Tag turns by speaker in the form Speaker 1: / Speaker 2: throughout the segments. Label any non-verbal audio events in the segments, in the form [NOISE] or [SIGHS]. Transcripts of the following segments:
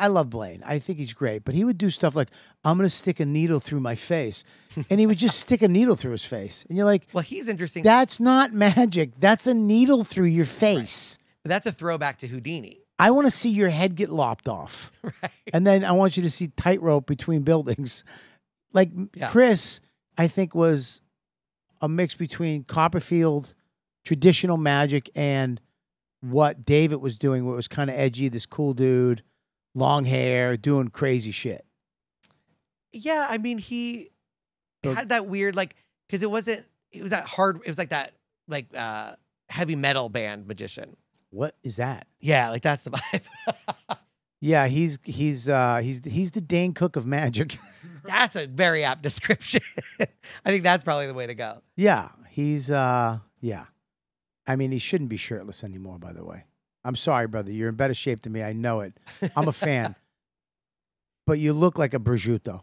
Speaker 1: I love Blaine. I think he's great, but he would do stuff like, "I'm going to stick a needle through my face," and he would just stick a needle through his face, and you're like,
Speaker 2: Well, he's interesting.
Speaker 1: "That's not magic. That's a needle through your face."
Speaker 2: but that's a throwback to Houdini.
Speaker 1: I want to see your head get lopped off, and then I want you to see tightrope between buildings. Like
Speaker 2: Yeah.
Speaker 1: Chris, I think was a mix between Copperfield, traditional magic, and what David was doing, where it was kind of edgy. This cool dude, long hair, doing crazy shit.
Speaker 2: Yeah, I mean, he
Speaker 1: So-
Speaker 2: had that weird like because it wasn't. It was that hard. It was like that like uh heavy metal band magician.
Speaker 1: What is that?
Speaker 2: Yeah, like that's the [LAUGHS] vibe.
Speaker 1: Yeah, he's he's uh he's he's the Dane Cook of magic.
Speaker 2: that's a very apt description. [LAUGHS] I think that's probably the way to go.
Speaker 1: yeah, he's uh yeah. I mean, he shouldn't be shirtless anymore. By the way, I'm sorry, brother. You're in better shape than me. I know it. I'm
Speaker 3: [LAUGHS]
Speaker 1: a fan, but you look like a prosciutto.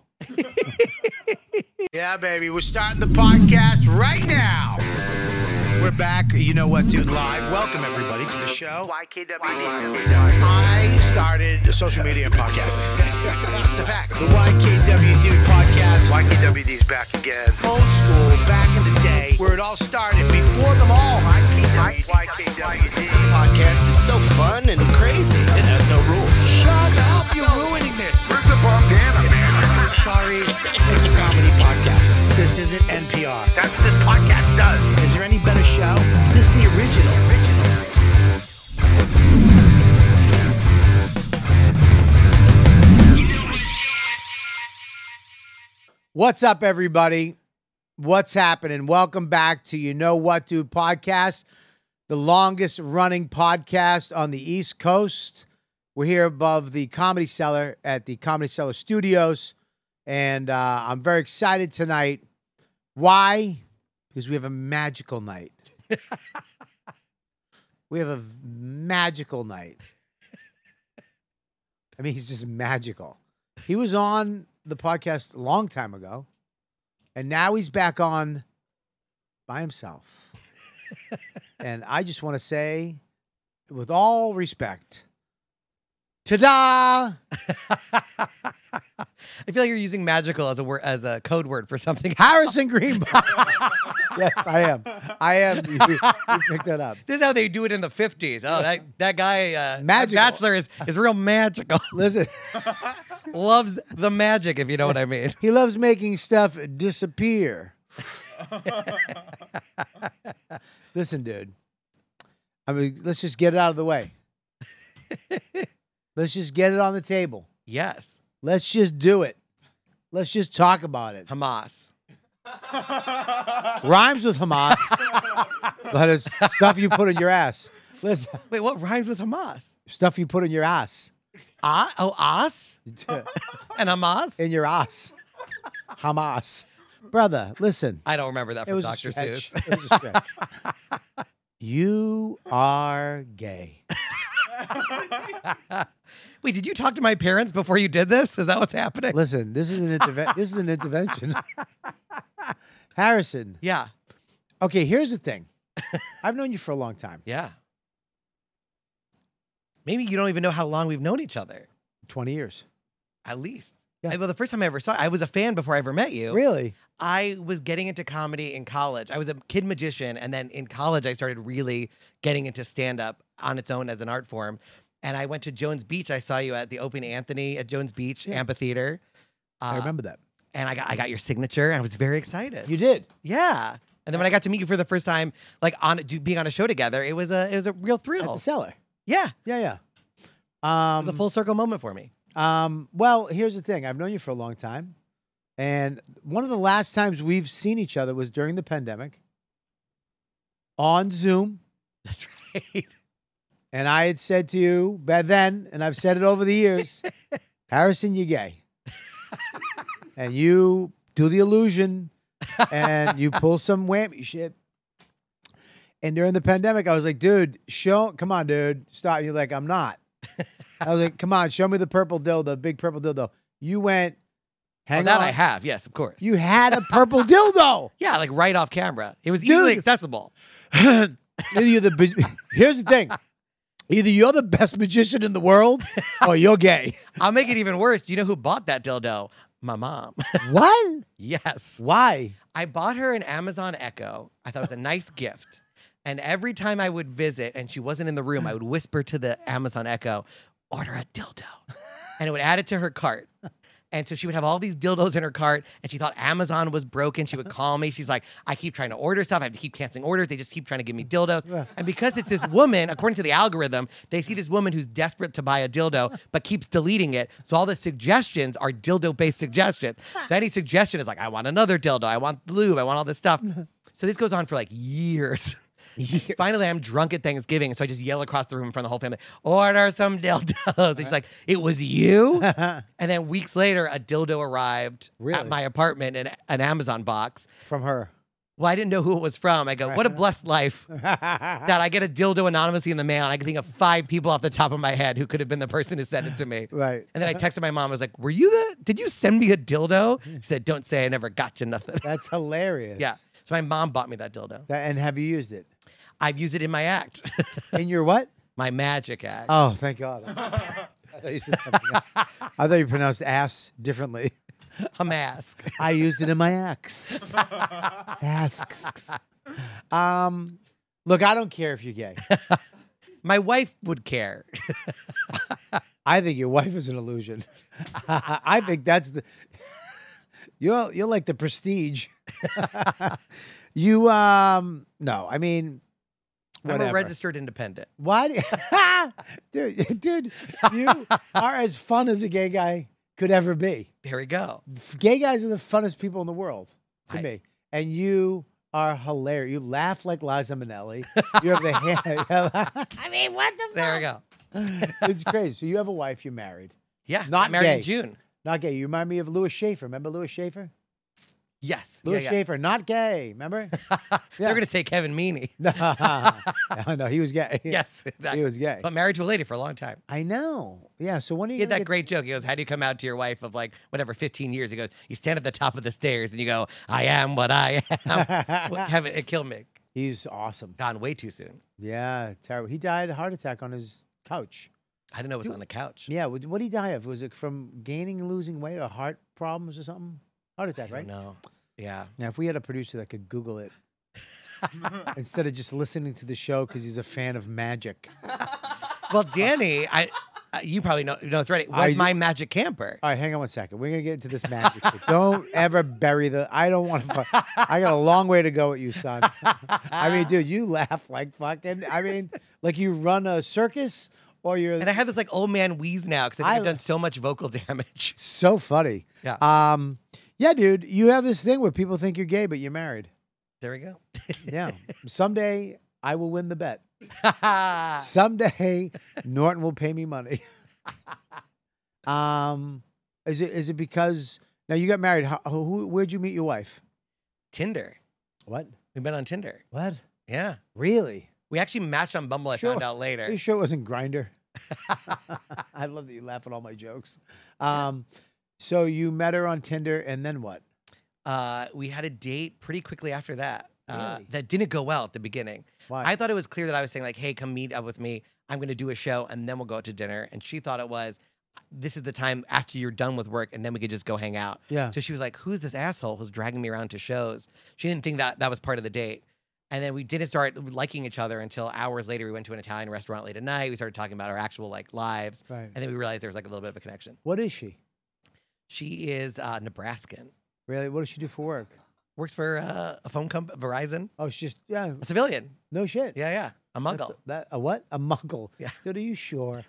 Speaker 3: Yeah, baby, we're starting the podcast right now. We're back. You know what, dude? Live. Welcome everybody to the show. YKWd. I started a social media and podcast. [LAUGHS] the fact, the YKWd podcast. YKWd's back again. Old school, back in the day, where it all started before them all. YKWd. E This podcast is so fun and crazy, and has no rules. Shut up! You're ruining this. Where's the bandana, man? Sorry, it's a comedy podcast. This isn't NPR. That's what this podcast does. Is there any better show? This is the original. Original.
Speaker 1: What's up, everybody? What's happening? Welcome back to You Know What Dude podcast, the longest running podcast on the East Coast. We're here above the Comedy Cellar at the Comedy Cellar Studios, and uh, I'm very excited tonight. Why? Because we have a magical night. we have a v- magical night. I mean, he's just magical. He was on the podcast a long time ago, and now he's back on by himself. and I just want to say, with all respect, ta da!
Speaker 2: I feel like you're using magical as a word as a code word for something. [LAUGHS]
Speaker 1: Harrison Greenbaum. yes, I am. I am. You, you picked that up.
Speaker 2: This is how they do it in the 50s. Oh, [LAUGHS] that, that guy, uh, that
Speaker 1: Magical.
Speaker 2: Bachelor, is, is real magical. [LAUGHS]
Speaker 1: Listen,
Speaker 2: Loves the magic, if you know what I mean.
Speaker 1: he loves making stuff [LAUGHS] disappear. Listen, dude. I mean, let's just get it out of the [LAUGHS] way. let's just get it on the table.
Speaker 2: [LAUGHS] Yes.
Speaker 1: Let's just do it. Let's just talk about it.
Speaker 2: Hamas.
Speaker 1: Rhymes with [LAUGHS] Hamas, but it's stuff you put in your ass. Listen,
Speaker 2: Wait, what rhymes with Hamas?
Speaker 1: stuff you put in your ass. [LAUGHS]
Speaker 2: Ah, oh, us and Hamas?
Speaker 1: in your ass. Hamas. Brother, listen.
Speaker 2: I don't remember
Speaker 1: It
Speaker 2: that from
Speaker 1: was, a
Speaker 2: Dr.
Speaker 1: stretch.
Speaker 2: Seuss. [LAUGHS]
Speaker 1: It was a stretch. [LAUGHS] You are gay.
Speaker 2: Wait, did you talk to my parents before you did this? Is that what's happening?
Speaker 1: Listen, this is an interve- this is an intervention. Harrison.
Speaker 2: Yeah.
Speaker 1: Okay, here's the thing. I've known you for a long time.
Speaker 2: Yeah. Maybe you don't even know how long we've known each other,
Speaker 1: 20 years.
Speaker 2: at least.
Speaker 1: Yeah.
Speaker 2: I- well, the first time I ever saw I was a fan before I ever met you.
Speaker 1: Really?
Speaker 2: I was getting into comedy in college. I was a kid magician, and then in college, I started really getting into stand up on its own as an art form. And I went to Jones Beach. I saw you at the Open Anthony at Jones Beach Amphitheater.
Speaker 1: I
Speaker 2: Uh,
Speaker 1: remember that.
Speaker 2: and I got I got your signature, and I was very excited.
Speaker 1: You did.
Speaker 2: yeah. And then when I got to meet you for the first time, like on do, being on a show together, it was a it was a real
Speaker 1: At
Speaker 2: thrill.
Speaker 1: the cellar.
Speaker 2: Yeah, it
Speaker 1: Yeah, yeah.
Speaker 2: was a
Speaker 1: Um,
Speaker 2: full circle moment for me. [LAUGHS]
Speaker 1: um, well, here's the thing. I've known you for a long time. And one of the last times we've seen each other was during the pandemic on Zoom.
Speaker 2: That's right.
Speaker 1: And I had said to you back then, and I've said it over the
Speaker 2: [LAUGHS]
Speaker 1: years, Harrison, you're gay. and you do the illusion and you pull some whammy shit. And during the pandemic, I was like, dude, show, come on, dude, stop. You're like, I'm
Speaker 2: [LAUGHS]
Speaker 1: not. I was like, come on, show me the purple dildo, big purple dildo. You went, hang
Speaker 2: Well, Oh, that
Speaker 1: on.
Speaker 2: I have, yes, of course.
Speaker 1: You had a purple dildo.
Speaker 2: yeah, like right off camera. It was
Speaker 1: Dude.
Speaker 2: easily accessible.
Speaker 1: Either you're the be- [LAUGHS] here's the thing. Either you're the best magician in the world or you're gay.
Speaker 2: I'll make it even worse. Do you know who bought that dildo? My mom.
Speaker 1: [LAUGHS]
Speaker 2: [LAUGHS]
Speaker 1: What?
Speaker 2: yes.
Speaker 1: Why?
Speaker 2: I bought her an Amazon Echo. I thought it was a nice gift. And every time I would visit and she wasn't in the room, I would whisper to the Amazon Echo, order a dildo. And it would add it to her cart. And so she would have all these dildos in her cart and she thought Amazon was broken. She would call me. She's like, I keep trying to order stuff. I have to keep canceling orders. They just keep trying to give me dildos. And because it's this woman, according to the algorithm, they see this woman who's desperate to buy a dildo but keeps deleting it. So all the suggestions are dildo based suggestions. So any suggestion is like, I want another dildo. I want lube. I want all this stuff. So this goes on for like years. Finally, I'm drunk at Thanksgiving, so I just yell across the room in front of the whole family, order some dildos. And she's like, it was you? and then weeks later, a dildo arrived
Speaker 1: Really?
Speaker 2: at my apartment in an Amazon box.
Speaker 1: From her.
Speaker 2: Well, I didn't know who it was from. I go,
Speaker 1: [LAUGHS]
Speaker 2: what a blessed life that I get a dildo anonymously in the mail. And I can think of five people off the top of my head who could have been the person who sent it to me.
Speaker 1: [LAUGHS] Right.
Speaker 2: And then I texted my mom. I was like, were you the, did you send me
Speaker 1: [LAUGHS]
Speaker 2: a dildo? She said, don't say I never got you nothing.
Speaker 1: That's hilarious.
Speaker 2: [LAUGHS] yeah. So my mom bought me that dildo.
Speaker 1: That, and have you used it?
Speaker 2: I've used it in my act. [LAUGHS]
Speaker 1: In your what?
Speaker 2: my magic act.
Speaker 1: Oh, thank God. [LAUGHS] I thought you said something else. I thought you pronounced ass differently.
Speaker 2: a mask.
Speaker 1: I used it in my axe. [LAUGHS] Asks. Um, look, I don't care if you're gay.
Speaker 2: My wife would care.
Speaker 1: I think your [LAUGHS] wife is an illusion. I think that's the you're you're like the prestige. [LAUGHS] you um no, I mean whatever.
Speaker 2: I'm a registered independent.
Speaker 1: Why, do, [LAUGHS] dude? Dude, you are as fun as a gay guy could ever be.
Speaker 2: There we go.
Speaker 1: F- Gay guys are the funnest people in the world to
Speaker 2: I-
Speaker 1: me, and you are hilarious. You laugh like Liza Minnelli. You have the hand.
Speaker 2: There we go.
Speaker 1: [LAUGHS] it's crazy. So you have a wife. You're married.
Speaker 2: Yeah.
Speaker 1: Not
Speaker 2: I'm married
Speaker 1: gay.
Speaker 2: in June.
Speaker 1: Not gay. You remind me of Louis Schaefer. Remember Louis Schaefer?
Speaker 2: Yes.
Speaker 1: Louis
Speaker 2: yeah, yeah.
Speaker 1: Schaefer, not gay.
Speaker 2: [LAUGHS]
Speaker 1: Remember? [LAUGHS]
Speaker 2: They're going to say Kevin Meaney.
Speaker 1: no, no, he was gay.
Speaker 2: [LAUGHS] Yes, exactly.
Speaker 1: he was gay.
Speaker 2: But married to a lady for a long time.
Speaker 1: I know. Yeah. So when are you
Speaker 2: He had
Speaker 1: gonna
Speaker 2: that
Speaker 1: get-
Speaker 2: great joke. He goes, How do you come out to your wife of like whatever 15 years? He goes, You stand at the top of the stairs and you go, I am what I
Speaker 1: [LAUGHS]
Speaker 2: am. Well, Kevin, it killed me.
Speaker 1: He's awesome.
Speaker 2: Gone way too soon.
Speaker 1: Yeah, terrible. He died of a heart attack on his couch.
Speaker 2: I didn't know it was on the couch.
Speaker 1: Yeah, what did he die of? Was it from gaining and losing weight or heart problems or something? Heart attack, right?
Speaker 2: No. Yeah.
Speaker 1: Now, if we had a producer that could Google
Speaker 2: [LAUGHS]
Speaker 1: it instead of just listening to the show because he's a fan of magic.
Speaker 2: Well, Danny, I. Uh, you probably know, you know it's right. Was
Speaker 1: I-
Speaker 2: my magic camper.
Speaker 1: All right, hang on one second. We're gonna get into this magic. shit.
Speaker 2: [LAUGHS]
Speaker 1: Don't ever bury the. I don't want to. I got a long way to go with you, son. I mean, dude, you laugh like fucking. I mean, like you run a circus or you're
Speaker 2: And I have this like old man wheeze now because I
Speaker 1: I
Speaker 2: think I, have
Speaker 1: lo-
Speaker 2: done so much vocal [LAUGHS] damage.
Speaker 1: so funny.
Speaker 2: Yeah.
Speaker 1: Um. Yeah, dude, you have this thing where people think you're gay, but you're married.
Speaker 2: There we
Speaker 1: [LAUGHS]
Speaker 2: go. [LAUGHS]
Speaker 1: Yeah. Someday I will win the bet.
Speaker 2: I
Speaker 1: Someday Norton will pay me
Speaker 2: [LAUGHS]
Speaker 1: money. um, is it is it because now you got married? How, who, where'd you meet your wife?
Speaker 2: Tinder.
Speaker 1: What?
Speaker 2: We've been on Tinder.
Speaker 1: What?
Speaker 2: Yeah.
Speaker 1: Really?
Speaker 2: We actually matched on Bumble, I
Speaker 1: Sure.
Speaker 2: found out
Speaker 1: Are you
Speaker 2: later.
Speaker 1: sure it wasn't Grinder? [LAUGHS] I love that you laugh at all my jokes. Um, so you met her on Tinder, and then what?
Speaker 2: Uh, we had a date pretty quickly after that. Uh,
Speaker 1: Really?
Speaker 2: that didn't go well at the beginning.
Speaker 1: Why?
Speaker 2: I thought it was clear that I was saying, like, hey, come meet up with me. I'm going to do a show and then we'll go out to dinner. And she thought it was, this is the time after you're done with work and then we could just go hang out.
Speaker 1: yeah.
Speaker 2: So she was like, "Who's this asshole who's dragging me around to shows?" She didn't think that that was part of the date. And then we didn't start liking each other until hours later. We went to an Italian restaurant late at night. We started talking about our actual like lives,
Speaker 1: Right.
Speaker 2: and then we realized there was like a little bit of a connection.
Speaker 1: What is she?
Speaker 2: She is uh, Nebraskan.
Speaker 1: Really? What does she do for work?
Speaker 2: Works for uh, a phone company, Verizon.
Speaker 1: Oh, she's just yeah.
Speaker 2: A civilian.
Speaker 1: No shit.
Speaker 2: Yeah, yeah. A
Speaker 1: That's
Speaker 2: muggle.
Speaker 1: a- that a what? A muggle.
Speaker 2: Yeah.
Speaker 1: [LAUGHS] Dude, are you sure?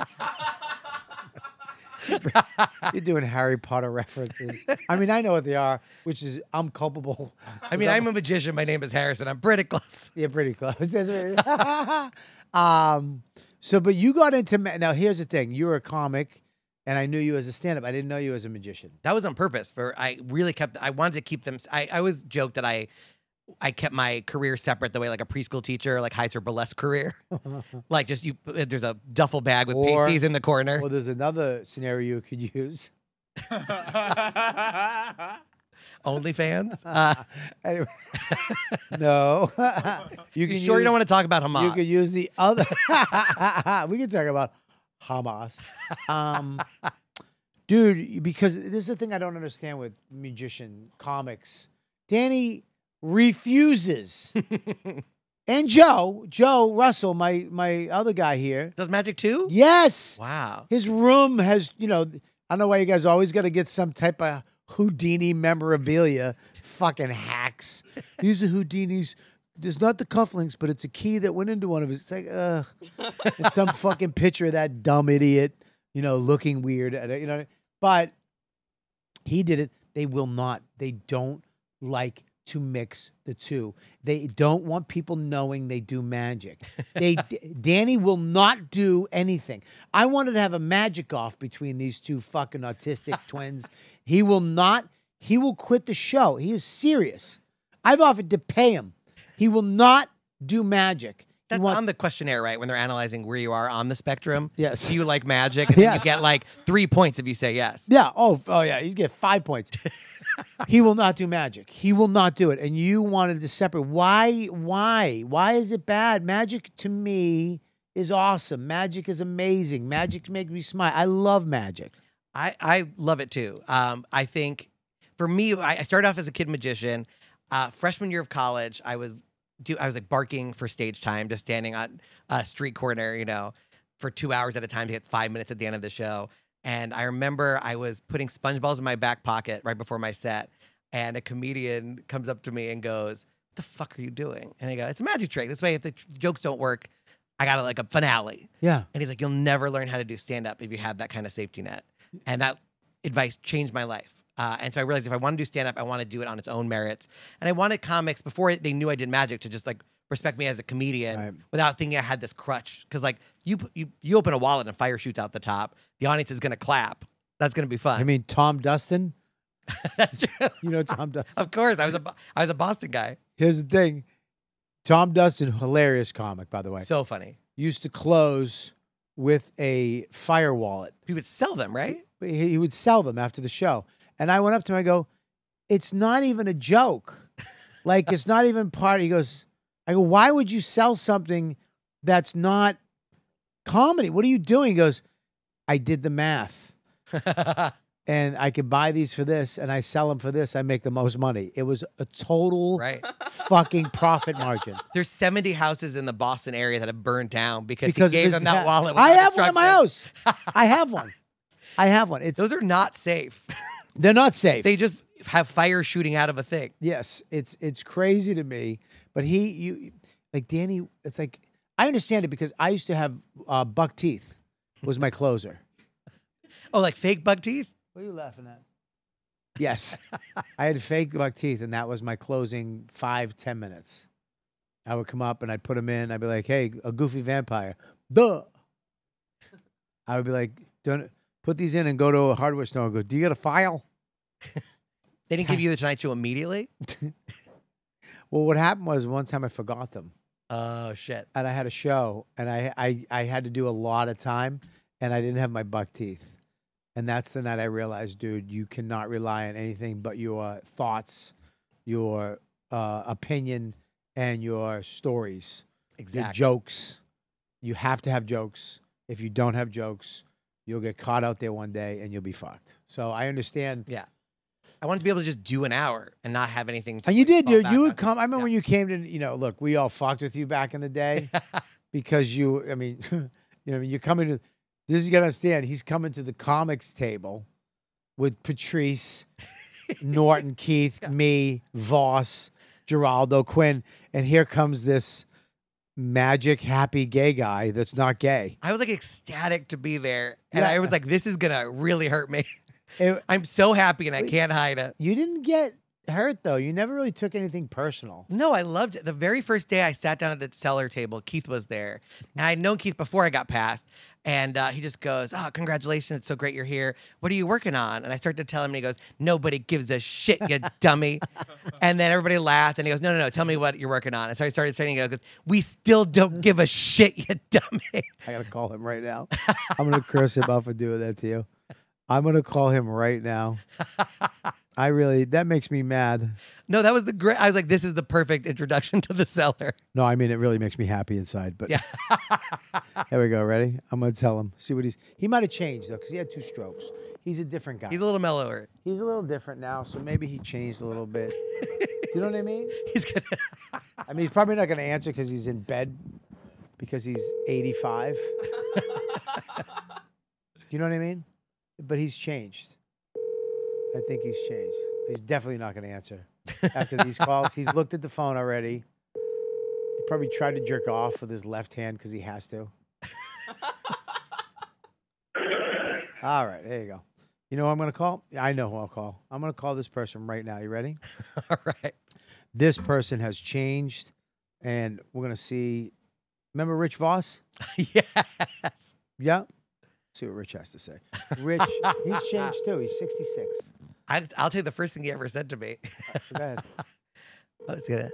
Speaker 2: [LAUGHS]
Speaker 1: You're doing Harry Potter references. I mean, I know what they are, which is I'm culpable. [LAUGHS]
Speaker 2: I mean, I'm a magician. My name is Harrison. I'm pretty close. [LAUGHS]
Speaker 1: Yeah, pretty close. [LAUGHS] That's right. um, so, but you got into ma- now. Here's the thing: you were a comic, and I knew you as a stand-up. I didn't know you as a magician.
Speaker 2: That was on purpose. For I really kept. I wanted to keep them. s- I, I always joked that I, I kept my career separate the way like a preschool teacher like hides her
Speaker 1: [LAUGHS]
Speaker 2: burlesque career. like just you. uh, There's a duffel bag with
Speaker 1: Or-
Speaker 2: pasties in the corner. [LAUGHS]
Speaker 1: Well, there's another scenario you could use. [LAUGHS] [LAUGHS]
Speaker 2: OnlyFans. Uh,
Speaker 1: Anyway, [LAUGHS] no, [LAUGHS] you
Speaker 2: you
Speaker 1: can
Speaker 2: sure you don't want to talk about Hamas?
Speaker 1: You could use the other. [LAUGHS] we could talk about Hamas, um, dude. Because this is the thing I don't understand with magician comics. Danny refuses, and Joe, Joe Russell, my my other guy here.
Speaker 2: Does magic too?
Speaker 1: Yes,
Speaker 2: Wow.
Speaker 1: his room has you know. I don't know why you guys always got to get some type of Houdini memorabilia. Fucking hacks. These are Houdini's. There's not the cufflinks, but it's a key that went into one of his. It's like, ugh. It's some fucking picture of that dumb idiot, you know, looking weird. At it, you know, but he did it. They will not. They don't like to mix the two. They don't want people knowing they do magic. They D- Danny will not do anything. I wanted to have a magic off between these two fucking autistic twins. He will not. He will quit the show. He is serious. I've offered to pay him. He will not do magic.
Speaker 2: That's
Speaker 1: he wants,
Speaker 2: on the questionnaire, right? When they're analyzing where you are on the spectrum.
Speaker 1: Yes.
Speaker 2: Do you like magic? And then
Speaker 1: Yes.
Speaker 2: You get like three points if you say yes.
Speaker 1: Yeah. Oh, f- oh yeah. You get five
Speaker 2: [LAUGHS]
Speaker 1: points. he will not do magic. He will not do it. And you wanted to separate. Why? Why? Why is it bad? Magic to me is awesome. Magic is amazing. Magic makes me smile. I love magic.
Speaker 2: I, I love it too. Um, I think for me, I, I started off as a kid magician. Uh, freshman year of college, I was do I was like barking for stage time, just standing on a street corner, you know, for two hours at a time to get five minutes at the end of the show. And I remember I was putting sponge balls in my back pocket right before my set, and a comedian comes up to me and goes, "What the fuck are you doing?" And I go, "It's a magic trick. This way, if the tr- jokes don't work, I got like a finale."
Speaker 1: Yeah.
Speaker 2: And he's like, You'll never learn how to do stand up if you have that kind of safety net. And that advice changed my life. Uh, and so I realized if I want to do stand up, I want to do it on its own merits. And I wanted comics before they knew I did magic to just like respect me as a comedian
Speaker 1: Right.
Speaker 2: without thinking I had this crutch. Cause like you, p- you, you open a wallet and fire shoots out the top, the audience is going to clap. That's going to be fun.
Speaker 1: I mean, Tom Dustin.
Speaker 2: [LAUGHS] That's true.
Speaker 1: You
Speaker 2: [LAUGHS]
Speaker 1: know Tom Dustin.
Speaker 2: of course. I was a, Bo- I was a Boston guy.
Speaker 1: Here's the thing. Tom Dustin, hilarious comic, by the way,
Speaker 2: So funny.
Speaker 1: used to close with a fire wallet.
Speaker 2: He would sell them, right?
Speaker 1: but he he would sell them after the show. And I went up to him, I go, it's not even a joke. Like, it's not even part. He goes, I go, why would you sell something that's not comedy? What are you doing? He goes, I did the math
Speaker 2: [LAUGHS]
Speaker 1: and I could buy these for this and I sell them for this. I make the most money. It was a total
Speaker 2: right.
Speaker 1: [LAUGHS] fucking profit
Speaker 2: [LAUGHS]
Speaker 1: margin.
Speaker 2: There's 70 houses in the Boston area that have burned down because,
Speaker 1: Because
Speaker 2: he
Speaker 1: this
Speaker 2: gave them
Speaker 1: is [LAUGHS] ha-
Speaker 2: that wallet.
Speaker 1: I
Speaker 2: without
Speaker 1: have one in my house.
Speaker 2: instructions.
Speaker 1: I have one. I have one. It's
Speaker 2: Those are not safe.
Speaker 1: they're not safe.
Speaker 2: they just have fire shooting out of a thing.
Speaker 1: Yes, it's it's crazy to me, but he you like Danny. It's like I understand it because I used to have uh, buck teeth was my closer.
Speaker 2: Oh, like fake bug teeth?
Speaker 1: What are you laughing at? Yes, I had fake buck teeth, and that was my closing five ten minutes. I would come up and I'd put them in. I'd be like, "Hey, a goofy vampire." Duh. I would be like, "Don't put these in and go to a hardware store." and go, "Do you got a file?"
Speaker 2: They didn't give you the Tonight Show immediately?
Speaker 1: Well, what happened was one time I forgot them.
Speaker 2: Oh, shit.
Speaker 1: and I had a show and I, I I had to do a lot of time and I didn't have my buck teeth. And that's the night I realized, dude, you cannot rely on anything but your thoughts, your uh, opinion, and your stories, your
Speaker 2: Exactly.
Speaker 1: jokes. You have to have jokes. If you don't have jokes, you'll get caught out there one day and you'll be fucked. So I understand.
Speaker 2: Yeah. I wanted to be able to just do an hour and not have anything to
Speaker 1: And you
Speaker 2: like,
Speaker 1: did,
Speaker 2: fall
Speaker 1: dude.
Speaker 2: back
Speaker 1: You would
Speaker 2: on. [LAUGHS]
Speaker 1: come. I remember
Speaker 2: Yeah.
Speaker 1: when you came to, you know, look, we all fucked with you back in the day because you, I mean, [LAUGHS] you know, you're coming to, this is, you got to understand, he's coming to the comics table with Patrice Norton, Keith, me, Voss, Geraldo, Quinn, and here comes this magic, happy gay guy that's not gay.
Speaker 2: I was like ecstatic to be there. And
Speaker 1: Yeah.
Speaker 2: I was like, this is gonna really hurt me. [LAUGHS]
Speaker 1: It-
Speaker 2: I'm so happy and I can't hide it.
Speaker 1: you didn't get hurt though. You never really took anything personal.
Speaker 2: No, I loved it. The very first day I sat down at the seller table, Keith was there. And I'd known Keith before I got passed. And uh, he just goes, Oh, congratulations. It's so great you're here. What are you working on? And I start to tell him, and he goes, Nobody gives a shit, you dummy. And then everybody laughed. And he goes, No, no, no. Tell me what you're working on. And so I started saying, it goes, We still don't give a shit, you dummy. [LAUGHS]
Speaker 1: I gotta call him right now. I'm gonna curse him out for doing that to you. I'm gonna call him right now. I really that makes me mad.
Speaker 2: No, that was the great. I was like, This is the perfect introduction to the seller.
Speaker 1: No, I mean it really makes me happy inside. But [LAUGHS]
Speaker 2: Yeah.
Speaker 1: there we go. Ready? I'm gonna tell him. See what he's. He might have changed though, because he had two strokes. He's a different guy.
Speaker 2: He's a little mellower. [LAUGHS]
Speaker 1: he's a little different now, so maybe he changed a little bit. you know what I mean?
Speaker 2: He's gonna.
Speaker 1: I mean, he's probably not going to answer because he's in bed because he's
Speaker 2: [LAUGHS]
Speaker 1: 85. you know what I mean? But he's changed. I think he's changed. He's definitely not going to answer after these calls. He's looked at the phone already. He probably tried to jerk off with his left hand because he has
Speaker 2: [LAUGHS]
Speaker 1: to. All right, there you go. You know who I'm going to call? Yeah, I know who I'll call. I'm going to call this person right now. You ready?
Speaker 2: All right. [LAUGHS]
Speaker 1: this person has changed and we're going to see remember rich voss
Speaker 2: yes.
Speaker 1: yeah see what rich has to say rich he's changed too he's 66
Speaker 2: I, I'll tell you the first thing he ever said to me. [LAUGHS]
Speaker 1: Go ahead.
Speaker 2: I was gonna.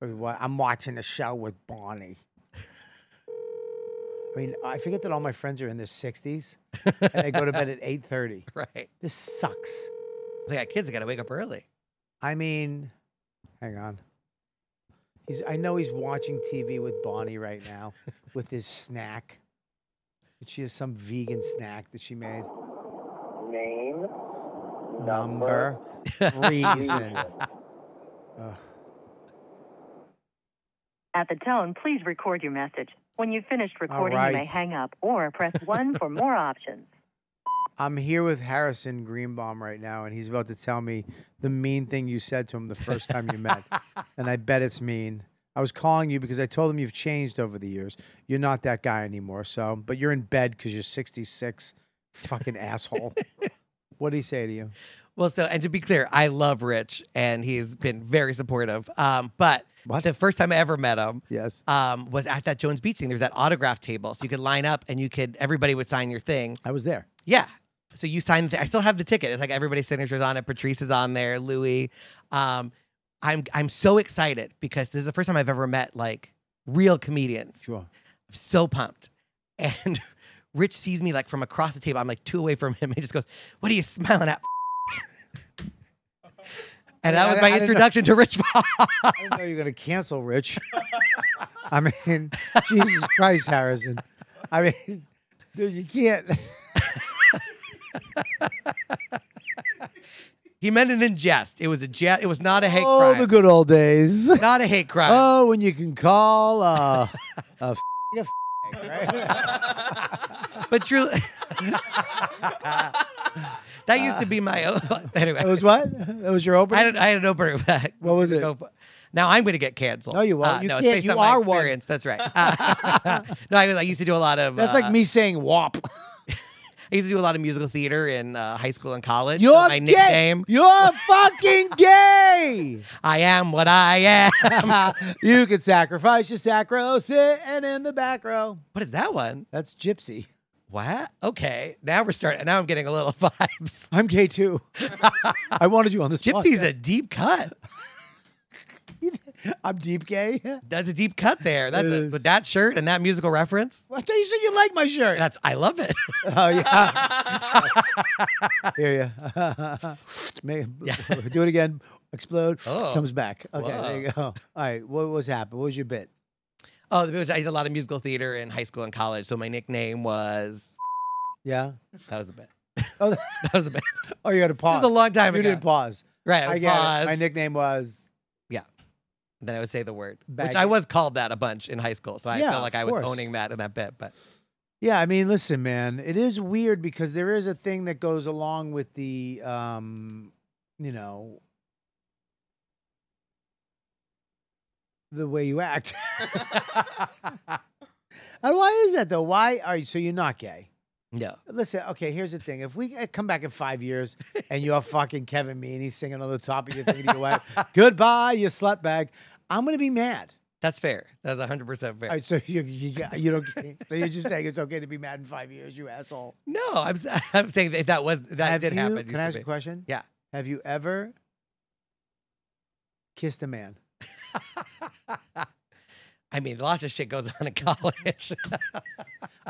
Speaker 1: Well, i'm watching the show with bonnie i mean i forget that all my friends are in their 60s and they go to bed at 8.30
Speaker 2: Right.
Speaker 1: this sucks
Speaker 2: They got kids that gotta wake up early.
Speaker 1: i mean hang on he's i know he's watching tv with bonnie right now with his snack she has some vegan snack that she made
Speaker 4: Name, Number.
Speaker 1: number reason. Ugh.
Speaker 5: At the tone, please record your message. When you've finished recording,
Speaker 1: right.
Speaker 5: you may hang up or press 1 for more [LAUGHS] options.
Speaker 1: I'm here with Harrison Greenbaum right now, and he's about to tell me the mean thing you said to him the first time you [LAUGHS] met. and I bet it's mean. I was calling you because I told him you've changed over the years. You're not that guy anymore. So, but you're in bed because you're 66. Fucking [LAUGHS] asshole. what did he say to you?
Speaker 2: Well, so and to be clear, I love Rich and he's been very supportive. Um, but
Speaker 1: What?
Speaker 2: the first time I ever met him
Speaker 1: Yes.
Speaker 2: um, was at that Jones Beach thing. There was that autograph table, so you could line up and you could everybody would sign your thing.
Speaker 1: I was there.
Speaker 2: Yeah. So you signed. The, I still have the ticket. It's like everybody's signatures on it. Patrice is on there. Louis. Um, I'm I'm so excited because this is the first time I've ever met like real comedians.
Speaker 1: [LAUGHS] Sure.
Speaker 2: I'm so pumped. And [LAUGHS] Rich sees me like from across the table. I'm like two away from him. [LAUGHS] He just goes, What are you smiling at? [LAUGHS] and that
Speaker 1: I-
Speaker 2: was
Speaker 1: I
Speaker 2: my
Speaker 1: didn't know-
Speaker 2: introduction to Rich Voss.
Speaker 1: I didn't know you're gonna cancel, [LAUGHS] Rich. I mean, Jesus Christ, Harrison. I mean, dude, you can't.
Speaker 2: [LAUGHS] he meant it in jest. It was a jest. It was not a hate
Speaker 1: oh,
Speaker 2: crime.
Speaker 1: the good old days.
Speaker 2: not a hate crime.
Speaker 1: Oh, when you can call uh, a f- a f- right?
Speaker 2: But truly, [LAUGHS] that used to be my own. [LAUGHS] Anyway,
Speaker 1: That was what? That was your opening.
Speaker 2: I had, I had an opener back.
Speaker 1: [LAUGHS] What
Speaker 2: [LAUGHS]
Speaker 1: was it?
Speaker 2: Now I'm going to get canceled.
Speaker 1: No, you won't.
Speaker 2: Uh,
Speaker 1: You
Speaker 2: no,
Speaker 1: can't.
Speaker 2: It's based
Speaker 1: You
Speaker 2: on my
Speaker 1: are one.
Speaker 2: experience. That's right. Uh, [LAUGHS] no, I, was, I used to do a lot of.
Speaker 1: That's
Speaker 2: uh,
Speaker 1: like me saying
Speaker 2: [LAUGHS]
Speaker 1: "wop."
Speaker 2: I used to do a lot of musical theater in uh, high school and college. so
Speaker 1: You're
Speaker 2: my
Speaker 1: gay.
Speaker 2: nickname.
Speaker 1: You're
Speaker 2: [LAUGHS]
Speaker 1: fucking gay.
Speaker 2: I am what I am. [LAUGHS]
Speaker 1: [LAUGHS] you can sacrifice your sack row, sitting in the back row.
Speaker 2: what is that one?
Speaker 1: That's gypsy.
Speaker 2: What? Okay. Now we're starting. Now I'm getting a little [LAUGHS] vibes.
Speaker 1: I'm gay
Speaker 2: [LAUGHS]
Speaker 1: too. I wanted you on this.
Speaker 2: Gypsy's a
Speaker 1: podcast.
Speaker 2: deep cut.
Speaker 1: I'm deep
Speaker 2: [LAUGHS]
Speaker 1: gay.
Speaker 2: That's a deep cut there. That's
Speaker 1: It
Speaker 2: a,
Speaker 1: is.
Speaker 2: with that shirt and that musical reference.
Speaker 1: I thought you said you like my shirt.
Speaker 2: That's I love it. [LAUGHS]
Speaker 1: Oh yeah. Hear
Speaker 2: [LAUGHS]
Speaker 1: ya. Make- Do it again. Explode.
Speaker 2: Oh.
Speaker 1: Comes back. Okay, there you
Speaker 2: Whoa.
Speaker 1: go. All right. What was happened? What was your bit?
Speaker 2: oh, it was, I did a lot of musical theater in high school and college, so my nickname was
Speaker 1: Yeah.
Speaker 2: that was the bit. [LAUGHS]
Speaker 1: Oh, [LAUGHS]
Speaker 2: That was the bit.
Speaker 1: oh you had to
Speaker 2: This
Speaker 1: pause.
Speaker 2: was a long
Speaker 1: you
Speaker 2: time ago.
Speaker 1: didn't pause.
Speaker 2: Right. I,
Speaker 1: I
Speaker 2: would
Speaker 1: get
Speaker 2: pause,
Speaker 1: it. My nickname was.
Speaker 2: Then I would say the word,
Speaker 1: Bag
Speaker 2: which I
Speaker 1: it.
Speaker 2: was called that a bunch in high school, so I
Speaker 1: Yeah,
Speaker 2: felt like
Speaker 1: of
Speaker 2: I was
Speaker 1: course.
Speaker 2: owning that in that bit. But
Speaker 1: Yeah, I mean, listen, man, it is weird because there is a thing that goes along with the, um, you know, the way you act. and why is that though? Why are you? So you're not gay?
Speaker 2: No.
Speaker 1: Listen, okay. Here's the thing: if we uh, come back in five years and you're fucking Kevin Meaney singing on the top of your thing to your wife, "Goodbye, you slut bag," I'm gonna be mad.
Speaker 2: That's fair. That's 100% fair.
Speaker 1: All right, so you you, got- you don't. So you're just saying it's okay to be mad in five years, you asshole.
Speaker 2: no, I'm, s- [LAUGHS] I'm saying that if that was, that
Speaker 1: Have
Speaker 2: did
Speaker 1: you-
Speaker 2: happen.
Speaker 1: Can I ask you a question?
Speaker 2: Yeah.
Speaker 1: Have you ever kissed a man?
Speaker 2: question? I mean, lots of shit goes on in [LAUGHS] college.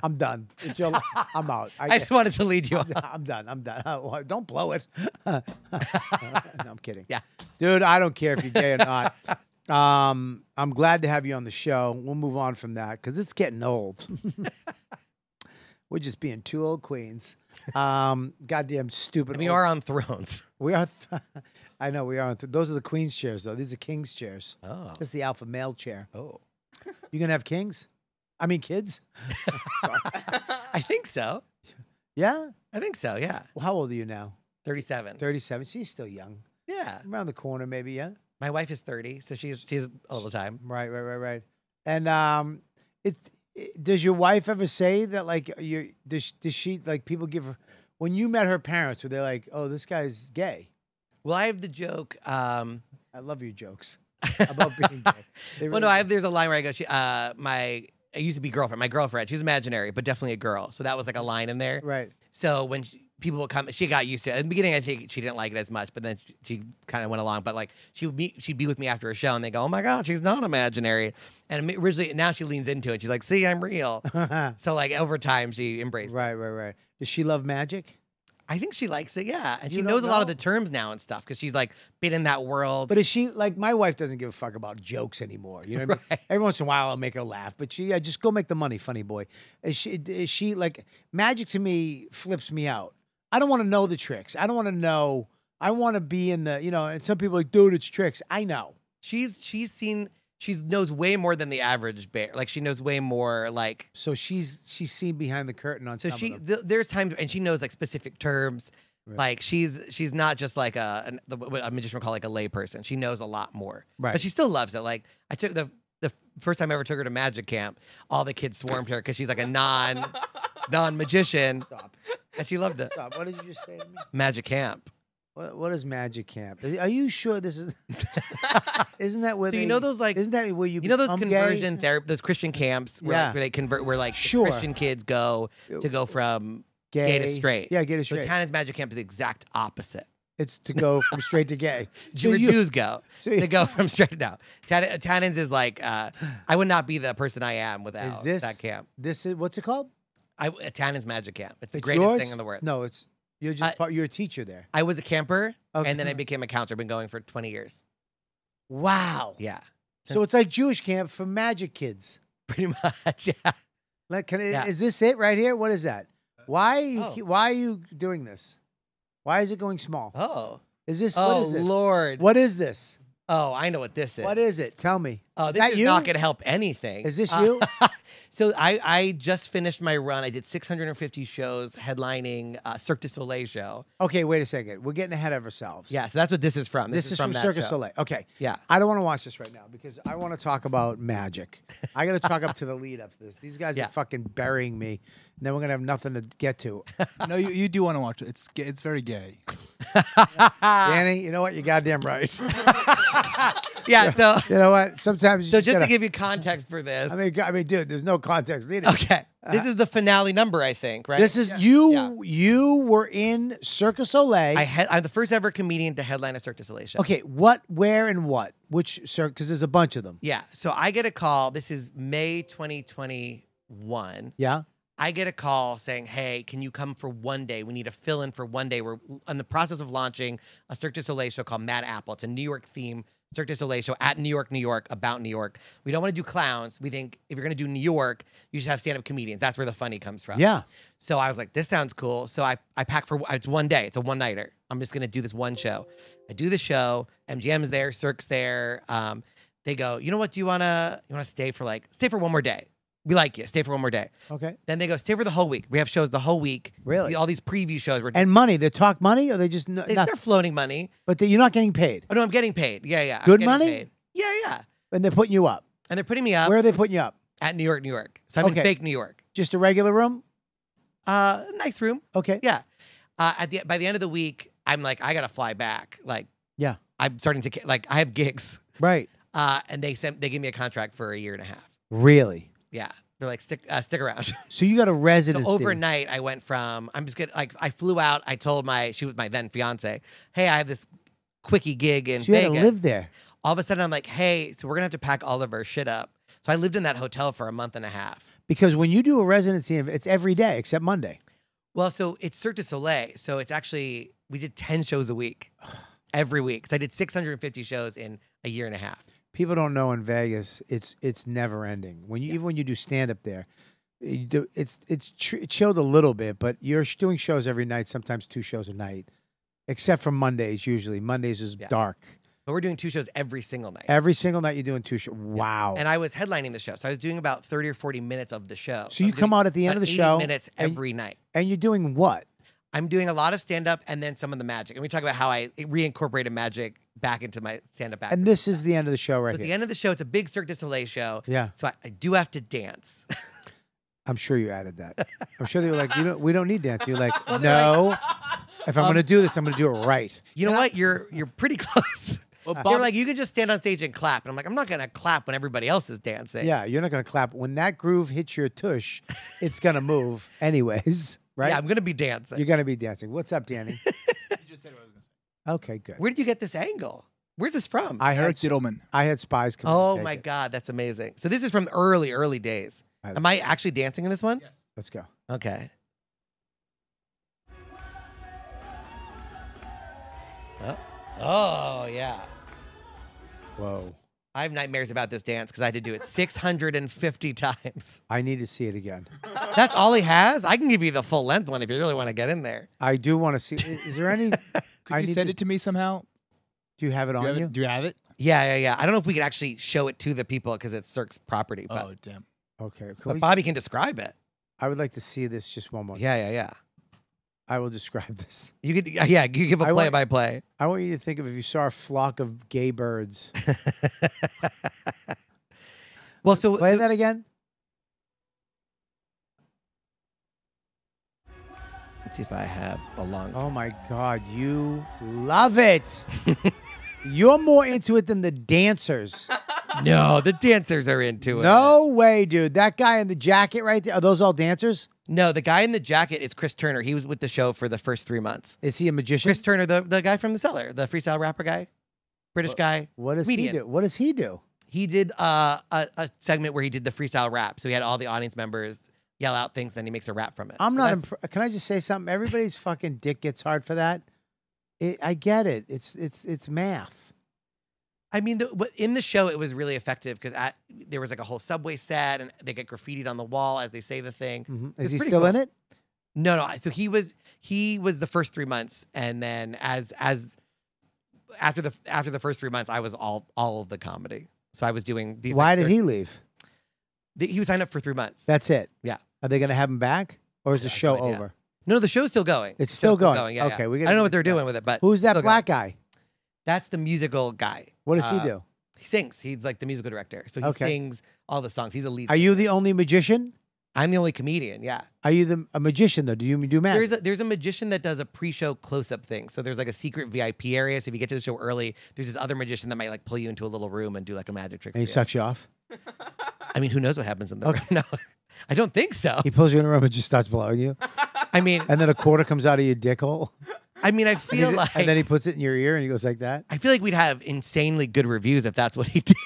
Speaker 1: I'm done. It's your,
Speaker 2: [LAUGHS]
Speaker 1: I'm out.
Speaker 2: I just wanted to lead you on.
Speaker 1: [LAUGHS] I'm done. I'm done. [LAUGHS] Well, don't blow it. [LAUGHS] no, I'm kidding.
Speaker 2: Yeah.
Speaker 1: Dude, I don't care if you're gay or
Speaker 2: [LAUGHS]
Speaker 1: not. Um, I'm glad to have you on the show. We'll move on from that because it's getting old. [LAUGHS] We're just being two old queens. Um, goddamn stupid.
Speaker 2: [LAUGHS] We
Speaker 1: old-
Speaker 2: are on Thrones.
Speaker 1: [LAUGHS] We are. Th- [LAUGHS] I know we are. Th- those are the queen's chairs, though. These are king's chairs.
Speaker 2: Oh.
Speaker 1: That's the alpha male chair.
Speaker 2: Oh.
Speaker 1: You gonna have kings? I mean, kids?
Speaker 2: [LAUGHS] I think so.
Speaker 1: Yeah.
Speaker 2: I think so. Yeah.
Speaker 1: Well, how old are you now?
Speaker 2: 37.
Speaker 1: Thirty-seven. She's still young.
Speaker 2: Yeah.
Speaker 1: Around the corner, maybe. Yeah.
Speaker 2: My wife is 30, so she's she's all the time.
Speaker 1: Right. Right. Right. Right. And um, it's it, does your wife ever say that like you does does she like people give her when you met her parents were they like oh this guy's gay
Speaker 2: Well, I have the joke. Um,
Speaker 1: I love your [LAUGHS] jokes about being gay. They really
Speaker 2: well, no, I
Speaker 1: do.
Speaker 2: have. There's a line where I go. She, uh, my I used to be girlfriend. My girlfriend. She's imaginary, but definitely a girl. So that was like a line in there.
Speaker 1: right
Speaker 2: So when she, people would come, she got used to it. In the beginning, I think she didn't like it as much, but then she, she kind of went along. But like she would be, she'd be with me after a show, and they go, "Oh my god, she's not imaginary." And I'm- originally, now she leans into it. She's like, "See, I'm
Speaker 1: [LAUGHS]
Speaker 2: real."
Speaker 1: right
Speaker 2: so like over time, she embraced. it.
Speaker 1: right right. Does she love magic?
Speaker 2: I think she likes it, yeah, and
Speaker 1: You
Speaker 2: she
Speaker 1: don't
Speaker 2: knows a lot of
Speaker 1: know?
Speaker 2: the terms now and stuff because she's like been in that world.
Speaker 1: But is she like my wife doesn't give a fuck about jokes anymore? You know what [LAUGHS] I mean? Every once in a while I'll make her laugh, but she I just go make the money, funny boy. Is she is she like magic to me flips me out. I don't want to know the tricks. I don't want to know. I want to be in the you know. And some people are like, dude, it's tricks. I know.
Speaker 2: she's she's seen she knows way more than the average bear. Like she knows way more. Like
Speaker 1: So she's she's seen behind the curtain on
Speaker 2: so
Speaker 1: some
Speaker 2: she
Speaker 1: of them.
Speaker 2: th- there's times and she knows like specific terms. Like she's she's not just like a an, the, what a magician would call like a layperson. She knows a lot more.
Speaker 1: Right.
Speaker 2: But she still loves it. Like I took the the f- first time I ever took her to magic camp. All the kids swarmed her because she's like
Speaker 1: [LAUGHS]
Speaker 2: a non non magician,
Speaker 1: Stop.
Speaker 2: and she loved it.
Speaker 1: Stop. What did you just say to me?
Speaker 2: Magic camp.
Speaker 1: [LAUGHS] What, what is magic camp? Are you sure this [LAUGHS] is? isn't that where
Speaker 2: So you
Speaker 1: they-
Speaker 2: know those, like-
Speaker 1: Isn't that where you
Speaker 2: You know those
Speaker 1: become gay?
Speaker 2: conversion therapy, those Christian camps where,
Speaker 1: Yeah.
Speaker 2: like, where they convert, where like the
Speaker 1: Sure.
Speaker 2: Christian kids go to go from gay to straight.
Speaker 1: Yeah, gay to
Speaker 2: So
Speaker 1: straight.
Speaker 2: Tana's Magic Camp is the exact opposite.
Speaker 1: It's to go from straight to
Speaker 2: [LAUGHS]
Speaker 1: gay. So [LAUGHS]
Speaker 2: Jew-
Speaker 1: you-
Speaker 2: Jews go.
Speaker 1: so you-
Speaker 2: they go from straight now. Tana, Tannen's is like, uh, I would not be the person I am without
Speaker 1: is this
Speaker 2: that camp.
Speaker 1: This is what's it called?
Speaker 2: I, Tannen's Magic Camp. It's the
Speaker 1: It's
Speaker 2: greatest
Speaker 1: yours?
Speaker 2: thing in the world.
Speaker 1: No, it's you're just
Speaker 2: I-
Speaker 1: part, you're a teacher there.
Speaker 2: I was a camper and then I
Speaker 1: Okay.
Speaker 2: became a counselor. Been going for 20 years.
Speaker 1: Wow.
Speaker 2: Yeah, [LAUGHS]
Speaker 1: So it's like Jewish camp for magic kids.
Speaker 2: pretty much. Yeah.
Speaker 1: Like, can I-
Speaker 2: Yeah.
Speaker 1: is this it right here? What is that? Why are you,
Speaker 2: Oh.
Speaker 1: ke- why are you doing this? Why is it going small?
Speaker 2: Oh.
Speaker 1: Is this
Speaker 2: Oh,
Speaker 1: what is this?
Speaker 2: Lord.
Speaker 1: What is this?
Speaker 2: Oh, I know what this is.
Speaker 1: What is it? Tell me.
Speaker 2: Oh,
Speaker 1: is
Speaker 2: this
Speaker 1: that
Speaker 2: is
Speaker 1: you?
Speaker 2: not going to help anything. [LAUGHS]
Speaker 1: Is this
Speaker 2: Uh,
Speaker 1: you?
Speaker 2: so I, I just finished my run. I did 650 shows headlining uh, Cirque du Soleil show.
Speaker 1: okay, wait a second. We're getting ahead of ourselves.
Speaker 2: Yeah, so that's what this is from.
Speaker 1: This, is, from,
Speaker 2: that
Speaker 1: Circus
Speaker 2: show.
Speaker 1: Soleil. Okay.
Speaker 2: Yeah.
Speaker 1: I don't want to watch this right now because I want to talk about magic. I got to talk up to the lead up to this. These guys
Speaker 2: Yeah.
Speaker 1: are fucking burying me. And then we're going to have nothing to get to.
Speaker 6: [LAUGHS] no, you, you do want to watch it. It's ga- it's very gay.
Speaker 1: [LAUGHS] Danny, you know what? You're goddamn right.
Speaker 2: Yeah, so
Speaker 1: you know what? Sometimes you
Speaker 2: so
Speaker 1: just,
Speaker 2: just
Speaker 1: gotta,
Speaker 2: to give you context for this.
Speaker 1: I mean, go- I mean, dude, there's no context needed.
Speaker 2: okay. This is the finale number, I think, right?
Speaker 1: This is you.
Speaker 2: Yeah.
Speaker 1: You were in Circus Soleil.
Speaker 2: I head I'm the first ever comedian to headline a Cirque du Soleil show.
Speaker 1: okay, what, where, and what? Which circus? Because there's a bunch of them.
Speaker 2: Yeah. So I get a call. This is May 2021.
Speaker 1: Yeah.
Speaker 2: I get a call saying, "Hey, can you come for one day? We need a fill-in for one day. We're in the process of launching a Cirque du Soleil show called Mad Apple. It's a New York theme Cirque du Soleil show at New York, New York, about New York. We don't want to do clowns. We think if you're going to do New York, you should have stand-up comedians. That's where the funny comes from.
Speaker 1: Yeah.
Speaker 2: So I was like, this sounds cool. So I, I pack for it's one day. It's a one nighter. I'm just gonna do this one show. I do the show. MGM's there. Cirque's there. Um, they go, you know what? Do you wanna you wanna stay for like stay for one more day? We like you. Stay for one more day.
Speaker 1: Okay.
Speaker 2: Then they go, stay for the whole week. We have shows the whole week.
Speaker 1: Really?
Speaker 2: All these preview shows. We're,
Speaker 1: And money? They talk money, or they just no,
Speaker 2: they,
Speaker 1: not-
Speaker 2: are floating money.
Speaker 1: but they, you're not getting paid,
Speaker 2: Oh, no, I'm getting paid. Yeah, yeah. I'm
Speaker 1: Good
Speaker 2: getting
Speaker 1: money?
Speaker 2: paid. Yeah, yeah.
Speaker 1: and they're putting you up.
Speaker 2: And they're putting me up
Speaker 1: Where are they putting you up?
Speaker 2: at New York, New York. So I'm
Speaker 1: Okay.
Speaker 2: in fake New York.
Speaker 1: Just a regular room?
Speaker 2: Uh, nice room.
Speaker 1: Okay.
Speaker 2: Yeah. Uh, at the by the end of the week, I'm like, I gotta fly back. Like,
Speaker 1: Yeah.
Speaker 2: I'm starting to ca- like I have gigs.
Speaker 1: Right.
Speaker 2: Uh, and they sent they gave me a contract for a year and a half.
Speaker 1: Really?
Speaker 2: Yeah. They're like stick uh,
Speaker 1: [LAUGHS]
Speaker 2: stick around.
Speaker 1: So you got a
Speaker 2: so
Speaker 1: residency?
Speaker 2: overnight, I went from I'm just gonna like I flew out. I told my she was my then fiance, hey, I have this quickie gig in
Speaker 1: So you had to
Speaker 2: Vegas.
Speaker 1: live there.
Speaker 2: All of a sudden, I'm like, hey, so we're gonna have to pack all of our shit up. So I lived in that hotel for a month and a half.
Speaker 1: Because when you do a residency, it's every day except Monday.
Speaker 2: Well, so it's Cirque du Soleil. So it's actually, we did 10 shows
Speaker 1: [SIGHS]
Speaker 2: a week every week. So I did 650 shows in a year and a half.
Speaker 1: People don't know in Vegas, it's it's never ending. When you even when you do stand up there, you do, it's it's tr- chilled a little bit, but you're sh- doing shows every night, sometimes two shows a night, except for Mondays. Usually Mondays is
Speaker 2: Yeah.
Speaker 1: dark.
Speaker 2: But we're doing two shows every single night.
Speaker 1: Every single night you're doing two shows. Wow.
Speaker 2: and I was headlining the show. So I was doing about 30 or 40 minutes of the show.
Speaker 1: so you
Speaker 2: I'm
Speaker 1: come
Speaker 2: doing
Speaker 1: out at the end
Speaker 2: about
Speaker 1: of the
Speaker 2: 80
Speaker 1: show,
Speaker 2: minutes
Speaker 1: and-
Speaker 2: every night.
Speaker 1: and you're doing what?
Speaker 2: I'm doing a lot of stand up and then some of the magic. And we talk about how I reincorporated magic back into my stand up act.
Speaker 1: And this is the end of the show right
Speaker 2: so at the
Speaker 1: here.
Speaker 2: end of the show, it's a big Cirque du Soleil show.
Speaker 1: Yeah.
Speaker 2: So I, I do have to dance.
Speaker 1: I'm sure you added that. I'm sure they were like, you don't, we don't need dance. You're like,
Speaker 6: [LAUGHS]
Speaker 1: no. If I'm going to
Speaker 6: "Um,
Speaker 1: do this, I'm going to do it right.
Speaker 2: You know what? You're you're pretty [LAUGHS] close.
Speaker 6: Well,
Speaker 2: They
Speaker 6: Bob-
Speaker 2: were like, you can just stand on stage and clap. And I'm like, I'm not going to clap when everybody else is dancing.
Speaker 1: Yeah, you're not going to clap. When that groove hits your tush, it's going
Speaker 6: [LAUGHS]
Speaker 1: to move anyways, right?
Speaker 2: Yeah, I'm going to be dancing.
Speaker 1: you're going to be dancing. What's up, Danny?
Speaker 6: [LAUGHS] You just said what I was gonna say.
Speaker 1: Okay, good.
Speaker 2: Where did you get this angle? Where's this from?
Speaker 1: I heard
Speaker 6: Eric Diddleman.
Speaker 1: I had spies come. in
Speaker 2: oh
Speaker 1: and
Speaker 2: my
Speaker 1: take it.
Speaker 2: God, that's amazing. So this is from early, early days.
Speaker 1: I
Speaker 2: Am I actually dancing in this one?
Speaker 6: Yes.
Speaker 1: Let's go.
Speaker 2: Okay. Oh. oh, yeah.
Speaker 1: Whoa.
Speaker 2: I have nightmares about this dance because I had to do it 650 [LAUGHS] times.
Speaker 1: I need to see it again.
Speaker 2: That's all he has? I can give you the full length one if you really want to get in there.
Speaker 1: I do want to see. i- Is there
Speaker 6: [LAUGHS]
Speaker 1: any?
Speaker 6: Could
Speaker 1: I
Speaker 6: you
Speaker 1: need
Speaker 6: send it to me somehow?
Speaker 1: Do you have it
Speaker 6: Do you,
Speaker 1: on
Speaker 6: have
Speaker 1: you?
Speaker 6: it? do you have it?
Speaker 2: Yeah, yeah, yeah. I don't know if we can actually show it to the people because it's Cirque's property, but,
Speaker 6: Oh damn.
Speaker 1: Okay. can
Speaker 2: but
Speaker 1: we-
Speaker 2: Bobby can describe it.
Speaker 1: I would like to see this just one more.
Speaker 2: Yeah, yeah, yeah.
Speaker 1: I will describe [LAUGHS] this.
Speaker 2: You could, yeah, you give a
Speaker 1: I
Speaker 2: play
Speaker 1: want-
Speaker 2: by play.
Speaker 1: I want you to think of if you saw a flock of gay birds.
Speaker 2: [LAUGHS] Well, so
Speaker 1: Play that again.
Speaker 2: let's see if I have a long.
Speaker 1: Oh my God, you love
Speaker 2: [LAUGHS]
Speaker 1: it. You're more into it than the dancers.
Speaker 2: No, Oh, the dancers are into it.
Speaker 1: No way, dude. That guy in the jacket right there. Are those all dancers?
Speaker 2: no, the guy in the jacket is Chris Turner. He was with the show for the first three months.
Speaker 1: Is he a magician?
Speaker 2: Chris Turner, the, the guy from the cellar, the freestyle rapper guy, British guy.
Speaker 1: what does
Speaker 2: comedian.
Speaker 1: he do? What does he do?
Speaker 2: He did uh, a, a segment where he did the freestyle rap. So he had all the audience members yell out things, then he makes a rap from it.
Speaker 1: I'm
Speaker 2: So
Speaker 1: not.
Speaker 2: that's-
Speaker 1: Imp- can I just say something? Everybody's fucking dick gets hard for that. It, I get it. It's it's it's math.
Speaker 2: I mean, the, what- in the show, it was really effective because there was like a whole subway set, and they get graffitied on the wall as they say the thing.
Speaker 1: Mhm.
Speaker 2: Mm-hmm. It's
Speaker 1: Is he
Speaker 2: pretty
Speaker 1: still in
Speaker 2: cool.
Speaker 1: it?
Speaker 2: No, no. So he was he was the first three months, and then as as after the after the first three months, I was all all of the comedy. So I was doing these.
Speaker 1: Why
Speaker 2: like,
Speaker 1: did
Speaker 2: thir-
Speaker 1: he leave?
Speaker 2: th- He was signed up for three months.
Speaker 1: That's it.
Speaker 2: Yeah.
Speaker 1: Are they gonna have him back, or is the
Speaker 2: Yeah, I have
Speaker 1: show
Speaker 2: no idea.
Speaker 1: over?
Speaker 2: no, the show's still going.
Speaker 1: It's
Speaker 2: show's
Speaker 1: still going.
Speaker 2: Yeah,
Speaker 1: Okay,
Speaker 2: yeah.
Speaker 1: we gotta
Speaker 2: I don't know
Speaker 1: do
Speaker 2: what they're
Speaker 1: this
Speaker 2: doing with it, but
Speaker 1: Who's that
Speaker 2: still going.
Speaker 1: black guy?
Speaker 2: That's the musical guy.
Speaker 1: What does
Speaker 2: Uh,
Speaker 1: he do?
Speaker 2: He sings. He's like the musical director, so he
Speaker 1: Okay.
Speaker 2: sings all the songs. He's the lead.
Speaker 1: Are you
Speaker 2: singer.
Speaker 1: the only magician?
Speaker 2: I'm the only comedian. Yeah.
Speaker 1: Are you the a magician though? Do you do magic?
Speaker 2: There's a, there's a magician that does a pre-show close-up thing. So there's like a secret VIP area. So if you get to the show early, there's this other magician that might like pull you into a little room and do like a magic trick.
Speaker 1: and he
Speaker 2: for you.
Speaker 1: sucks you off.
Speaker 2: I mean, who knows what happens in the room? [LAUGHS] No, I don't think so.
Speaker 1: He pulls you in a room and just starts blowing you,
Speaker 2: I mean,
Speaker 1: and then a quarter comes out of your dick
Speaker 2: [LAUGHS]
Speaker 1: hole,
Speaker 2: I mean, I
Speaker 1: and, he
Speaker 2: feel
Speaker 1: d-
Speaker 2: like
Speaker 1: and then he puts it in your ear and he goes like that, [LAUGHS]
Speaker 2: I feel like we'd have insanely good reviews if that's what he [LAUGHS] did.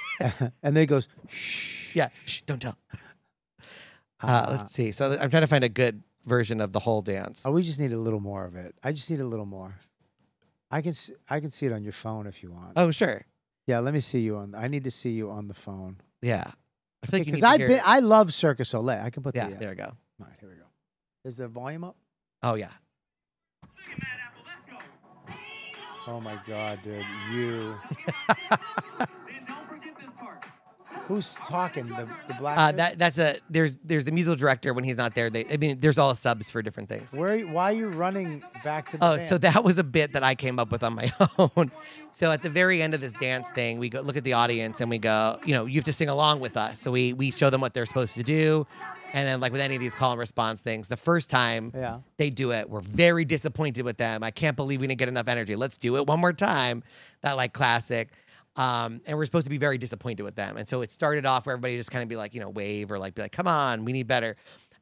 Speaker 1: and then he goes, "Shh."
Speaker 2: yeah, Shh, don't tell. Uh,
Speaker 1: Uh,
Speaker 2: let's see. So I'm trying to find a good version of the whole dance.
Speaker 1: Oh, we just need a little more of it. I just need a little more. I can see, I can see it on your phone if you want.
Speaker 2: Oh, sure.
Speaker 1: Yeah, let me see you on. I need to see you on the phone
Speaker 2: Yeah. I feel like you
Speaker 1: because
Speaker 2: need to
Speaker 1: I
Speaker 2: hear-
Speaker 1: been, I love Circus Soleil. I can put
Speaker 2: yeah,
Speaker 1: the. uh,
Speaker 2: There we go.
Speaker 1: All right, here we go. Is the volume up?
Speaker 2: Oh yeah.
Speaker 1: Oh my god, dude! You. Who's talking? The, the black.
Speaker 2: Uh,
Speaker 1: dude?
Speaker 2: that that's a there's there's the musical director when he's not there. They I mean there's all subs for different things.
Speaker 1: Where? Are you, why are you running back to the?
Speaker 2: Oh,
Speaker 1: van?
Speaker 2: so that was a bit that I came up with on my [LAUGHS] own. So at the very end of this dance thing, we go look at the audience and we go, you know, you have to sing along with us. So we we show them what they're supposed to do. And then like with any of these call and response things, the first time
Speaker 1: Yeah.
Speaker 2: they do it, we're very disappointed with them. I can't believe we didn't get enough energy. Let's do it one more time. That like classic. Um, and we're supposed to be very disappointed with them. And so it started off where everybody just kind of be like, you know, wave or like be like, come on, we need better.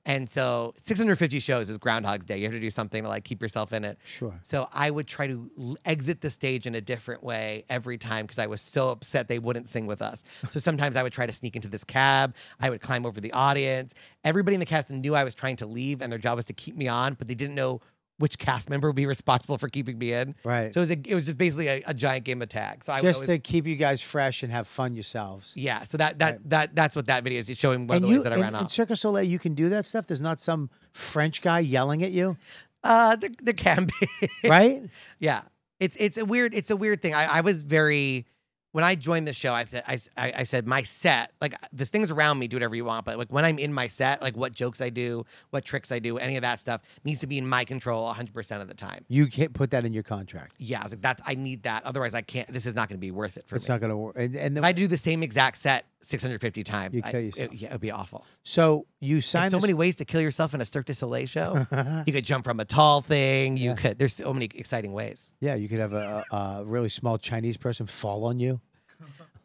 Speaker 2: And so 650 shows is Groundhog's Day. You have to do something to like keep yourself in it.
Speaker 1: Sure.
Speaker 2: So I would try to l- exit the stage in a different way every time because I was so upset they wouldn't sing with us. So sometimes I would try to sneak into this cab. I would climb over the audience. Everybody in the cast knew I was trying to leave, and their job was to keep me on, but they didn't know which cast member would be responsible for keeping me in.
Speaker 1: Right.
Speaker 2: So it was, a, it was just basically a, a giant game of tag. So I
Speaker 1: just
Speaker 2: was,
Speaker 1: to keep you guys fresh and have fun yourselves.
Speaker 2: yeah. So that that that that's what that video is it's showing. One of
Speaker 1: and
Speaker 2: the
Speaker 1: you
Speaker 2: ways that I
Speaker 1: in,
Speaker 2: ran
Speaker 1: in
Speaker 2: off.
Speaker 1: Circus Soleil, you can do that stuff. There's not some French guy yelling at
Speaker 2: [LAUGHS]
Speaker 1: you,
Speaker 2: uh, there, there can be.
Speaker 1: right?
Speaker 2: Yeah, it's it's a weird it's a weird thing. I, I was very when I joined the show. I, th- I s- I- I said my set like the things around me do whatever you want, but like when I'm in my set, like what jokes I do, what tricks I do, any of that stuff needs to be in my control 100 percent of the time.
Speaker 1: you can't put that in your contract.
Speaker 2: Yeah, I was like that's I need that. Otherwise, I can't. This is not going to be worth it for
Speaker 1: It's
Speaker 2: me.
Speaker 1: not going to work. And, and
Speaker 2: if I do the same exact set 650 times,
Speaker 1: You
Speaker 2: I-
Speaker 1: kill yourself.
Speaker 2: It, yeah, it would be awful.
Speaker 1: so you
Speaker 2: There's
Speaker 1: signed
Speaker 2: so
Speaker 1: this-
Speaker 2: many ways to kill yourself in a Cirque du
Speaker 1: [LAUGHS]
Speaker 2: Soleil show. you could jump from a tall thing. You could. There's so many exciting ways.
Speaker 1: Yeah, you could have a, a a really small Chinese person fall on you.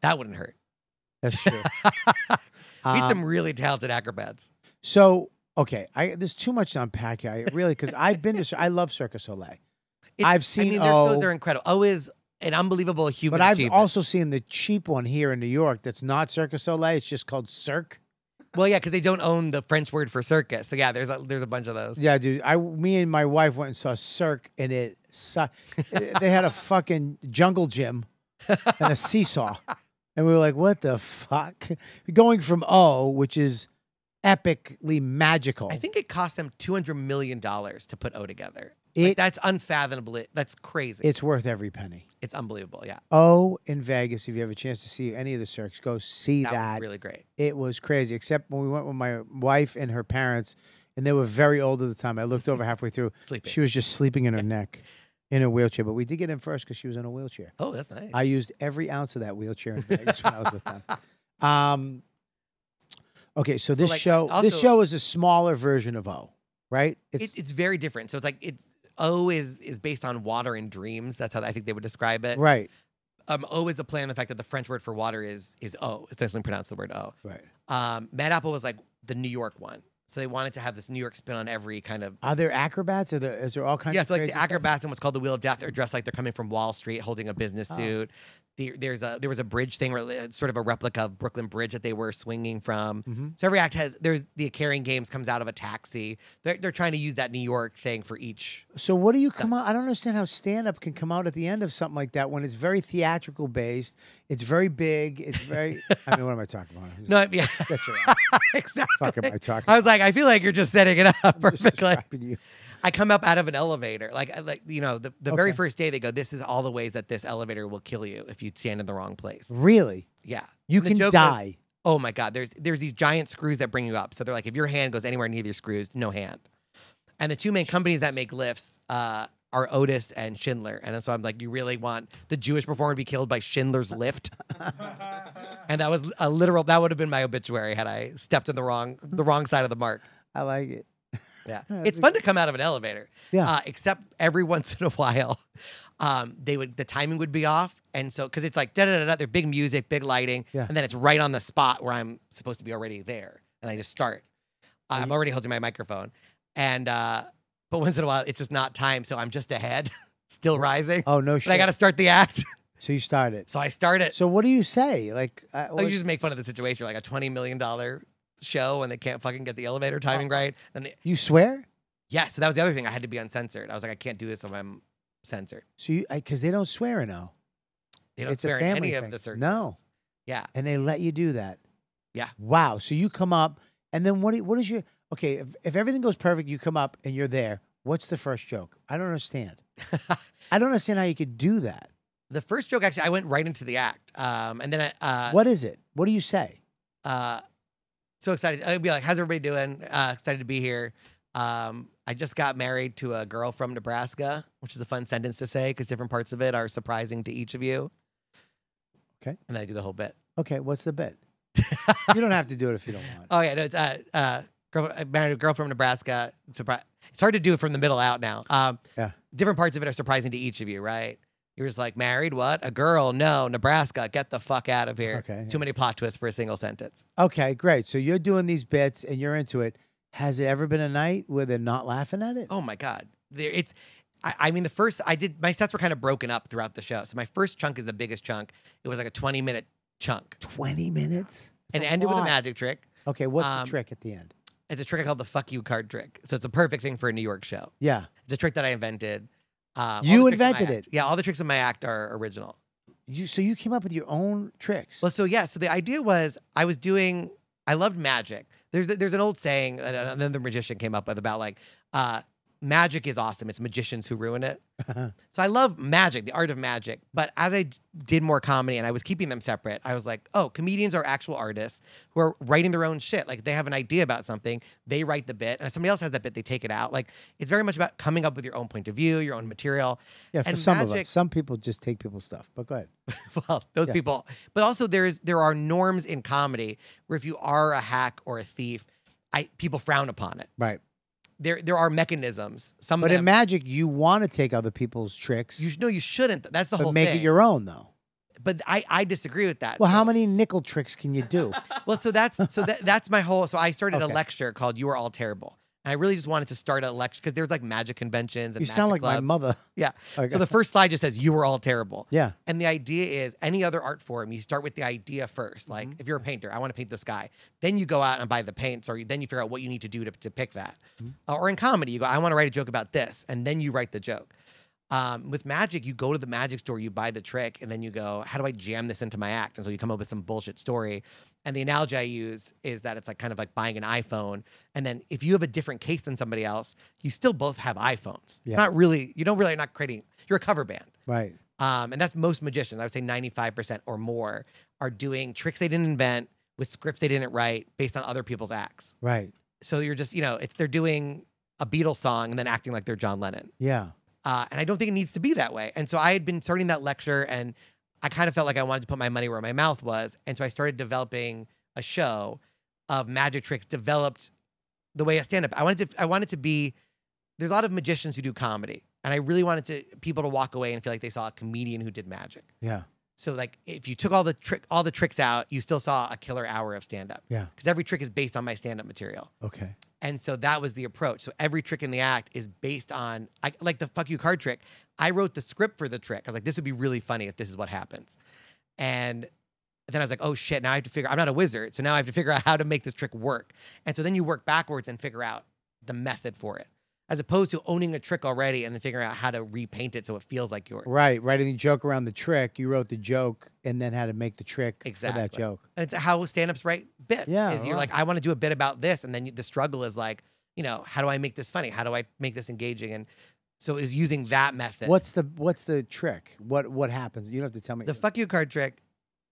Speaker 2: That wouldn't hurt.
Speaker 1: That's
Speaker 2: [LAUGHS]
Speaker 1: true.
Speaker 2: Meet
Speaker 1: Um,
Speaker 2: some really talented acrobats.
Speaker 1: So okay, I there's too much to unpack here. I really because I've been to Cir- I love Circus
Speaker 2: [LAUGHS]
Speaker 1: Soleil,
Speaker 2: It's-
Speaker 1: I've
Speaker 2: I
Speaker 1: seen
Speaker 2: mean, their shows
Speaker 1: O.
Speaker 2: are incredible. O is an unbelievable human.
Speaker 1: but I've
Speaker 2: achievement.
Speaker 1: also seen the cheap one here in New York. That's not Circus Soleil. It's just called Cirque.
Speaker 2: well, yeah, because they don't own the French word for circus. So yeah, there's a, there's a bunch of those.
Speaker 1: Yeah, dude. I me and my wife went and saw Cirque, and it sucked. [LAUGHS] they had a fucking jungle gym and a seesaw, and we were like, "What the fuck?" Going from O, which is epically magical.
Speaker 2: I think it cost them two hundred million dollars to put O together.
Speaker 1: It-
Speaker 2: like, that's unfathomable. It- That's crazy. It's,
Speaker 1: it's worth every penny.
Speaker 2: unbelievable. Yeah,
Speaker 1: O in Vegas. If you have a chance to see any of the circs, go see
Speaker 2: that,
Speaker 1: that.
Speaker 2: was really great.
Speaker 1: It was crazy. Except when we went with my wife and her parents, and they were very old at the time. I looked
Speaker 2: [LAUGHS]
Speaker 1: over halfway through.
Speaker 2: Sleeping.
Speaker 1: She was just sleeping in her neck, in a wheelchair. But we did get in first because she was in a wheelchair.
Speaker 2: Oh, that's nice. [LAUGHS]
Speaker 1: I used every ounce of that wheelchair in Vegas when I was with them. Um, okay, so this
Speaker 2: like,
Speaker 1: show, this
Speaker 2: also-
Speaker 1: show is a smaller version of O, right? It's
Speaker 2: It, it's very different. So it's like it's O is is based on water and dreams. That's how I think they would describe it.
Speaker 1: right,
Speaker 2: Um, o is a play on the fact that the French word for water is is O. Essentially, pronounce the word O.
Speaker 1: right.
Speaker 2: um, Mad Apple was like the New York one. So they wanted to have this New York spin on every kind of.
Speaker 1: Are there acrobats? Are there is there all kinds?
Speaker 2: Yeah,
Speaker 1: of
Speaker 2: so like
Speaker 1: crazy
Speaker 2: the
Speaker 1: stuff?
Speaker 2: acrobats in what's called the Wheel of Death are dressed like they're coming from Wall Street holding a business
Speaker 1: Oh.
Speaker 2: suit. The, there's a there was a bridge thing where it's sort of a replica of Brooklyn Bridge that they were swinging from.
Speaker 1: Mm-hmm.
Speaker 2: So every act has there's the carrying games comes out of a taxi. They're they're trying to use that New York thing for each.
Speaker 1: So what do you come out? I don't understand how stand up can come out at the end of something like that when it's very theatrical based. It's very big. It's
Speaker 2: [LAUGHS]
Speaker 1: very. I mean, what am I talking about?
Speaker 2: No, I- yeah,
Speaker 1: That's your ass.
Speaker 2: [LAUGHS] exactly.
Speaker 1: Fuck am I talking [LAUGHS]
Speaker 2: I was like, I feel like you're just setting it up
Speaker 1: Just
Speaker 2: perfectly.
Speaker 1: describing you.
Speaker 2: I come up out of an elevator. Like, I- like you know, the, the very first day they go, this is all the ways that this elevator will kill you if you stand in the wrong place.
Speaker 1: Really,
Speaker 2: Yeah.
Speaker 1: Mm. you
Speaker 2: And the
Speaker 1: can
Speaker 2: joke was-
Speaker 1: die.
Speaker 2: oh my God. There's there's these giant screws that bring you up. So they're like, if your hand goes anywhere near these screws, no hand. And the two main companies that make lifts uh, are Otis and Schindler. And so I'm like, you really want the Jewish performer to be killed by Schindler's lift? and that was a literal. That would have been my obituary had I stepped in the wrong the wrong side of the mark.
Speaker 1: I like it.
Speaker 2: Yeah. It's fun to come out of an elevator.
Speaker 1: Yeah.
Speaker 2: Uh, except every [LAUGHS] once in a while, um, they would the timing would be off. And so because it's like da da da da, they're big music, big lighting,
Speaker 1: Yeah.
Speaker 2: and then it's right on the spot where I'm supposed to be already there. And I just start. Uh, I'm already holding my microphone. And uh, but once in a while it's just not time, so I'm just ahead, [LAUGHS] still rising.
Speaker 1: Oh no!
Speaker 2: but
Speaker 1: Shit.
Speaker 2: I gotta start the act. [LAUGHS]
Speaker 1: So you started.
Speaker 2: so I start it.
Speaker 1: So what do you say? Like, uh,
Speaker 2: Oh, you
Speaker 1: what-
Speaker 2: just make fun of the situation, like a twenty million dollar show and they can't fucking get the elevator timing
Speaker 1: Oh.
Speaker 2: right. And the
Speaker 1: you swear?
Speaker 2: Yeah, so that was the other thing. I had to be uncensored. I was like, I can't do this if I'm censored.
Speaker 1: So you, because they don't swear in O,
Speaker 2: They don't
Speaker 1: It's a
Speaker 2: swear in any
Speaker 1: family
Speaker 2: of
Speaker 1: thing.
Speaker 2: the circuses.
Speaker 1: No.
Speaker 2: Yeah.
Speaker 1: and they let you do that.
Speaker 2: Yeah.
Speaker 1: Wow. So you come up, and then what? do- What is your okay? If, if everything goes perfect, you come up and you're there. What's the first joke? I don't
Speaker 2: [LAUGHS]
Speaker 1: understand. I don't understand how you could do that.
Speaker 2: The first joke, actually, I went right into the act. Um, and then I, uh,
Speaker 1: what is it? What do you say?
Speaker 2: Uh, so excited. I'd be like, how's everybody doing? Uh, excited to be here. Um, I just got married to a girl from Nebraska, which is a fun sentence to say because different parts of it are surprising to each of you.
Speaker 1: Okay.
Speaker 2: And then I do the whole bit.
Speaker 1: Okay, what's the bet? you don't have to do it if you don't want.
Speaker 2: [LAUGHS] Oh yeah, no, it's uh, uh, girl, I married a girl from Nebraska. Surpri- it's hard to do it from the middle out now. Um,
Speaker 1: Yeah.
Speaker 2: Different parts of it are surprising to each of you, right? You're just like married, what? A girl? No, Nebraska. Get the fuck out of here.
Speaker 1: Okay,
Speaker 2: Too many plot twists for a single sentence.
Speaker 1: Okay, great. So you're doing these bits and you're into it. Has it ever been a night where they're not laughing at it?
Speaker 2: Oh my god, there it's. I, I mean, the first I did my sets were kind of broken up throughout the show. So my first chunk is the biggest chunk. It was like a 20 minute chunk,
Speaker 1: 20 minutes?
Speaker 2: and it
Speaker 1: That's
Speaker 2: ended with a
Speaker 1: lot.
Speaker 2: magic trick.
Speaker 1: Okay, what's
Speaker 2: Um,
Speaker 1: the trick at the end?
Speaker 2: It's a trick I call the "fuck you" card trick. So it's a perfect thing for a New York show.
Speaker 1: Yeah.
Speaker 2: It's a trick that I invented. Uh, all
Speaker 1: You
Speaker 2: the tricks in my
Speaker 1: invented
Speaker 2: act-
Speaker 1: it?
Speaker 2: Yeah, all the tricks in my act are original.
Speaker 1: You so you came up with your own tricks.
Speaker 2: Well, so yeah, so the idea was I was doing. I loved magic. There's there's an old saying that another magician came up with about like uh, magic is awesome. It's magicians who ruin it.
Speaker 1: Uh-huh.
Speaker 2: so I love magic, the art of magic. But as I d- did more comedy and I was keeping them separate, I was like, oh, comedians are actual artists who are writing their own shit. Like they have an idea about something, they write the bit, and if somebody else has that bit, they take it out. Like it's very much about coming up with your own point of view, your own material.
Speaker 1: yeah, for
Speaker 2: and
Speaker 1: some of
Speaker 2: magic-
Speaker 1: us. Some people just take people's stuff. But go ahead.
Speaker 2: [LAUGHS] well, those
Speaker 1: Yeah.
Speaker 2: people. But also there's there are norms in comedy where if you are a hack or a thief, I people frown upon it.
Speaker 1: Right.
Speaker 2: There there are mechanisms. Some
Speaker 1: But
Speaker 2: of
Speaker 1: in
Speaker 2: them,
Speaker 1: magic, you want to take other people's tricks,
Speaker 2: you sh- no, you shouldn't. That's the
Speaker 1: but
Speaker 2: whole
Speaker 1: make
Speaker 2: thing.
Speaker 1: it your own though.
Speaker 2: but I I disagree with that.
Speaker 1: Well, how
Speaker 2: So-
Speaker 1: many nickel tricks can you
Speaker 2: [LAUGHS]
Speaker 1: do?
Speaker 2: Well, so that's so that that's my whole. So I started
Speaker 1: Okay.
Speaker 2: a lecture called "You Are All Terrible," and I really just wanted to start a lecture because there's like magic conventions and
Speaker 1: you sound
Speaker 2: magic
Speaker 1: like my
Speaker 2: clubs. [LAUGHS]
Speaker 1: mother.
Speaker 2: Yeah.
Speaker 1: Okay.
Speaker 2: So the first slide just says "You are all terrible."
Speaker 1: Yeah.
Speaker 2: And the idea is any other art form, you start with the idea first. Like if you're a painter, I want to paint the sky. Then you go out and buy the paints, or you- then you figure out what you need to do to, to pick that. Uh, or in comedy, you go, I want to write a joke about this, and then you write the joke. Um, with magic, you go to the magic store, you buy the trick, and then you go, How do I jam this into my act? And so you come up with some bullshit story. And the analogy I use is that it's like kind of like buying an iPhone. And then if you have a different case than somebody else, you still both have iPhones.
Speaker 1: Yeah.
Speaker 2: It's not really, you don't really, you're not creating, you're a cover band.
Speaker 1: Right.
Speaker 2: Um, and that's most magicians. I would say 95% or more are doing tricks they didn't invent with scripts they didn't write based on other people's acts.
Speaker 1: Right.
Speaker 2: So you're just, you know, it's they're doing a Beatles song and then acting like they're John Lennon.
Speaker 1: Yeah.
Speaker 2: Uh, and I don't think it needs to be that way. And so I had been starting that lecture and I kind of felt like I wanted to put my money where my mouth was. And so I started developing a show of magic tricks developed the way I stand up. I wanted to, I wanted to be, there's a lot of magicians who do comedy. And I really wanted to people to walk away and feel like they saw a comedian who did magic.
Speaker 1: Yeah.
Speaker 2: So like if you took all the trick all the tricks out, you still saw a killer hour of stand up.
Speaker 1: Yeah.
Speaker 2: Because every trick is based on my stand up material.
Speaker 1: Okay.
Speaker 2: And so that was the approach. So every trick in the act is based on I, like the fuck you card trick. I wrote the script for the trick. I was like, this would be really funny if this is what happens. And then I was like, oh shit, now I have to figure I'm not a wizard. So now I have to figure out how to make this trick work. And so then you work backwards and figure out the method for it. As opposed to owning a trick already and then figuring out how to repaint it so it feels like yours.
Speaker 1: Right. Writing the joke around the trick. You wrote the joke and then had to make the trick for that
Speaker 2: Exactly.
Speaker 1: joke.
Speaker 2: And it's how stand-ups write bits.
Speaker 1: Yeah,
Speaker 2: Is you're
Speaker 1: right.
Speaker 2: like, I want to do a bit about this. And then you, the struggle is like, you know, how do I make this funny? How do I make this engaging? And so is using that method.
Speaker 1: What's the What's the trick? What What happens? You don't have to tell me.
Speaker 2: the fuck you card trick?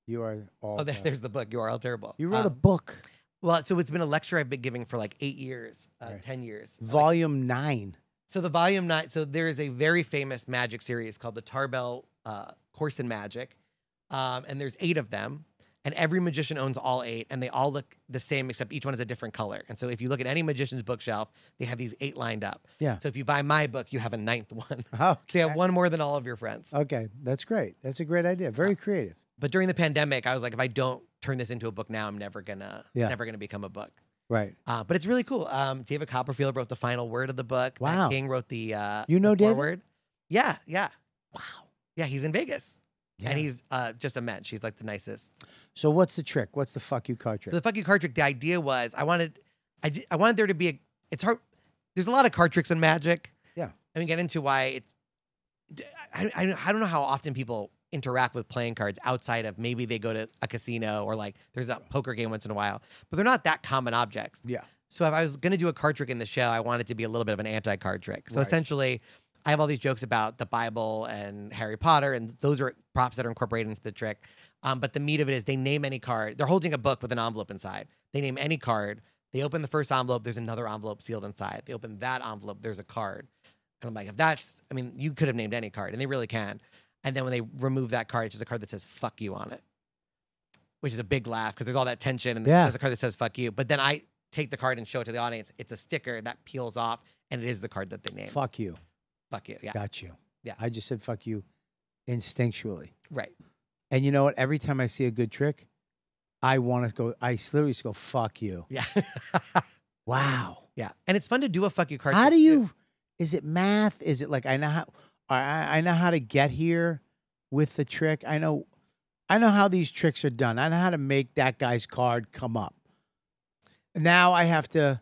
Speaker 1: You are all.
Speaker 2: Oh, there,
Speaker 1: done.
Speaker 2: there's the book. You are all terrible.
Speaker 1: You wrote a
Speaker 2: Um,
Speaker 1: book,
Speaker 2: well, so it's been a lecture I've been giving for like eight years, uh,
Speaker 1: Right.
Speaker 2: ten years. Uh, like-
Speaker 1: volume nine. [LAUGHS]
Speaker 2: so the volume nine. So there is a very famous magic series called the Tarbell uh, Course in Magic, um, and there's eight of them, and every magician owns all eight, and they all look the same except each one is a different color. And so if you look at any magician's bookshelf, they have these eight lined up.
Speaker 1: Yeah.
Speaker 2: So if you buy my book, you have a ninth one. [LAUGHS]
Speaker 1: Okay. Uh,
Speaker 2: So you have one more than all of your friends.
Speaker 1: Okay, that's great. That's a great idea. Very creative.
Speaker 2: But during the pandemic, I was like, if I don't turn this into a book now, I'm never gonna,
Speaker 1: Yeah.
Speaker 2: never gonna become a book.
Speaker 1: Right.
Speaker 2: Uh, but it's really cool. Um, David Copperfield wrote the final word of the book. Matt
Speaker 1: Wow.
Speaker 2: King wrote the uh,
Speaker 1: You know
Speaker 2: the
Speaker 1: David?
Speaker 2: foreword. Yeah, yeah,
Speaker 1: Wow.
Speaker 2: yeah. He's in Vegas,
Speaker 1: Yeah.
Speaker 2: and he's uh, just a mensch. He's like the nicest.
Speaker 1: so what's the trick? What's the fuck you card
Speaker 2: So
Speaker 1: trick?
Speaker 2: the fuck you card trick. The idea was I wanted, I did, I wanted there to be a. It's hard. There's a lot of card tricks in Magic.
Speaker 1: Yeah.
Speaker 2: and we get into why it. d- I, I I don't know how often people interact with playing cards outside of maybe they go to a casino or like there's a poker game once in a while, but they're not that common objects.
Speaker 1: yeah.
Speaker 2: So if I was going to do a card trick in the show, I wanted it to be a little bit of an anti-card trick. So
Speaker 1: Right.
Speaker 2: essentially, I have all these jokes about the Bible and Harry Potter, and those are props that are incorporated into the trick. Um, but the meat of it is they name any card. They're holding a book with an envelope inside. They name any card. They open the first envelope. There's another envelope sealed inside. They open that envelope. There's a card. And I'm like, if that's, I mean, you could have named any card, and they really can. And then when they remove that card, it's just a card that says "fuck you" on it, which is a big laugh because there's all that tension, and
Speaker 1: Yeah.
Speaker 2: there's a card that says "fuck you." But then I take the card and show it to the audience. It's a sticker that peels off, and it is the card that they named.
Speaker 1: Fuck you.
Speaker 2: Fuck you. Yeah.
Speaker 1: Got you.
Speaker 2: Yeah.
Speaker 1: I just said fuck you instinctually.
Speaker 2: Right.
Speaker 1: And you know what? Every time I see a good trick, I want to go. I literally just go, fuck you.
Speaker 2: Yeah. [LAUGHS]
Speaker 1: Wow.
Speaker 2: yeah. And it's fun to do a fuck you card.
Speaker 1: How
Speaker 2: trick,
Speaker 1: do
Speaker 2: too.
Speaker 1: you, is it math? Is it like, I know how, I- I, I know how to get here with the trick. I know, I know how these tricks are done. I know how to make that guy's card come up. Now I have to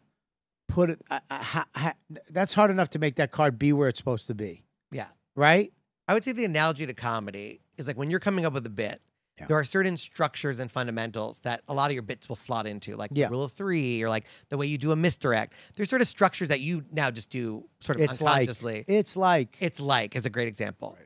Speaker 1: put it, I, I, ha- ha- that's hard enough to make that card be where it's supposed to be.
Speaker 2: Yeah.
Speaker 1: Right?
Speaker 2: I would say the analogy to comedy is like when you're coming up with a bit,
Speaker 1: Yeah.
Speaker 2: there are certain structures and fundamentals that a lot of your bits will slot into, like
Speaker 1: Yeah.
Speaker 2: the rule of three or like the way you do a misdirect. There's sort of structures that you now just do sort of
Speaker 1: It's like,
Speaker 2: unconsciously.
Speaker 1: it's like,
Speaker 2: it's like is a great example.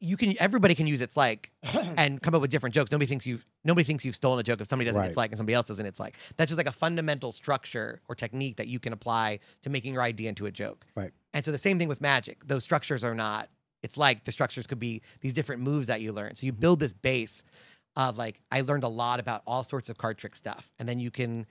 Speaker 2: You can everybody can use it's like and come up with different jokes. Nobody thinks you nobody thinks you've stolen a joke if somebody doesn't
Speaker 1: Right.
Speaker 2: it's like and somebody else doesn't it's like. That's just like a fundamental structure or technique that you can apply to making your idea into a joke.
Speaker 1: Right.
Speaker 2: And so the same thing with magic. Those structures are not. It's like the structures could be these different moves that you learn. So you build this base of like I learned a lot about all sorts of card trick stuff, and then you can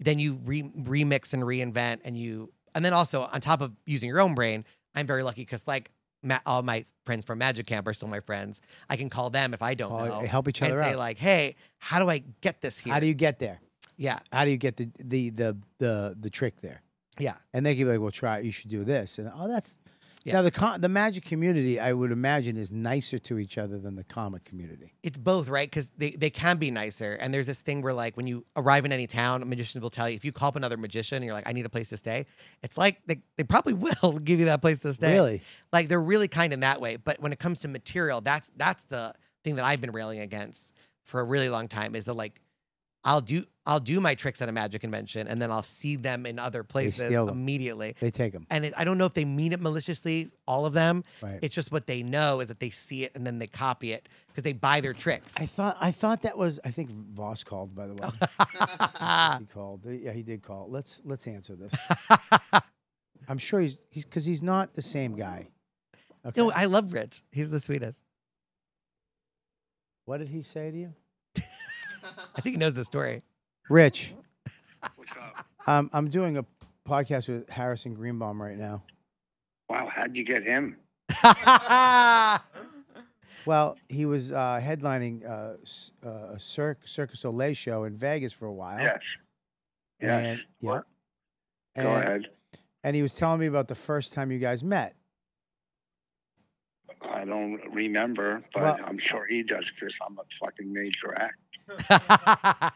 Speaker 2: then you re- remix and reinvent and you and then also on top of using your own brain i'm very lucky because like ma- all my friends from magic camp are still my friends i can call them if i don't
Speaker 1: Call-
Speaker 2: know
Speaker 1: help each
Speaker 2: and
Speaker 1: other
Speaker 2: say
Speaker 1: out.
Speaker 2: like hey how do i get this here
Speaker 1: how do you get there?
Speaker 2: yeah
Speaker 1: How do you get the, the, the, the, the trick there?
Speaker 2: yeah
Speaker 1: and they could be like, "Well, try. You should do this." And oh, that's
Speaker 2: Yeah.
Speaker 1: now the con- the magic community. I would imagine is nicer to each other than the comic community.
Speaker 2: it's both right because they, they can be nicer and there's this thing where like when you arrive in any town a magician will tell you if you call up another magician and you're like i need a place to stay it's like they, they probably [LAUGHS] will give you that place to stay
Speaker 1: Really?
Speaker 2: like they're really kind in that way but when it comes to material that's that's the thing that i've been railing against for a really long time is the like i'll do i'll do my tricks at a magic convention and then i'll see them in other places
Speaker 1: steal them.
Speaker 2: immediately
Speaker 1: They take them,
Speaker 2: and it, i don't know if they mean it maliciously all of them
Speaker 1: right?
Speaker 2: it's just what they know is that they see it and then they copy it because they buy their tricks
Speaker 1: I thought I thought that was I think Voss called by the way. [LAUGHS] he called. Yeah, he did call. Let's let's answer [LAUGHS] this. I'm sure he's he's because he's not the same guy. Okay.
Speaker 2: No, I love Rich. He's the sweetest.
Speaker 1: what did he say to you,
Speaker 2: I think he knows the story. [LAUGHS]
Speaker 1: Rich?
Speaker 7: What's up?
Speaker 1: Um, I'm doing a podcast with Harrison Greenbaum right now.
Speaker 7: Wow, how'd you get him?
Speaker 1: Well, he was uh, headlining uh, s- uh, a Cirque Circus Soleil show in Vegas for a while.
Speaker 7: Yes.
Speaker 1: And,
Speaker 7: [LAUGHS] Yes.
Speaker 1: yeah.
Speaker 7: What?
Speaker 1: And,
Speaker 7: Go ahead.
Speaker 1: And he was telling me about the first time you guys met.
Speaker 7: I don't remember, but
Speaker 1: Well-
Speaker 7: I'm sure he does because I'm a fucking major act.
Speaker 2: Ah.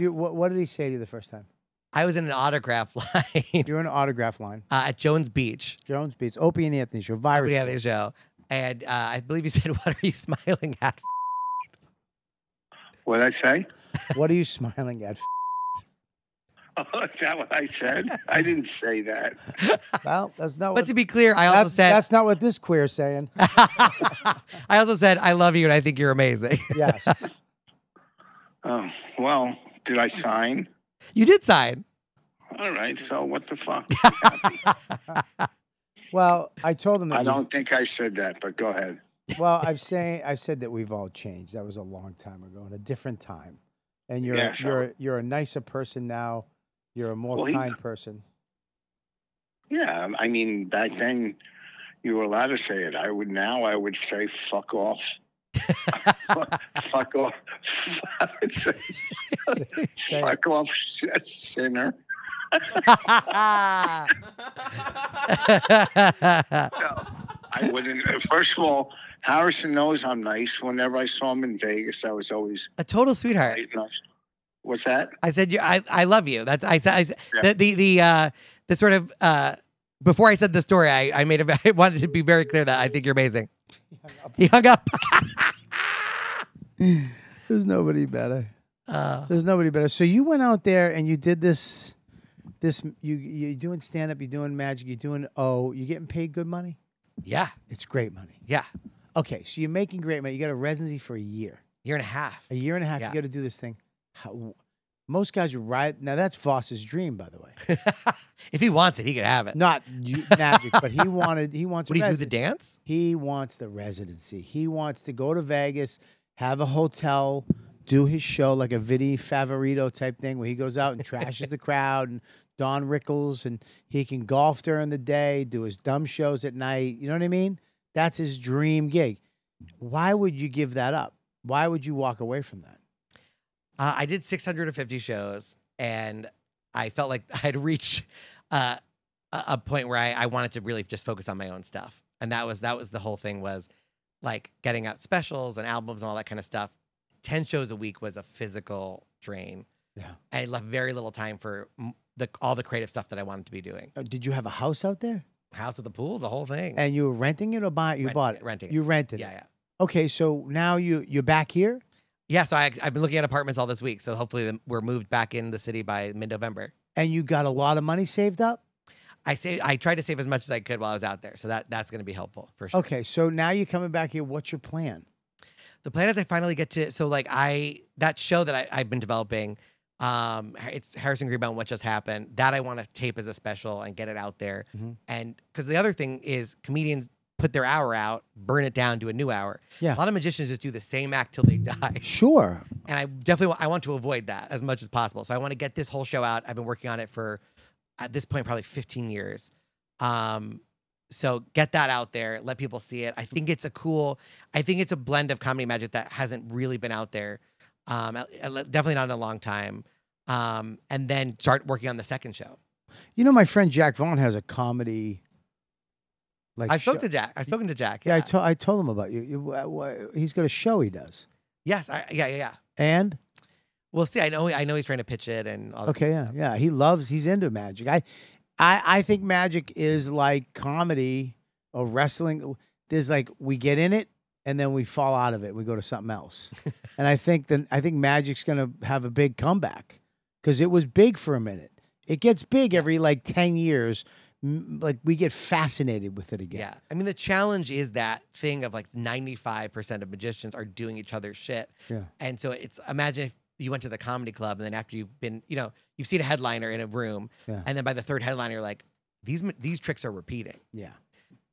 Speaker 1: You, what, what did he say to you the first time?
Speaker 2: I was in an autograph [LAUGHS] line
Speaker 1: You're in an autograph line.
Speaker 2: uh, at Jones Beach.
Speaker 1: Jones beats Opie and Anthony show. Virus.
Speaker 2: We had
Speaker 1: Show.
Speaker 2: a show. And uh, I believe he [LAUGHS] said, What are you smiling at?
Speaker 7: What I say? [LAUGHS]
Speaker 1: What are you smiling at?
Speaker 7: Oh, is that what
Speaker 1: [LAUGHS]
Speaker 7: I said? I didn't say that.
Speaker 2: [LAUGHS]
Speaker 1: well, that's not
Speaker 2: But
Speaker 1: what.
Speaker 2: to be clear, I also
Speaker 1: that's,
Speaker 2: said,
Speaker 1: that's not what this queer's saying.
Speaker 2: [LAUGHS] I also said, I love you and I think you're amazing. [LAUGHS]
Speaker 1: Yes.
Speaker 7: Oh, well, did I sign?
Speaker 2: you did sign. [LAUGHS]
Speaker 7: All right, so what
Speaker 1: [LAUGHS]
Speaker 7: the fuck?
Speaker 1: well, I told him that.
Speaker 7: I
Speaker 1: you-
Speaker 7: don't think I said that, but go ahead.
Speaker 1: Well, I've saying I've said that we've all changed. That was a long time ago, in a different time. And you're
Speaker 7: Yeah, so-
Speaker 1: you're you're a nicer person now. You're a more
Speaker 7: Well, he-
Speaker 1: kind person.
Speaker 7: Yeah, I mean, back then you were allowed to say it. I would now. I would say
Speaker 1: [LAUGHS]
Speaker 7: fuck off. fuck off. [LAUGHS] I would say,
Speaker 1: Say it.
Speaker 7: fuck off, sinner. I wouldn't. uh, First of all, Harrison knows I'm nice. Whenever I saw him in Vegas, I was always
Speaker 2: a total sweetheart.
Speaker 7: nice. What's that?
Speaker 2: I said, "You, I, I love you." That's I said. I, said-
Speaker 7: Yeah.
Speaker 2: The the the uh, the sort of uh, before I said the story, I I made a, [LAUGHS] I wanted to be very clear that I think you're amazing. He hung up. [LAUGHS]
Speaker 1: There's nobody better.
Speaker 2: Uh,
Speaker 1: There's nobody better. So you went out there and you did this. This you you're doing stand up. You're doing magic. You're doing oh. You're getting paid good money.
Speaker 2: Yeah.
Speaker 1: It's great money.
Speaker 2: Yeah.
Speaker 1: Okay, so you're making great money. You got a residency for a year,
Speaker 2: Year and a half.
Speaker 1: a year and a half.
Speaker 2: Yeah.
Speaker 1: You got to do this thing. How, most guys are right now. That's Voss's dream, by the way. [LAUGHS]
Speaker 2: if he wants it, he could have it.
Speaker 1: Not you- magic, but he wanted. He wants.
Speaker 2: What do you do?
Speaker 1: resi-
Speaker 2: The dance?
Speaker 1: He wants the residency. He wants to go to Vegas, have a hotel, do his show like a Vidi Favorito type thing where he goes out and trashes
Speaker 2: [LAUGHS]
Speaker 1: the crowd and Don Rickles and he can golf during the day, do his dumb shows at night. You know what I mean? That's his dream gig. Why would you give that up? Why would you walk away from that?
Speaker 2: Uh, I did 650 shows, and I felt like [LAUGHS] I had reached uh, a, a point where I, I wanted to really just focus on my own stuff, and that was that was the whole thing was like getting out specials and albums and all that kind of stuff. Ten shows a week was a physical drain.
Speaker 1: Yeah.
Speaker 2: I left very little time for m- the all the creative stuff that I wanted to be doing.
Speaker 1: Uh, Did you have a house out there?
Speaker 2: House with the pool, the whole thing.
Speaker 1: And you were renting it or buy You
Speaker 2: Rent-
Speaker 1: bought it.
Speaker 2: renting it.
Speaker 1: You rented
Speaker 2: yeah,
Speaker 1: it.
Speaker 2: yeah,
Speaker 1: Okay, so now you you're back here.
Speaker 2: yeah. So I, I've been looking at apartments all this week. So hopefully we're moved back in the city by mid-November.
Speaker 1: and you got a lot of money saved up.
Speaker 2: I say I tried to save as much as I could while I was out there, so that that's going to be helpful for sure.
Speaker 1: Okay, so now you're coming back here. What's your plan?
Speaker 2: The plan is I finally get to so like I that show that I, I've been developing, um, it's Harrison Greenbaum. What just happened? That I want to tape as a special and get it out there.
Speaker 1: Mhm.
Speaker 2: And because the other thing is comedians put their hour out, burn it down, do a new hour.
Speaker 1: Yeah.
Speaker 2: A lot of magicians just do the same act till they [LAUGHS] die.
Speaker 1: Sure.
Speaker 2: and I definitely want, I want to avoid that as much as possible. So I want to get this whole show out. I've been working on it for at this point probably 15 years. Um, so get that out there, let people see it. I think it's a cool. I think it's a blend of comedy and magic that hasn't really been out there, um, at- at- definitely not in a long time. Um, and then start working on the second show.
Speaker 1: You know, my friend Jack Vaughn has a comedy. Like
Speaker 2: I've
Speaker 1: show.
Speaker 2: spoken to Jack. I've spoken to Jack.
Speaker 1: Yeah, I, to- I told him about you. you wha- wha- he's got a show he does,
Speaker 2: yes. I, yeah. Yeah. Yeah.
Speaker 1: and
Speaker 2: We'll see. I know. I know he's trying to pitch it and all. that
Speaker 1: okay, yeah, yeah, he loves. He's into magic. I, I, I think magic is like comedy or wrestling. There's like we get in it and then we fall out of it. We go to something
Speaker 2: [LAUGHS]
Speaker 1: else, and I think then I think magic's gonna have a big comeback because it was big for a minute. It gets big every like ten years. M- Like we get fascinated with it again.
Speaker 2: Yeah. I mean, the challenge is that thing of like 95% of magicians are doing each other's shit.
Speaker 1: Yeah.
Speaker 2: And so it's imagine if you went to the comedy club and then after you've been, you know, you've seen a headliner in a room.
Speaker 1: Yeah.
Speaker 2: And then by the third headliner, you're like, these ma- these tricks are repeating.
Speaker 1: yeah.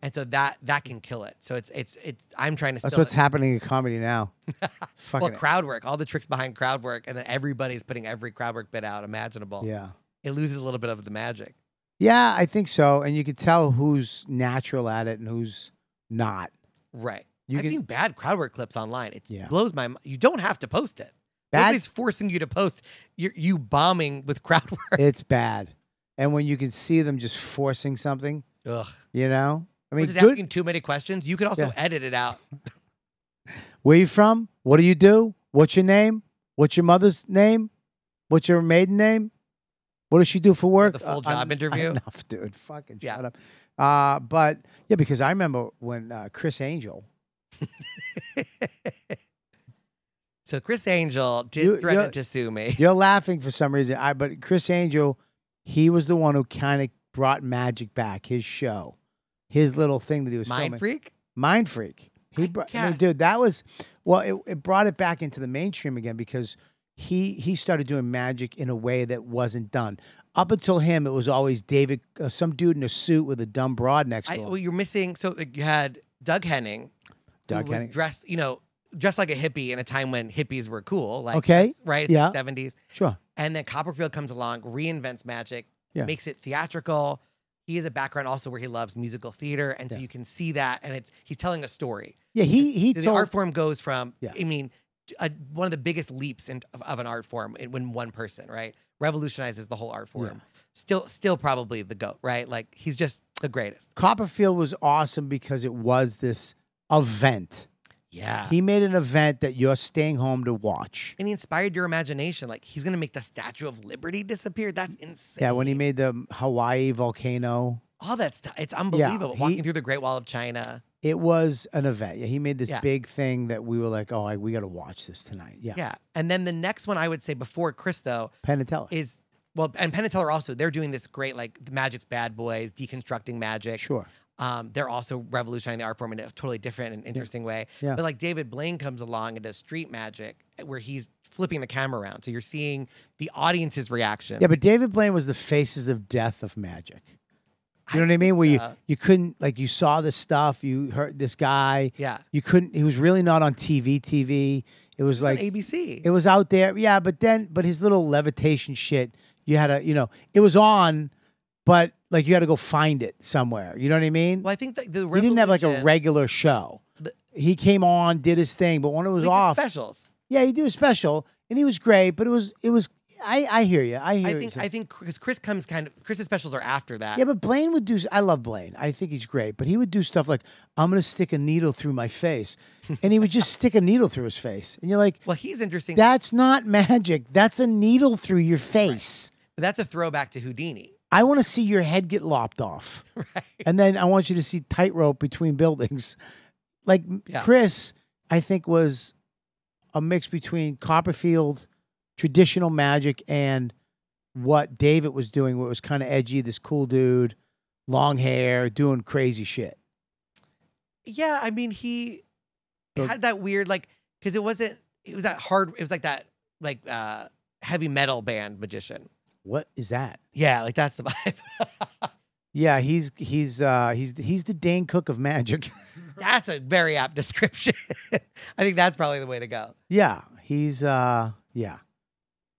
Speaker 2: And so that that can kill it. So it's it's it's I'm trying to
Speaker 1: That's
Speaker 2: still
Speaker 1: what's happening in comedy
Speaker 2: [LAUGHS]
Speaker 1: now.
Speaker 2: well,
Speaker 1: Fucking
Speaker 2: crowd work, all the tricks behind crowd work, and then everybody's putting every crowd work bit out imaginable.
Speaker 1: yeah.
Speaker 2: It loses a little bit of the magic.
Speaker 1: Yeah, I think so. And you can tell who's natural at it and who's not.
Speaker 2: Right.
Speaker 1: You
Speaker 2: I've
Speaker 1: can-
Speaker 2: seen bad crowd work clips online. It
Speaker 1: Yeah.
Speaker 2: blows my mind. You don't have to post it.
Speaker 1: Bad-
Speaker 2: Nobody's forcing you to post. You're, you bombing with [LAUGHS] crowd work.
Speaker 1: It's bad. And when you can see them just forcing something,
Speaker 2: Ugh.
Speaker 1: you know? I
Speaker 2: We're
Speaker 1: mean,
Speaker 2: just
Speaker 1: good-
Speaker 2: asking too many questions. You could also
Speaker 1: Yeah.
Speaker 2: edit it out.
Speaker 1: where you from? What do you do? What's your name? What's your mother's name? What's your maiden name? What does she do for work?
Speaker 2: the full
Speaker 1: I'm- [LAUGHS]
Speaker 2: job interview?
Speaker 1: Enough, dude. Fucking
Speaker 2: Yeah.
Speaker 1: shut up. Uh, but yeah, because I remember when uh, Chris Angel,
Speaker 2: So Chris Angel did
Speaker 1: You-
Speaker 2: threaten
Speaker 1: you're-
Speaker 2: to sue me.
Speaker 1: [LAUGHS] You're laughing for some reason. I but Chris Angel, he was the one who kind of brought magic back. His show, his little thing that he was
Speaker 2: Mind
Speaker 1: filming.
Speaker 2: freak?
Speaker 1: Mind Freak. He
Speaker 2: I
Speaker 1: brought, I mean,
Speaker 2: guess.
Speaker 1: dude, that was well. It, it brought it back into the mainstream again because he he started doing magic in a way that wasn't done up until him. It was always David, uh, some dude in a suit with a dumb broad next to
Speaker 2: I,
Speaker 1: him.
Speaker 2: well, you're missing. So like, you had Doug Henning,
Speaker 1: Doug
Speaker 2: who was
Speaker 1: Henning.
Speaker 2: dressed, you know, dressed like a hippie in a time when hippies were cool. Like,
Speaker 1: Okay.
Speaker 2: that's Right?
Speaker 1: Yeah.
Speaker 2: The 70s.
Speaker 1: sure,
Speaker 2: And then Copperfield comes along, reinvents magic,
Speaker 1: Yeah.
Speaker 2: makes it theatrical. He has a background also where he loves musical theater, and so
Speaker 1: Yeah.
Speaker 2: you can see that. And it's he's telling a story.
Speaker 1: yeah. He he
Speaker 2: So the
Speaker 1: told
Speaker 2: art form goes from,
Speaker 1: Yeah.
Speaker 2: I mean, a, one of the biggest leaps in, of, of an art form in, when one person right revolutionizes the whole art form. Still, still probably the goat, right? Like he's just the greatest.
Speaker 1: Copperfield was awesome because it was this event.
Speaker 2: Yeah.
Speaker 1: He made an event that you're staying home to watch.
Speaker 2: and he inspired your imagination. Like he's gonna make the Statue of Liberty disappear. That's insane.
Speaker 1: Yeah, when he made the Hawaii volcano,
Speaker 2: all that stuff. It's unbelievable.
Speaker 1: he-
Speaker 2: Walking through the Great Wall of China.
Speaker 1: it was an event. Yeah, he made this
Speaker 2: Yeah.
Speaker 1: big thing that we were like, oh, I, we got to watch this tonight. Yeah,
Speaker 2: Yeah. And then the next one I would say before Chris though
Speaker 1: Penn and Teller.
Speaker 2: is well, and Penn and Teller also, they're doing this great, like the magic's bad boys, deconstructing magic.
Speaker 1: sure.
Speaker 2: Um, they're also revolutionizing the art form in a totally different and interesting way.
Speaker 1: Yeah.
Speaker 2: But like David Blaine comes along and does street magic eh, where he's flipping the camera around. So you're seeing the audience's reaction.
Speaker 1: Yeah, but David Blaine was the faces of death of magic. You know what I mean? Where you,
Speaker 2: so.
Speaker 1: you couldn't like you saw this stuff, you heard this guy.
Speaker 2: Yeah.
Speaker 1: You couldn't he was really not on TV TV. It was like
Speaker 2: ABC.
Speaker 1: it was out there. Yeah, but then but his little levitation shit, you had to, you know, it was on, but like you had to go find it somewhere. You know what I mean?
Speaker 2: well, I think that the
Speaker 1: he didn't have like a
Speaker 2: revolution-
Speaker 1: regular show. He came on, did his thing, but when it was
Speaker 2: they did
Speaker 1: off,
Speaker 2: specials.
Speaker 1: yeah, he did a special, and he was great. But it was, it was, I, I hear you, I hear.
Speaker 2: I
Speaker 1: you.
Speaker 2: think I think because Chris comes kind of Chris's specials are after that.
Speaker 1: Yeah, but Blaine would do. I love Blaine. I think he's great, but he would do stuff like, "I'm gonna stick a needle through my face," and he would just stick a needle through his face, and you're
Speaker 2: [LAUGHS]
Speaker 1: like,
Speaker 2: well, he's interesting.
Speaker 1: "That's not magic. That's a needle through your face.
Speaker 2: but that's a throwback to Houdini.
Speaker 1: I want to see your head get lopped
Speaker 2: [LAUGHS]
Speaker 1: off, and then I want you to see tightrope between buildings." Like m-
Speaker 2: Yeah.
Speaker 1: Chris, I think was a mix between Copperfield, traditional magic, and what David was doing, where it was kind of edgy. This cool dude. Long hair, doing crazy shit.
Speaker 2: Yeah, I mean he
Speaker 1: So-
Speaker 2: had that weird like because it wasn't it was that hard it was like that like uh heavy metal band magician.
Speaker 1: What is that?
Speaker 2: Yeah, like that's the [LAUGHS] vibe.
Speaker 1: Yeah, he's he's uh he's he's the Dane Cook of magic.
Speaker 2: that's a very apt [LAUGHS] description. I think that's probably the way to go. [LAUGHS]
Speaker 1: yeah, he's uh yeah.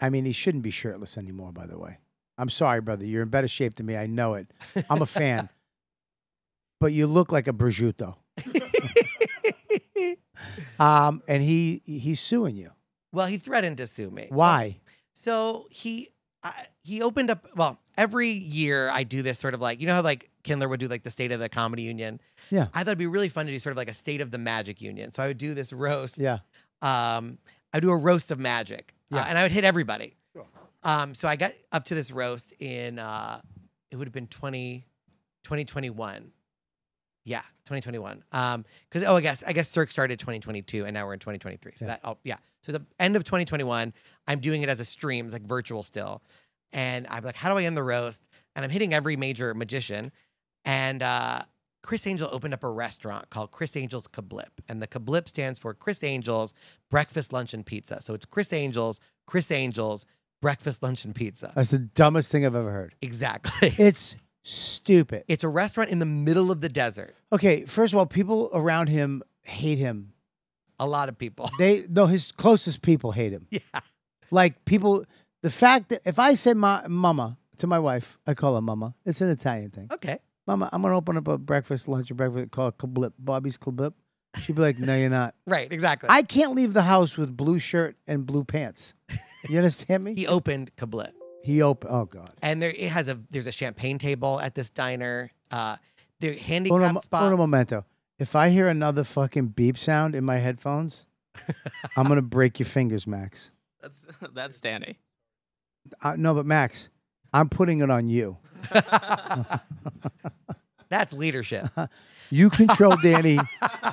Speaker 1: I mean, he shouldn't be shirtless anymore. By the way, I'm sorry, brother. You're in better shape than me. I know it. I'm a [LAUGHS] fan, but you look like a prosciutto. Um, and he he's suing you.
Speaker 2: well, he threatened to sue me.
Speaker 1: Why?
Speaker 2: So he I he opened up. Well, every year I do this sort of like you know how like Kindler would do like the state of the comedy union.
Speaker 1: Yeah.
Speaker 2: I thought it'd be really fun to do sort of like a state of the magic union. So I would do this roast.
Speaker 1: Yeah.
Speaker 2: Um, I would do a roast of magic, uh,
Speaker 1: Yeah.
Speaker 2: and I would hit everybody. Um, so I got up to this roast in uh, it would have been 20, 2021. Yeah, 2021. Um, because oh, I guess I guess Cirque started 2022, and now we're in 2023. So
Speaker 1: Yeah.
Speaker 2: that oh yeah. So the end of 2021, I'm doing it as a stream, like virtual still, and I'm like, how do I end the roast? And I'm hitting every major magician, and uh, Chris Angel opened up a restaurant called Chris Angel's Kablip, and the Kablip stands for Chris Angel's Breakfast, Lunch, and Pizza. So it's Chris Angel's, Chris Angel's Breakfast, Lunch, and Pizza.
Speaker 1: That's the dumbest thing I've ever heard.
Speaker 2: Exactly. [LAUGHS]
Speaker 1: It's stupid.
Speaker 2: It's a restaurant in the middle of the desert.
Speaker 1: Okay, first of all, people around him hate him
Speaker 2: A lot of people. [LAUGHS]
Speaker 1: They no, his closest people hate him.
Speaker 2: Yeah.
Speaker 1: Like people, the fact that if I say my mama to my wife, I call her mama. It's an Italian thing.
Speaker 2: Okay.
Speaker 1: Mama, I'm gonna open up a breakfast, lunch, or breakfast. Call it Kablip, Bobby's Kablip. She'd be like, No, you're
Speaker 8: [LAUGHS]
Speaker 1: not.
Speaker 2: Right. Exactly.
Speaker 1: I can't leave the house with blue shirt and blue pants. You understand
Speaker 8: [LAUGHS]
Speaker 1: me?
Speaker 2: he opened Kablip.
Speaker 1: He open. Oh God.
Speaker 2: And there it has a there's a champagne table at this diner. Uh there handicap
Speaker 1: Uno,
Speaker 2: spots.
Speaker 1: uno momento. If I hear another fucking beep sound in my
Speaker 8: [LAUGHS]
Speaker 1: headphones, I'm gonna break your fingers, Max.
Speaker 8: That's [LAUGHS] that's Danny.
Speaker 1: Uh, no, but Max, I'm putting it on you.
Speaker 2: That's leadership.
Speaker 1: Uh-huh. You control Danny,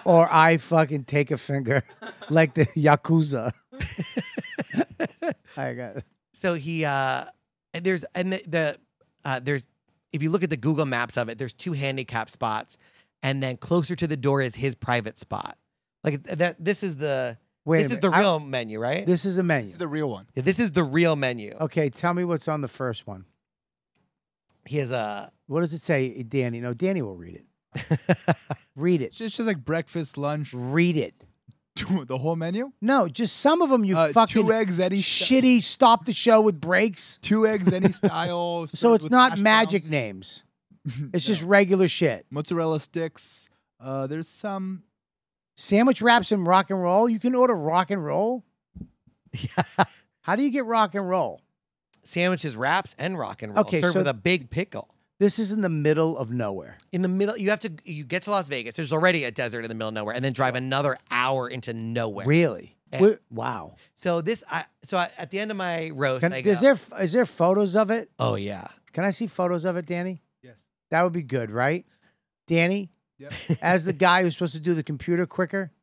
Speaker 1: or I fucking take a finger like the Yakuza. [LAUGHS] I got it.
Speaker 2: so he uh and there's and the, the uh there's if you look at the Google Maps of it, there's two handicap spots, and then closer to the door is his private spot. Like th- that this is the
Speaker 1: Wait a
Speaker 2: this is the
Speaker 1: minute. I-
Speaker 2: real menu, right?
Speaker 1: This Oh. is a menu.
Speaker 6: This is the real one.
Speaker 2: Yeah, this is the real menu.
Speaker 1: okay, tell me what's on the first one.
Speaker 2: He has a [LAUGHS]
Speaker 1: What does it say, Danny? No, Danny will read it. read
Speaker 8: It's
Speaker 1: it.
Speaker 8: just like breakfast, lunch, [LAUGHS]
Speaker 1: Read it.
Speaker 8: the whole menu.
Speaker 1: No, just some of them. You
Speaker 8: Uh, two
Speaker 1: fucking
Speaker 8: eggs, Eddie.
Speaker 1: shitty. Stop the show with breaks.
Speaker 8: Two eggs,
Speaker 1: [LAUGHS]
Speaker 8: any style.
Speaker 1: So
Speaker 8: served
Speaker 1: it's
Speaker 8: with
Speaker 1: not
Speaker 8: hash
Speaker 1: magic
Speaker 8: browns,
Speaker 1: names. It's just regular shit.
Speaker 8: Mozzarella sticks. Uh, there's some.
Speaker 1: Sandwich wraps and rock and roll. You can order rock and roll. How do you get rock and roll?
Speaker 2: sandwiches, wraps, and rock and roll.
Speaker 1: Okay,
Speaker 2: served
Speaker 1: so-
Speaker 2: with a big pickle.
Speaker 1: This is in the middle of nowhere.
Speaker 2: in the middle you have to you get to las vegas there's already a desert in the middle of nowhere and then drive another hour into nowhere
Speaker 1: Really?
Speaker 2: Yeah.
Speaker 1: Wh- wow.
Speaker 2: so this i so I, at the end of my roast
Speaker 1: Can,
Speaker 2: I
Speaker 1: is
Speaker 2: go,
Speaker 1: there f- is there photos of it?
Speaker 2: oh yeah
Speaker 1: Can I see photos of it, Danny?
Speaker 8: Yes.
Speaker 1: That would be good, right? Danny,
Speaker 8: Yep.
Speaker 1: [LAUGHS] as the guy who's supposed to do the computer
Speaker 2: [LAUGHS]
Speaker 1: quicker.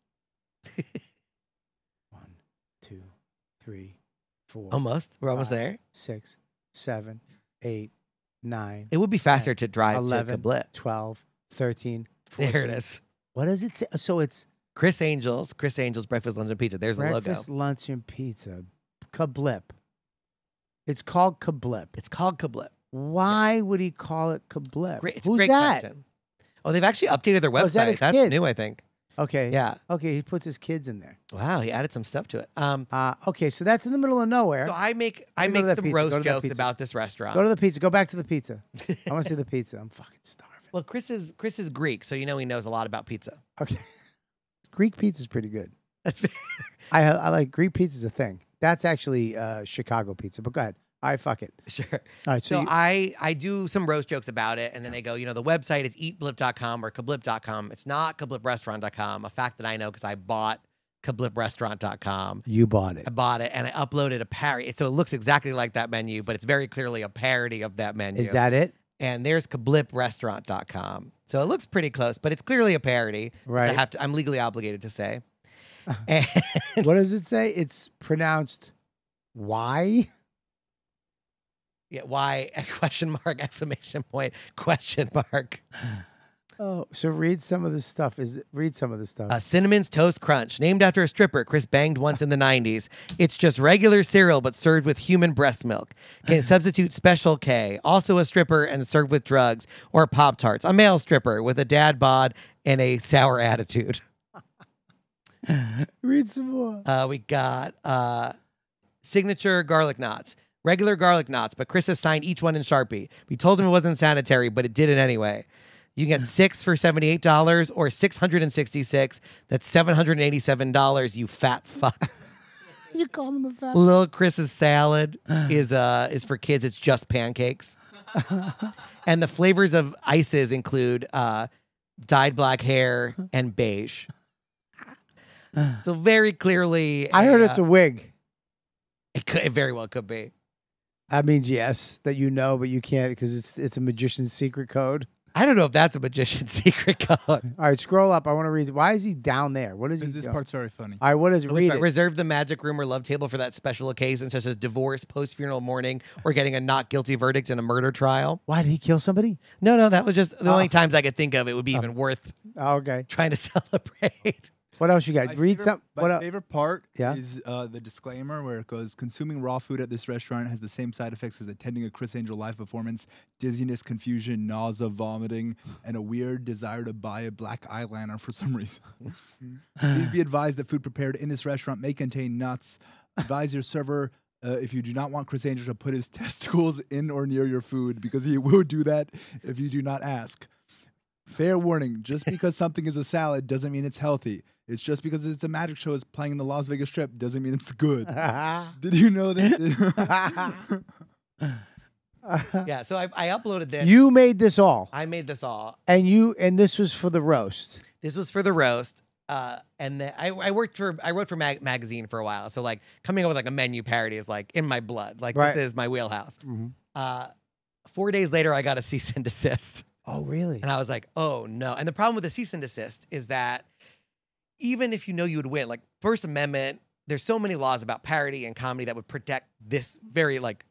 Speaker 1: One, two, three, four,
Speaker 2: almost we're almost
Speaker 1: Five.
Speaker 2: there
Speaker 1: six, seven, eight, nine,
Speaker 2: it would be faster to drive to
Speaker 1: 11,
Speaker 2: Kablit.
Speaker 1: 12, 13.
Speaker 2: There it
Speaker 1: 14.
Speaker 2: is.
Speaker 1: What does it say? So it's
Speaker 2: Chris Angels, Chris Angels Breakfast Lunch and Pizza. There's the logo.
Speaker 1: breakfast, lunch, and pizza. Kablip. It's called Kablip.
Speaker 2: It's called Kablip.
Speaker 1: Why would he call it Kablip?
Speaker 2: Great, it's a
Speaker 1: Who's
Speaker 2: great
Speaker 1: that?
Speaker 2: question. Oh, they've actually updated their website.
Speaker 1: Oh, is that his
Speaker 2: That's
Speaker 1: kids?
Speaker 2: new, I think.
Speaker 1: Okay.
Speaker 2: Yeah.
Speaker 1: Okay. He puts his kids in there.
Speaker 2: Wow, he added some stuff to it. Um,
Speaker 1: Uh, okay. So that's in the middle of nowhere.
Speaker 2: so I make I
Speaker 1: Let me go
Speaker 2: make
Speaker 1: to that
Speaker 2: some
Speaker 1: pizza, go
Speaker 2: roast
Speaker 1: to that
Speaker 2: jokes
Speaker 1: pizza.
Speaker 2: about this restaurant.
Speaker 1: Go to the pizza. Go back to the pizza. I want to see the pizza. I'm fucking starving.
Speaker 2: well, Chris is Chris is Greek, so you know he knows a lot about pizza.
Speaker 1: Okay. [LAUGHS] Greek pizza's pretty good.
Speaker 2: [LAUGHS] That's
Speaker 1: I I like Greek pizza's a thing. That's actually uh, Chicago pizza. But go ahead. All right. Fuck it.
Speaker 2: sure.
Speaker 1: All right. So,
Speaker 2: [LAUGHS] So
Speaker 1: you-
Speaker 2: I I do some roast jokes about it, and then they go, you know, the website is eatblip.com or kablip.com. It's not kabliprestaurant.com, a fact that I know because I bought kabliprestaurant.com.
Speaker 1: you bought it.
Speaker 2: I bought it and I uploaded a parody. So it looks exactly like that menu, but it's very clearly a parody of that menu.
Speaker 1: Is that it?
Speaker 2: and there's kabliprestaurant.com. So it looks pretty close, but it's clearly a parody. which I
Speaker 1: Right.
Speaker 2: have to, I'm legally obligated to [LAUGHS] say. And
Speaker 1: what does it say? It's pronounced why?
Speaker 2: yeah, why [LAUGHS] question mark exclamation point question mark.
Speaker 1: Oh, so read some of this stuff. Is it, read some of this stuff.
Speaker 2: Uh, Cinnamon's Toast Crunch, named after a stripper Chris banged once in the 90s. It's just regular cereal, but served with human breast milk. Can substitute Special K, also a stripper and served with drugs, or Pop Tarts, a male stripper with a dad bod and a sour attitude. [LAUGHS]
Speaker 1: read some more.
Speaker 2: Uh, we got uh, signature garlic knots, regular garlic knots, but Chris has signed each one in Sharpie. We told him it wasn't sanitary, but it did it anyway. You can get six for seventy-eight dollars or six hundred and sixty-six. That's seven hundred and eighty-seven dollars. You fat fuck.
Speaker 1: [LAUGHS] You call him a fat.
Speaker 2: Little Chris's
Speaker 1: [SIGHS]
Speaker 2: salad is uh is for kids. It's just pancakes, [LAUGHS] and the flavors of ices include uh, dyed
Speaker 1: [LAUGHS]
Speaker 2: black hair and beige. So very clearly,
Speaker 1: Uh. I heard it's
Speaker 2: uh,
Speaker 1: a wig.
Speaker 2: it, could, it very well could be.
Speaker 1: That means yes, that you know, but you can't because it's it's a magician's secret code.
Speaker 2: I don't know if that's a magician's [LAUGHS] secret code.
Speaker 1: All right, scroll up. I want to read. Why is he down there? What is he?
Speaker 8: Because this
Speaker 1: doing?
Speaker 8: part's very funny.
Speaker 1: All right, what is
Speaker 2: Oh,
Speaker 1: it? Read it.
Speaker 2: Reserve the magic room or love table for that special occasion, such as divorce, post funeral mourning, or getting a not guilty verdict in a murder trial.
Speaker 1: Why did he kill somebody?
Speaker 2: No, no, that was just the
Speaker 1: Oh.
Speaker 2: only times I could think of. It would
Speaker 1: Ah.
Speaker 2: be even worth [LAUGHS]
Speaker 1: Oh, okay.
Speaker 2: trying to [LAUGHS] celebrate.
Speaker 1: What else you got?
Speaker 8: My
Speaker 1: read
Speaker 8: favorite-
Speaker 1: some.
Speaker 8: My
Speaker 1: What [LAUGHS] else?
Speaker 8: favorite [LAUGHS] part
Speaker 1: Yeah?
Speaker 8: is uh, the disclaimer where it goes: consuming raw food at this restaurant has the same side effects as attending a Chris Angel live performance: dizziness, confusion, nausea, vomiting, and a weird desire to buy a black eyeliner for some reason. Please be advised that food prepared in this restaurant may contain nuts. Advise your server. Uh, if you do not want Chris Angel to put his [LAUGHS] testicles in or near your food, because he will do that if you do not ask. Fair warning, just because something is a salad doesn't mean it's healthy. It's just because it's a magic show is playing in the Las Vegas Strip doesn't mean it's
Speaker 1: [LAUGHS]
Speaker 8: good. Did you know that? [LAUGHS]
Speaker 2: yeah, so I, I uploaded this.
Speaker 1: you made this all,
Speaker 2: I made this all.
Speaker 1: and you and this was for the roast.
Speaker 2: This was for the roast. Uh, and the, I, I worked for I wrote for mag- magazine for a while, so like coming up with like a menu parody is like in my blood. Like
Speaker 1: Right. Mm-hmm.
Speaker 2: this is my wheelhouse. Uh, four days later, I got a cease and desist.
Speaker 1: Oh, really?
Speaker 2: And I was like, oh no. And the problem with a cease and desist is that even if you know you would win, like First Amendment, there's so many laws about parody and comedy that would protect this very like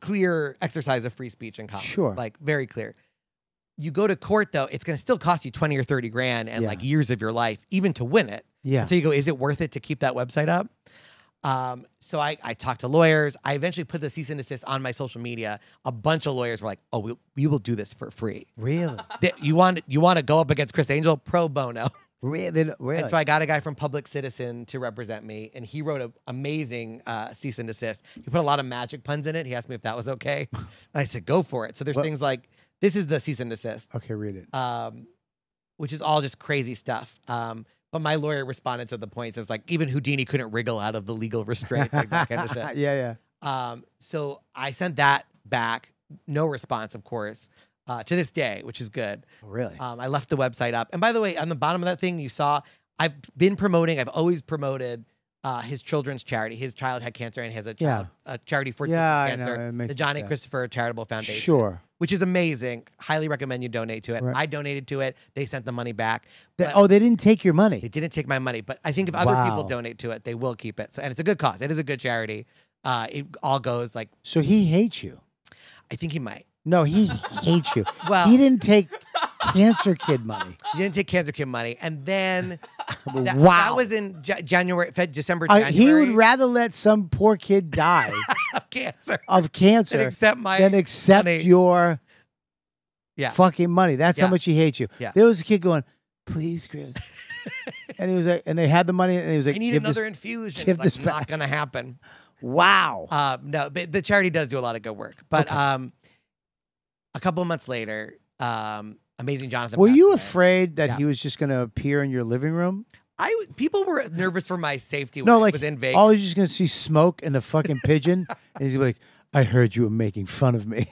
Speaker 2: clear exercise of free speech and comedy.
Speaker 1: Sure.
Speaker 2: Like very clear. You go to court though, it's gonna still cost you 20 or 30 grand and
Speaker 1: Yeah.
Speaker 2: like years of your life, even to win it.
Speaker 1: Yeah.
Speaker 2: And so you go, is it worth it to keep that website up? Um, so I, I talked to lawyers. I eventually put the cease and desist on my social media. A bunch of lawyers were like, oh, we, we will do this for free
Speaker 1: Really?
Speaker 2: that you want you want to go up against Chris Angel pro bono.
Speaker 1: Really?
Speaker 2: And
Speaker 1: Really?
Speaker 2: so I got a guy from Public Citizen to represent me, and he wrote an amazing uh, cease and desist. He put a lot of magic puns in it. He asked me if that
Speaker 1: [LAUGHS]
Speaker 2: was okay. And I said, go for it. So there's
Speaker 1: Well-
Speaker 2: things like this is the cease and desist,
Speaker 1: okay, read it.
Speaker 2: um, which is all just crazy stuff. Um, but my lawyer responded to the points. It was like even Houdini couldn't wriggle out of the legal restraints, like
Speaker 1: [LAUGHS]
Speaker 2: that kind of
Speaker 1: yeah,
Speaker 2: shit.
Speaker 1: yeah.
Speaker 2: Um, so I sent that back, no response, of course, uh, to this day, which is good.
Speaker 1: Really?
Speaker 2: Um, I left the website up. And by the way, on the bottom of that thing, you saw I've been promoting, I've always promoted uh, his children's charity. His child had cancer and he has a, child, a charity for
Speaker 1: Yeah, I know,
Speaker 2: children's
Speaker 1: it
Speaker 2: cancer,
Speaker 1: makes
Speaker 2: the
Speaker 1: me
Speaker 2: Johnny
Speaker 1: sad.
Speaker 2: Christopher Charitable Foundation,
Speaker 1: Sure.
Speaker 2: which is amazing. Highly recommend you donate to it.
Speaker 1: Right.
Speaker 2: I donated to it. They sent the money back.
Speaker 1: They-
Speaker 2: But
Speaker 1: oh, they didn't take your
Speaker 2: they
Speaker 1: money.
Speaker 2: didn't take my money, but I think if other people
Speaker 1: Wow.
Speaker 2: donate to it, they will keep it. So, and it's a good cause. It is a good charity. Uh, it all goes like
Speaker 1: So he hates you.
Speaker 2: I think he might. [LAUGHS]
Speaker 1: No, he hates you.
Speaker 2: Well-
Speaker 1: he didn't take Cancer kid money.
Speaker 2: You didn't take cancer kid money,
Speaker 1: [LAUGHS]
Speaker 2: and then
Speaker 1: Well,
Speaker 2: [LAUGHS] that,
Speaker 1: wow.
Speaker 2: that was in Ja- January, Fed, December,
Speaker 1: I-
Speaker 2: January.
Speaker 1: he would rather let some poor kid
Speaker 2: [LAUGHS]
Speaker 1: die
Speaker 2: of
Speaker 1: [LAUGHS]
Speaker 2: cancer.
Speaker 1: of cancer
Speaker 2: Than accept my
Speaker 1: than accept
Speaker 2: money.
Speaker 1: your
Speaker 2: Yeah.
Speaker 1: fucking money. That's how
Speaker 2: Yeah.
Speaker 1: much he hates you.
Speaker 2: Yeah.
Speaker 1: There was a kid going, please,
Speaker 2: [LAUGHS]
Speaker 1: Chris. and he was like, and they had the money, and he was like,
Speaker 2: I need
Speaker 1: "Give
Speaker 2: another
Speaker 1: this,
Speaker 2: infusion.
Speaker 1: give
Speaker 2: It's like,
Speaker 1: this back.
Speaker 2: Not gonna happen.
Speaker 1: Wow.
Speaker 2: Uh, no, but the charity does do a lot of good work. But um, a couple of months later, um, amazing Jonathan.
Speaker 1: Were
Speaker 2: passed
Speaker 1: you
Speaker 2: away.
Speaker 1: afraid that
Speaker 2: Yeah.
Speaker 1: he was just going to appear in your living room?
Speaker 2: I w- people were nervous for my safety. When
Speaker 1: No,
Speaker 2: I
Speaker 1: like,
Speaker 2: was in Vegas.
Speaker 1: oh, you're just going to see smoke and a
Speaker 2: [LAUGHS]
Speaker 1: fucking pigeon. and he's like, I heard you were making fun of me.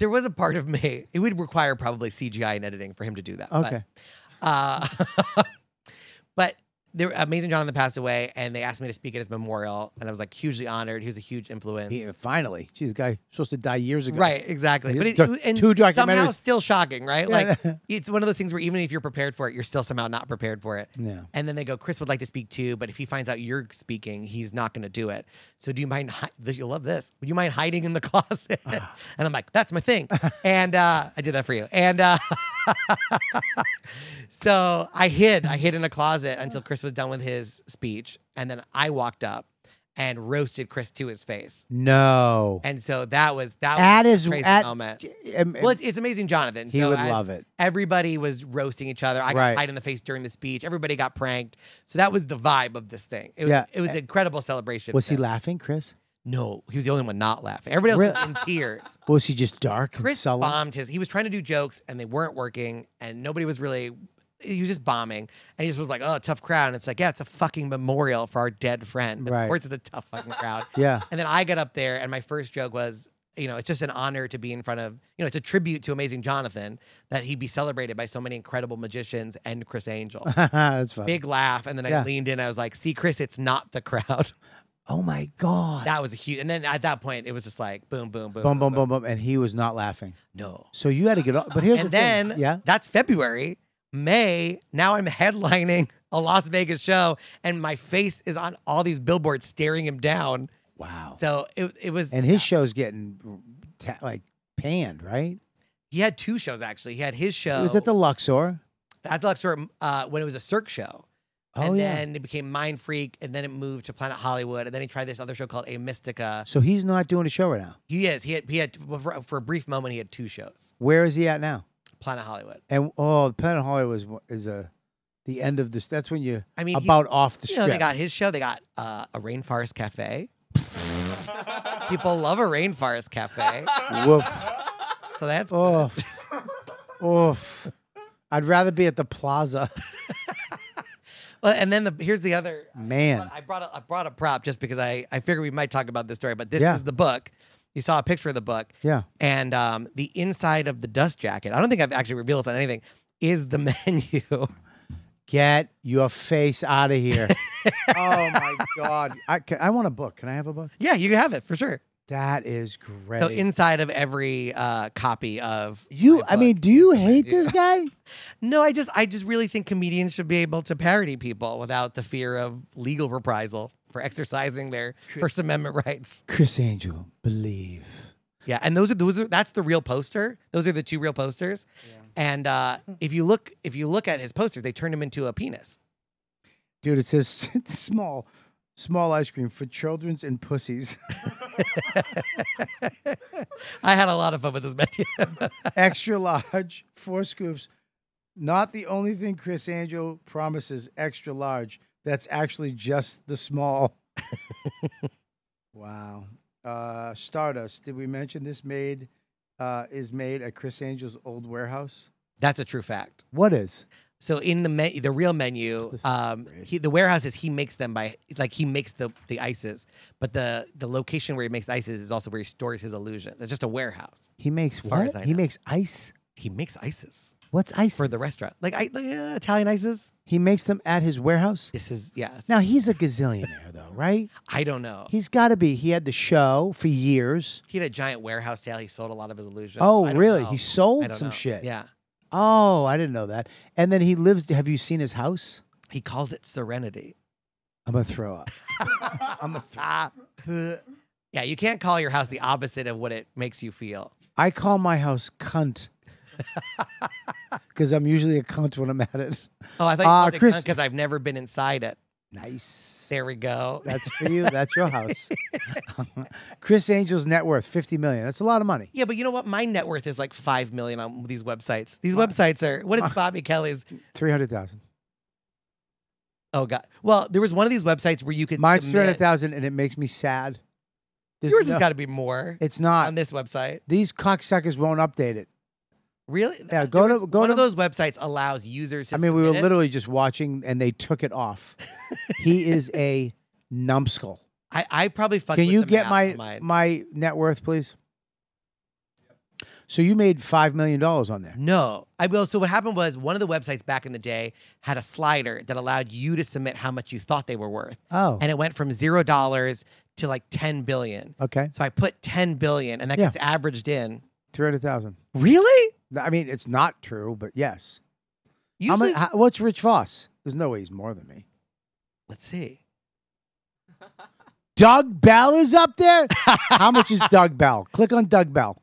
Speaker 2: there was a part of me. It would require probably CGI and editing for him to do that. [LAUGHS] but-
Speaker 1: Okay.
Speaker 2: Uh, [LAUGHS] but there, Amazing Jonathan passed away, and they asked me to speak at his memorial, and I was like hugely honored. He was a huge influence.
Speaker 1: Yeah, finally. Geez, the guy supposed to die years ago.
Speaker 2: Right, exactly. But it,
Speaker 1: Two-
Speaker 2: and
Speaker 1: two
Speaker 2: somehow
Speaker 1: documentaries.
Speaker 2: still shocking, right?
Speaker 1: Yeah. [LAUGHS]
Speaker 2: Like it's one of those things where even if you're prepared for it, you're still somehow not prepared for it.
Speaker 1: Yeah.
Speaker 2: And then they go, Chris would like to speak too, but if he finds out you're speaking, he's not going to do it. So do you mind? Hi- this- you'll love this. Would you mind hiding in the [LAUGHS] closet? and
Speaker 1: Ah.
Speaker 2: I'm like, that's my thing. and uh, I did that for you. And uh, [LAUGHS] so I hid. I hid in a closet until Chris was done with his speech, and then I walked up and roasted Chris to his face.
Speaker 1: No.
Speaker 2: And so that was that was
Speaker 1: At
Speaker 2: a
Speaker 1: his
Speaker 2: crazy
Speaker 1: at,
Speaker 2: moment.
Speaker 1: um,
Speaker 2: Well, it's, it's amazing, Jonathan.
Speaker 1: he
Speaker 2: so
Speaker 1: would
Speaker 2: I-
Speaker 1: love it.
Speaker 2: Everybody was roasting each other. I got
Speaker 1: Right.
Speaker 2: hit in the face during the speech. Everybody got pranked. So that was the vibe of this thing. It was,
Speaker 1: Yeah. Eh,
Speaker 2: it was an incredible celebration.
Speaker 1: Was he
Speaker 2: laughing?
Speaker 1: laughing, Chris?
Speaker 2: No, he was the only one not laughing. Everybody else was
Speaker 1: Really?
Speaker 2: in
Speaker 1: [LAUGHS]
Speaker 2: tears.
Speaker 1: Was he just dark and
Speaker 2: Chris
Speaker 1: sullen?
Speaker 2: bombed his. He was trying to do jokes and they weren't working, and nobody was really. He was just bombing, and he just was like, "Oh, tough crowd." And it's like, yeah, it's a fucking memorial for our dead friend.
Speaker 1: Right.
Speaker 2: Of course, it's a tough
Speaker 1: [LAUGHS]
Speaker 2: fucking crowd.
Speaker 1: Yeah.
Speaker 2: And then I got up there, and my first joke was, you know, it's just an honor to be in front of, you know, it's a tribute to Amazing Jonathan that he'd be celebrated by so many incredible magicians and Chris
Speaker 1: [LAUGHS]
Speaker 2: Angel.
Speaker 1: That's funny.
Speaker 2: Big laugh. And then I
Speaker 1: Yeah.
Speaker 2: leaned in. I was like, see, Chris, it's not the crowd. [LAUGHS]
Speaker 1: Oh my god.
Speaker 2: That was a huge. And then at that point, it was just like boom, boom, boom.
Speaker 1: Boom, boom, boom, boom, and he was not laughing.
Speaker 2: No.
Speaker 1: So you had to get off. But here's
Speaker 2: And
Speaker 1: the thing.
Speaker 2: then
Speaker 1: yeah,
Speaker 2: that's February. May, now I'm headlining a Las Vegas show and my face is on all these billboards staring him down.
Speaker 1: wow.
Speaker 2: So it, it was
Speaker 1: Oh. and his show's getting ta- like panned, right?
Speaker 2: he had two shows actually. He had his show
Speaker 1: It was at the Luxor.
Speaker 2: at the Luxor uh, when it was a Cirque show.
Speaker 1: Oh
Speaker 2: and
Speaker 1: yeah.
Speaker 2: then it became Mind Freak, and then it moved to Planet Hollywood, and then he tried this other show called A Mystica.
Speaker 1: so he's not doing a show right now.
Speaker 2: He is. He had he had for for a brief moment he had two shows.
Speaker 1: Where is he at now?
Speaker 2: Planet Hollywood.
Speaker 1: And oh, the Planet Hollywood is is a the end of this. That's when you
Speaker 2: I mean, he-
Speaker 1: about off the
Speaker 2: you
Speaker 1: strip.
Speaker 2: know, they got his show. They got uh, a rainforest cafe. People love a rainforest cafe,
Speaker 1: Woof.
Speaker 2: so that's
Speaker 1: Oh. Oof. Oof. I'd rather be at the Plaza,
Speaker 2: Well, and then the here's the other
Speaker 1: man.
Speaker 2: I brought a, I brought a prop just because I I figured we might talk about this story, but this
Speaker 1: Yeah.
Speaker 2: is the book. You saw a picture of the book.
Speaker 1: Yeah.
Speaker 2: And um, the inside of the dust jacket. I don't think I've actually revealed this on anything. Is the [LAUGHS] menu?
Speaker 1: Get your face out of
Speaker 2: [LAUGHS]
Speaker 1: here. oh my God. I, can, I want a book. Can I have a book?
Speaker 2: yeah, you can have it for sure.
Speaker 1: That is great.
Speaker 2: So inside of every uh, copy of
Speaker 1: you,
Speaker 2: my
Speaker 1: I mean,
Speaker 2: book
Speaker 1: do you
Speaker 2: is the
Speaker 1: hate
Speaker 2: [LAUGHS] menu.
Speaker 1: this guy?
Speaker 2: No, I just I just really think comedians should be able to parody people without the fear of legal reprisal for exercising their First Amendment rights.
Speaker 1: Chris Angel, believe.
Speaker 2: Yeah, and those are those are that's the real poster. Those are the two real posters. And uh, if you look if you look at his posters, they turned him into a penis.
Speaker 1: Dude, it says [LAUGHS] small, small ice cream for children's and [LAUGHS] pussies.
Speaker 2: [LAUGHS] I had a lot of fun with this menu. [LAUGHS]
Speaker 1: Extra large, four scoops. Not the only thing Chris Angel promises extra large. That's actually just the [LAUGHS] small. wow. Uh, Stardust. Did we mention this made uh, is made at Chris Angel's old warehouse?
Speaker 2: that's a true fact.
Speaker 1: What is?
Speaker 2: So in the me- the real menu,
Speaker 1: [LAUGHS] This is
Speaker 2: um,
Speaker 1: great.
Speaker 2: he, the warehouses he makes them by like he makes the the ices, but the the location where he makes the ices is also where he stores his illusion. It's just a warehouse.
Speaker 1: He makes
Speaker 2: As far
Speaker 1: what?
Speaker 2: as I
Speaker 1: He
Speaker 2: know.
Speaker 1: makes ice.
Speaker 2: He makes ices
Speaker 1: What's ice?
Speaker 2: for the restaurant, like, I, like uh, Italian ices.
Speaker 1: He makes them at his warehouse.
Speaker 2: This is yes.
Speaker 1: Now he's a gazillionaire though, right?
Speaker 2: I don't know.
Speaker 1: He's got to be. He had the show for years.
Speaker 2: He had a giant warehouse sale. He sold a lot of his illusions.
Speaker 1: Oh,
Speaker 2: I don't
Speaker 1: really?
Speaker 2: know.
Speaker 1: He
Speaker 2: I
Speaker 1: sold
Speaker 2: don't
Speaker 1: some
Speaker 2: know.
Speaker 1: shit.
Speaker 2: Yeah.
Speaker 1: Oh, I didn't know that. And then he lives. Have you seen his house?
Speaker 2: He calls it Serenity.
Speaker 1: I'm gonna throw
Speaker 2: [LAUGHS]
Speaker 1: up. I'm gonna
Speaker 2: Ah. yeah, you can't call your house the opposite of what it makes you feel.
Speaker 1: I call my house cunt. because I'm usually a cunt when I'm at it.
Speaker 2: Oh, I thought
Speaker 1: Uh,
Speaker 2: you
Speaker 1: Chris-
Speaker 2: because I've never been inside it.
Speaker 1: Nice.
Speaker 2: There we go.
Speaker 1: That's for you. That's your house. [LAUGHS] Chris Angel's net worth fifty million. That's a lot of money.
Speaker 2: [LAUGHS] Yeah, but you know what? My net worth is like five million on these websites. These websites are what is Bobby Kelly's?
Speaker 1: Three hundred thousand.
Speaker 2: Oh God! Well, there was one of these websites where you could.
Speaker 1: Mine's three
Speaker 2: submit-
Speaker 1: hundred thousand, and it makes me sad. There's
Speaker 2: Yours
Speaker 1: no-
Speaker 2: has got to be more
Speaker 1: It's not.
Speaker 2: on this website.
Speaker 1: These cocksuckers won't update it.
Speaker 2: Really?
Speaker 1: Yeah, go to go
Speaker 2: one
Speaker 1: to.
Speaker 2: of those websites allows users. To
Speaker 1: I mean, we were
Speaker 2: submit it.
Speaker 1: literally just watching, and they took it
Speaker 2: [LAUGHS]
Speaker 1: off. he is a numbskull.
Speaker 2: I, I probably fucked.
Speaker 1: Can
Speaker 2: with
Speaker 1: you
Speaker 2: the
Speaker 1: get
Speaker 2: math
Speaker 1: my
Speaker 2: on mine.
Speaker 1: my net worth, please? So you made five million dollars on there.
Speaker 2: No, I will. So what happened was one of the websites back in the day had a slider that allowed you to submit how much you thought they were worth,
Speaker 1: Oh,
Speaker 2: and it went from zero dollars to like ten billion.
Speaker 1: okay,
Speaker 2: So I put ten billion, and that
Speaker 1: Yeah.
Speaker 2: gets averaged in.
Speaker 1: three hundred thousand.
Speaker 2: Really?
Speaker 1: I mean, it's not true, but yes. How mu-
Speaker 2: Usually,
Speaker 1: how- what's Rich Voss? There's no way he's more than me.
Speaker 2: let's see.
Speaker 1: Doug Bell is up
Speaker 2: [LAUGHS]
Speaker 1: there. How much is Doug Bell? Click on Doug Bell.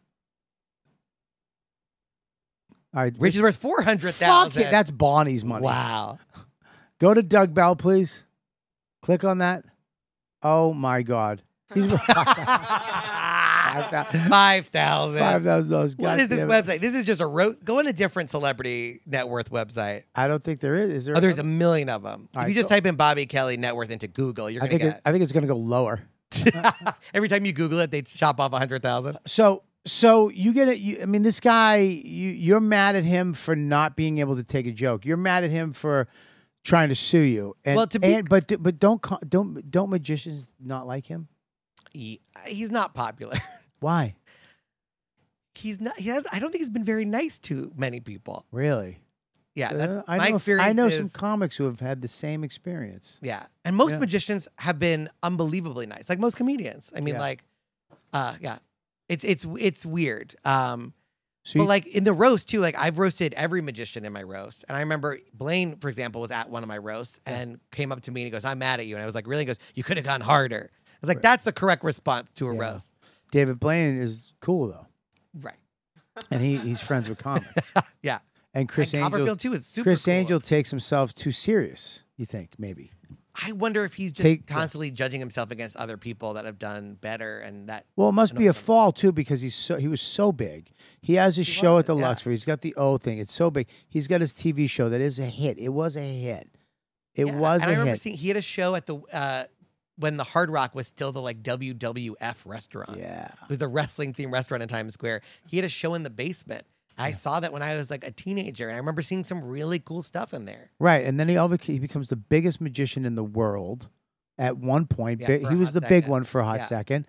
Speaker 1: All right,
Speaker 2: Rich is worth four hundred
Speaker 1: Fuck
Speaker 2: thousand.
Speaker 1: it, that's Bonnie's money. [LAUGHS]
Speaker 2: wow.
Speaker 1: Go to Doug Bell, please. Click on that. Oh my God,
Speaker 2: [LAUGHS] Oh,
Speaker 1: he's worth thou-
Speaker 2: Five
Speaker 1: five
Speaker 2: thousand.
Speaker 1: thousand dollars.
Speaker 2: What is this
Speaker 1: website?
Speaker 2: website? This is just a ro- go on a different celebrity net worth website.
Speaker 1: I don't think there is. Is there?
Speaker 2: Oh, there's a
Speaker 1: another?
Speaker 2: million of them.
Speaker 1: All
Speaker 2: If
Speaker 1: right,
Speaker 2: you just
Speaker 1: go-
Speaker 2: type in Bobby Kelly net worth into Google, you're
Speaker 1: I
Speaker 2: gonna
Speaker 1: think.
Speaker 2: get.
Speaker 1: It, I think it's going to go lower. [LAUGHS]
Speaker 2: [LAUGHS] Every time you Google it, they chop off a hundred thousand.
Speaker 1: So, so you get it. You, I mean, this guy. You, you're mad at him for not being able to take a joke. You're mad at him for trying to sue you. And,
Speaker 2: Well, to be-
Speaker 1: and, but but don't co- don't don't magicians not like him?
Speaker 2: He, he's not popular.
Speaker 1: Why?
Speaker 2: He's not. He has. I don't think he's been very nice to many people.
Speaker 1: Really?
Speaker 2: Yeah, that's
Speaker 1: Uh, I
Speaker 2: my
Speaker 1: know.
Speaker 2: experience.
Speaker 1: I know
Speaker 2: is,
Speaker 1: some comics who have had the same experience.
Speaker 2: yeah, and most
Speaker 1: Yeah.
Speaker 2: magicians have been unbelievably nice. Like most comedians. I mean,
Speaker 1: Yeah.
Speaker 2: like, uh, yeah, it's it's it's weird. Um,
Speaker 1: So
Speaker 2: but
Speaker 1: you,
Speaker 2: like in the roast too, like I've roasted every magician in my roast, and I remember Blaine, for example, was at one of my roasts and came up to me and he goes, "I'm mad at you," and I was like, "Really?" He goes, "You could have gone harder." I was like, "That's the correct response to a
Speaker 1: Yeah.
Speaker 2: roast."
Speaker 1: David Blaine is cool though,
Speaker 2: Right. [LAUGHS]
Speaker 1: and he, he's friends with comics.
Speaker 2: Yeah.
Speaker 1: And Chris
Speaker 2: and
Speaker 1: Angel.
Speaker 2: Copperfield too is super.
Speaker 1: Chris
Speaker 2: cool.
Speaker 1: Angel takes himself too serious. You think maybe?
Speaker 2: I wonder if he's just
Speaker 1: Take-
Speaker 2: constantly judging himself against other people that have done better, and that
Speaker 1: Well, it must
Speaker 2: don't
Speaker 1: be a
Speaker 2: remember.
Speaker 1: fall too because he's so he was so big. He has his show at the
Speaker 2: was, yeah.
Speaker 1: Luxor. He's got the O thing. It's so big. He's got his TV show that is a hit. It was a hit. It
Speaker 2: Yeah,
Speaker 1: was a
Speaker 2: And I remember
Speaker 1: hit.
Speaker 2: seeing he had a show at the uh, when the Hard Rock was still the like WWF restaurant.
Speaker 1: yeah.
Speaker 2: It was the wrestling themed restaurant in Times Square. He had a show in the basement. I saw that when I was like a teenager, and I remember seeing some really cool stuff in there.
Speaker 1: Right. And then he all bec- he becomes the biggest magician in the world at one point.
Speaker 2: Yeah,
Speaker 1: Bi-
Speaker 2: for a
Speaker 1: he was
Speaker 2: hot
Speaker 1: the big
Speaker 2: second.
Speaker 1: one for a hot
Speaker 2: Yeah.
Speaker 1: second.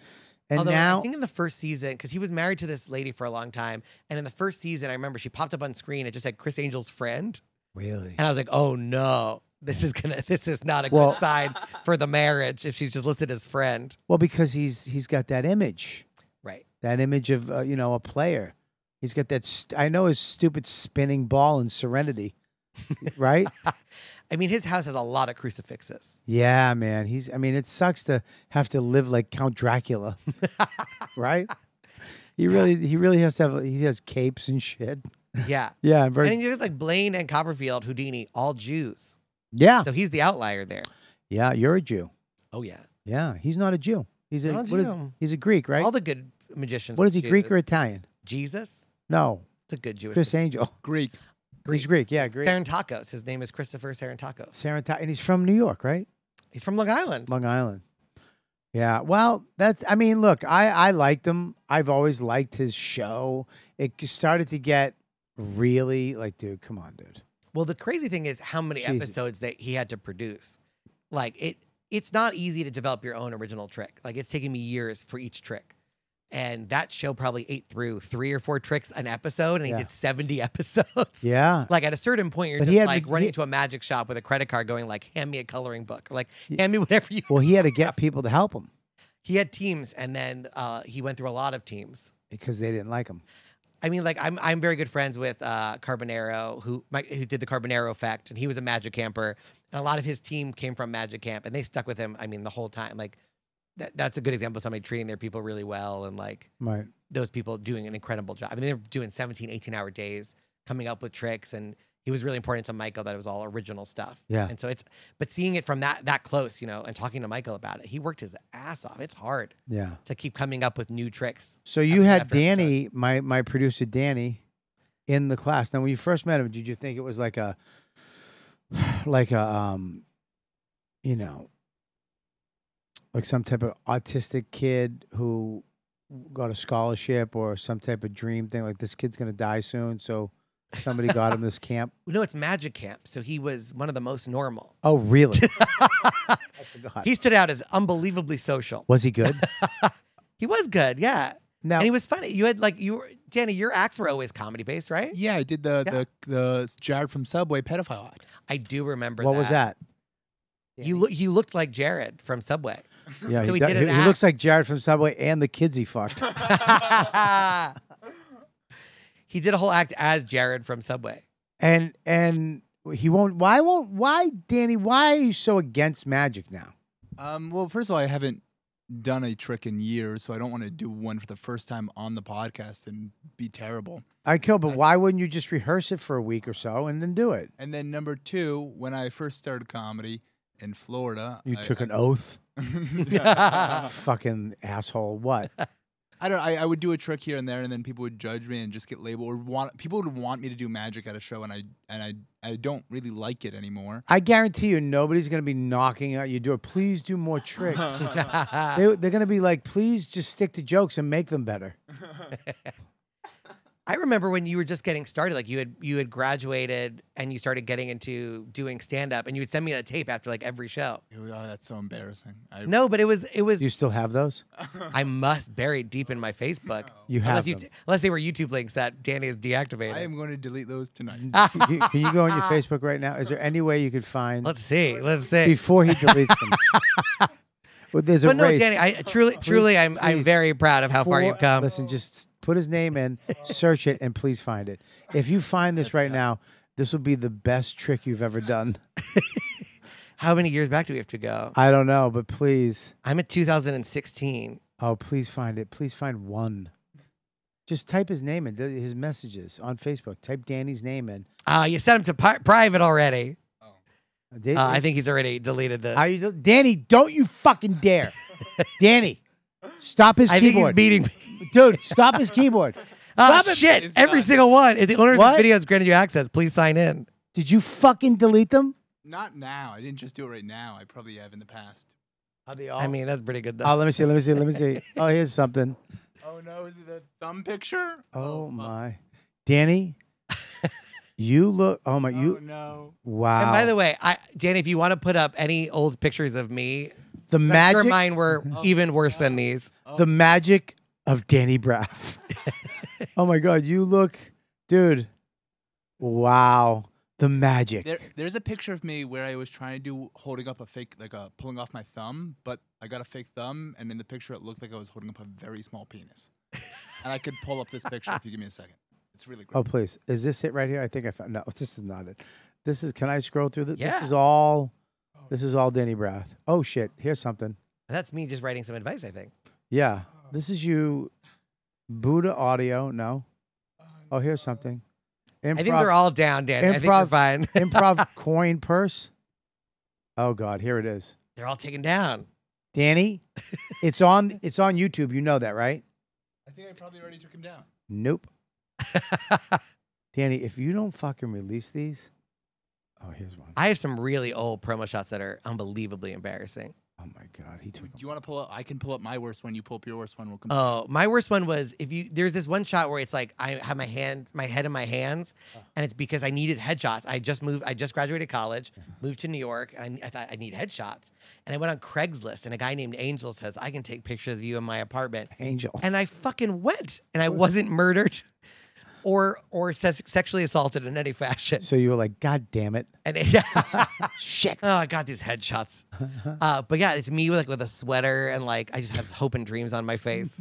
Speaker 1: And
Speaker 2: Although I
Speaker 1: now
Speaker 2: think in the first season, because he was married to this lady for a long time, and in the first season, I remember she popped up on screen. It just said Chris Angel's friend,
Speaker 1: really.
Speaker 2: and I was like, oh no, this is gonna, [LAUGHS] this is not a
Speaker 1: Well-
Speaker 2: good sign for the marriage if she's just listed as friend,
Speaker 1: Well, because he's he's got that image.
Speaker 2: right?
Speaker 1: that image of uh, you know a player. He's got that. St- I know his stupid spinning ball and
Speaker 2: [LAUGHS]
Speaker 1: Serenity, right?
Speaker 2: I mean, his house has a lot
Speaker 1: [LAUGHS]
Speaker 2: of crucifixes.
Speaker 1: yeah, man. He's. I mean, it sucks to have to live like Count
Speaker 2: [LAUGHS]
Speaker 1: Dracula, right? He really, he really has to have. He has capes and shit.
Speaker 2: Yeah.
Speaker 1: Yeah, I'm
Speaker 2: And
Speaker 1: very.
Speaker 2: then you're just like Blaine and Copperfield, Houdini, all Jews.
Speaker 1: yeah,
Speaker 2: So he's the outlier there.
Speaker 1: [LAUGHS] yeah. You're a Jew.
Speaker 2: Oh yeah.
Speaker 1: Yeah, he's not a Jew. He's a.
Speaker 2: Not a
Speaker 1: what is-
Speaker 2: Jew.
Speaker 1: he's a Greek, right?
Speaker 2: All the good magicians.
Speaker 1: what
Speaker 2: were
Speaker 1: is he? Greek or
Speaker 2: Jews.
Speaker 1: Italian?
Speaker 2: Jesus?
Speaker 1: No,
Speaker 2: It's a good Jewish.
Speaker 1: Chris Angel.
Speaker 8: Greek.
Speaker 1: He's Greek. Yeah, Greek.
Speaker 2: Sarantakos. His name is Christopher Sarantakos.
Speaker 1: Saranta- and he's from New York, right?
Speaker 2: He's from Long Island.
Speaker 1: Long Island. Yeah. Well, that's. I mean, look, I I liked him. I've always liked his show. It g- started to get really like, dude, come on, dude.
Speaker 2: Well, the crazy thing is how many
Speaker 1: Jesus.
Speaker 2: episodes that he had to produce. Like it, it's not easy to develop your own original trick. Like it's taken me years for each trick. And that show probably ate through three or four tricks an episode, and he
Speaker 1: Yeah.
Speaker 2: did 70 [LAUGHS] episodes.
Speaker 1: Yeah.
Speaker 2: Like at a certain point, you're
Speaker 1: But he
Speaker 2: just
Speaker 1: had-
Speaker 2: like
Speaker 1: he-
Speaker 2: running to a magic shop with a credit card, going like, "Hand me a coloring book," or like, "Hand me [LAUGHS] whatever you."
Speaker 1: Well, he had to get people to help him
Speaker 2: He had teams, and then uh, he went through a lot of teams.
Speaker 1: because they didn't like him.
Speaker 2: I mean, like I'm I'm very good friends with uh, Carbonero, who my, who did the Carbonero effect, and he was a magic camper, and a lot of his team came from magic camp, and they stuck with him. I mean, the whole time, like that, that's a good example of somebody treating their people really well, and like
Speaker 1: Right.
Speaker 2: those people doing an incredible job. I mean, they're doing 17, 18 hour days coming up with tricks and he was really important to Michael that it was all original stuff.
Speaker 1: Yeah.
Speaker 2: And so it's but seeing it from that that close, you know, and talking to Michael about it, he worked his ass off. It's hard
Speaker 1: Yeah.
Speaker 2: to keep coming up with new tricks.
Speaker 1: So you
Speaker 2: after-
Speaker 1: had
Speaker 2: after episode.
Speaker 1: Danny, my my producer Danny, in the class. Now, when you first met him, did you think it was like a, [SIGHS] like a, um, you know, like some type of autistic kid who got a scholarship or some type of dream thing? Like this kid's gonna die soon, so somebody got him this
Speaker 2: [LAUGHS]
Speaker 1: camp.
Speaker 2: No, it's Magic Camp. So he was one of the most normal.
Speaker 1: Oh,
Speaker 2: [LAUGHS]
Speaker 1: really?
Speaker 2: He stood out as unbelievably social.
Speaker 1: Was he
Speaker 2: [LAUGHS]
Speaker 1: good?
Speaker 2: He was good, yeah.
Speaker 1: Now-
Speaker 2: and he was funny. You had like you were Danny, your acts were always comedy based, right?
Speaker 8: Yeah, I did the
Speaker 2: Yeah.
Speaker 8: the the Jared from Subway pedophile act.
Speaker 2: I do remember
Speaker 1: What was that?
Speaker 2: You look you looked like Jared
Speaker 1: [LAUGHS]
Speaker 2: from Subway.
Speaker 1: Yeah,
Speaker 2: So
Speaker 1: he, do-
Speaker 2: he did
Speaker 1: he,
Speaker 2: an
Speaker 1: he
Speaker 2: act.
Speaker 1: looks like Jared from Subway and the kids he fucked.
Speaker 2: he did a whole act as Jared from Subway. [LAUGHS]
Speaker 1: and and he won't. Why won't? Why Danny? Why are you so against magic now?
Speaker 8: Um, well, first of all, I haven't done a trick in years, so I don't want to do one for the first time on the podcast and be terrible.
Speaker 1: I kill, but why wouldn't you just rehearse it for a week or so and then do it?
Speaker 8: And then number two, when I first started comedy in Florida,
Speaker 1: You
Speaker 8: I,
Speaker 1: took
Speaker 8: I-
Speaker 1: an [LAUGHS] oath,
Speaker 2: [LAUGHS] yeah.
Speaker 1: fucking asshole. What?
Speaker 8: [LAUGHS] I don't. I, I would do a trick here and there, and then people would judge me and just get labeled. Or want people would want me to do magic at a show, and I and I I don't really like it anymore.
Speaker 1: I guarantee you, nobody's gonna be knocking at your door. Please do more
Speaker 2: [LAUGHS]
Speaker 1: tricks. they, they're gonna be like, please just stick to jokes and make them better.
Speaker 2: I remember when you were just getting started, like you had you had graduated and you started getting into doing stand up and you would send me a tape after like every show.
Speaker 8: It was- oh, that's so embarrassing. I,
Speaker 2: No, but it was it was
Speaker 1: You still have those?
Speaker 2: I must buried deep in my Facebook.
Speaker 1: You have
Speaker 2: Unless you
Speaker 1: them.
Speaker 2: unless they were YouTube links that Danny has deactivated.
Speaker 8: I am going to delete
Speaker 1: [LAUGHS]
Speaker 8: those tonight.
Speaker 1: can, you, can you go on your Facebook right now? Is there any way you could find
Speaker 2: Let's see. Let's see.
Speaker 1: before he deletes them?
Speaker 2: [LAUGHS]
Speaker 1: well, there's a
Speaker 2: But no,
Speaker 1: race. [LAUGHS]
Speaker 2: Danny, I truly, truly, I'm, I'm
Speaker 1: please.
Speaker 2: very proud of how far
Speaker 1: Four-
Speaker 2: you've come.
Speaker 1: Listen, just put his name in, search it, and please find it. If you find this right now, this will be the best trick you've ever done.
Speaker 2: How many years back do we have to go?
Speaker 1: I don't know, but please,
Speaker 2: I'm at 2016.
Speaker 1: oh, please find it. Please find one. Just type his name in, th- his messages on Facebook. Type Danny's name in.
Speaker 2: Uh, you sent him to pri- private already.
Speaker 1: Da-
Speaker 2: Uh, I think he's already deleted the.
Speaker 1: Are you, do- Danny, don't you fucking
Speaker 2: [LAUGHS]
Speaker 1: dare. Danny, stop his
Speaker 2: I think he's
Speaker 1: keyboard.
Speaker 2: beating
Speaker 1: [LAUGHS]
Speaker 2: me.
Speaker 1: Dude, stop his keyboard.
Speaker 2: Oh,
Speaker 1: Stop it.
Speaker 2: shit. Every single one. If the owner of
Speaker 1: What?
Speaker 2: this video has granted you access, please sign in.
Speaker 1: Did you fucking delete them?
Speaker 8: Not now. I didn't just do it right now. I probably have in the past.
Speaker 1: Are they all?
Speaker 2: I mean, that's pretty good, though.
Speaker 1: oh, let me see. Let me see. Let me
Speaker 2: [LAUGHS]
Speaker 1: see. Oh, here's something.
Speaker 8: Oh no, is it a thumb picture?
Speaker 1: Oh, my, Danny, you look. Oh my, you
Speaker 8: no.
Speaker 1: wow.
Speaker 2: and by the way, I, Danny, if you want to put up any old pictures of me,
Speaker 1: the
Speaker 2: I'm sure
Speaker 1: magic,
Speaker 2: mine
Speaker 1: [LAUGHS]
Speaker 2: were
Speaker 1: Oh,
Speaker 2: even worse than these.
Speaker 8: Oh,
Speaker 1: the magic of Danny Braff.
Speaker 2: [LAUGHS]
Speaker 1: oh my God, you look, dude. Wow, the magic.
Speaker 8: There, there's a picture of me where I was trying to do holding up a fake, like a pulling off my thumb, but I got a fake thumb, and in the picture it looked like I was holding up a very small penis. and I could pull up this picture if you give me a second. It's really great.
Speaker 1: oh please, is this it right here? I think I found. No, this is not it. This is. Can I scroll through this? This
Speaker 2: Yeah. Oh,
Speaker 1: is all. This is all Danny Braff. Oh shit, here's something.
Speaker 2: That's me just writing some advice, I think.
Speaker 1: Yeah.
Speaker 2: Oh.
Speaker 1: This is you, Buddha audio. No. Oh, here's something. Improv,
Speaker 2: I think they're all down, Danny. I think
Speaker 1: improv-
Speaker 2: we're fine. [LAUGHS]
Speaker 1: [LAUGHS] improv coin purse. Oh God, here it is.
Speaker 2: they're all taken down.
Speaker 1: [LAUGHS] Danny, it's on. It's on YouTube. You know that, right?
Speaker 8: I think I probably already took him down.
Speaker 1: [LAUGHS] Nope. Danny, if you don't fucking release these, oh here's one.
Speaker 2: I have some really old promo shots that are unbelievably embarrassing.
Speaker 1: Oh my God, he took. Uh,
Speaker 8: Do you want to pull up? I can pull up my worst one. You pull up your worst one. We'll compare.
Speaker 2: Oh, my worst one was if you there's this one shot where it's like I have my hand, my head in my hands, and it's because I needed headshots. I just moved, I just graduated college, moved to New York, and I, I thought I need headshots. And I went on Craigslist, and a guy named Angel says I can take pictures of you in my apartment.
Speaker 1: Angel.
Speaker 2: and I fucking went, and I wasn't murdered, [LAUGHS] or or sex- sexually assaulted in any
Speaker 1: [LAUGHS]
Speaker 2: fashion.
Speaker 1: So you were like, God damn it,
Speaker 2: And [LAUGHS]
Speaker 1: shit.
Speaker 2: Oh, I got these headshots. Uh, but yeah, it's me with, like with a sweater and like I just have hope and dreams on
Speaker 1: [LAUGHS]
Speaker 2: my face.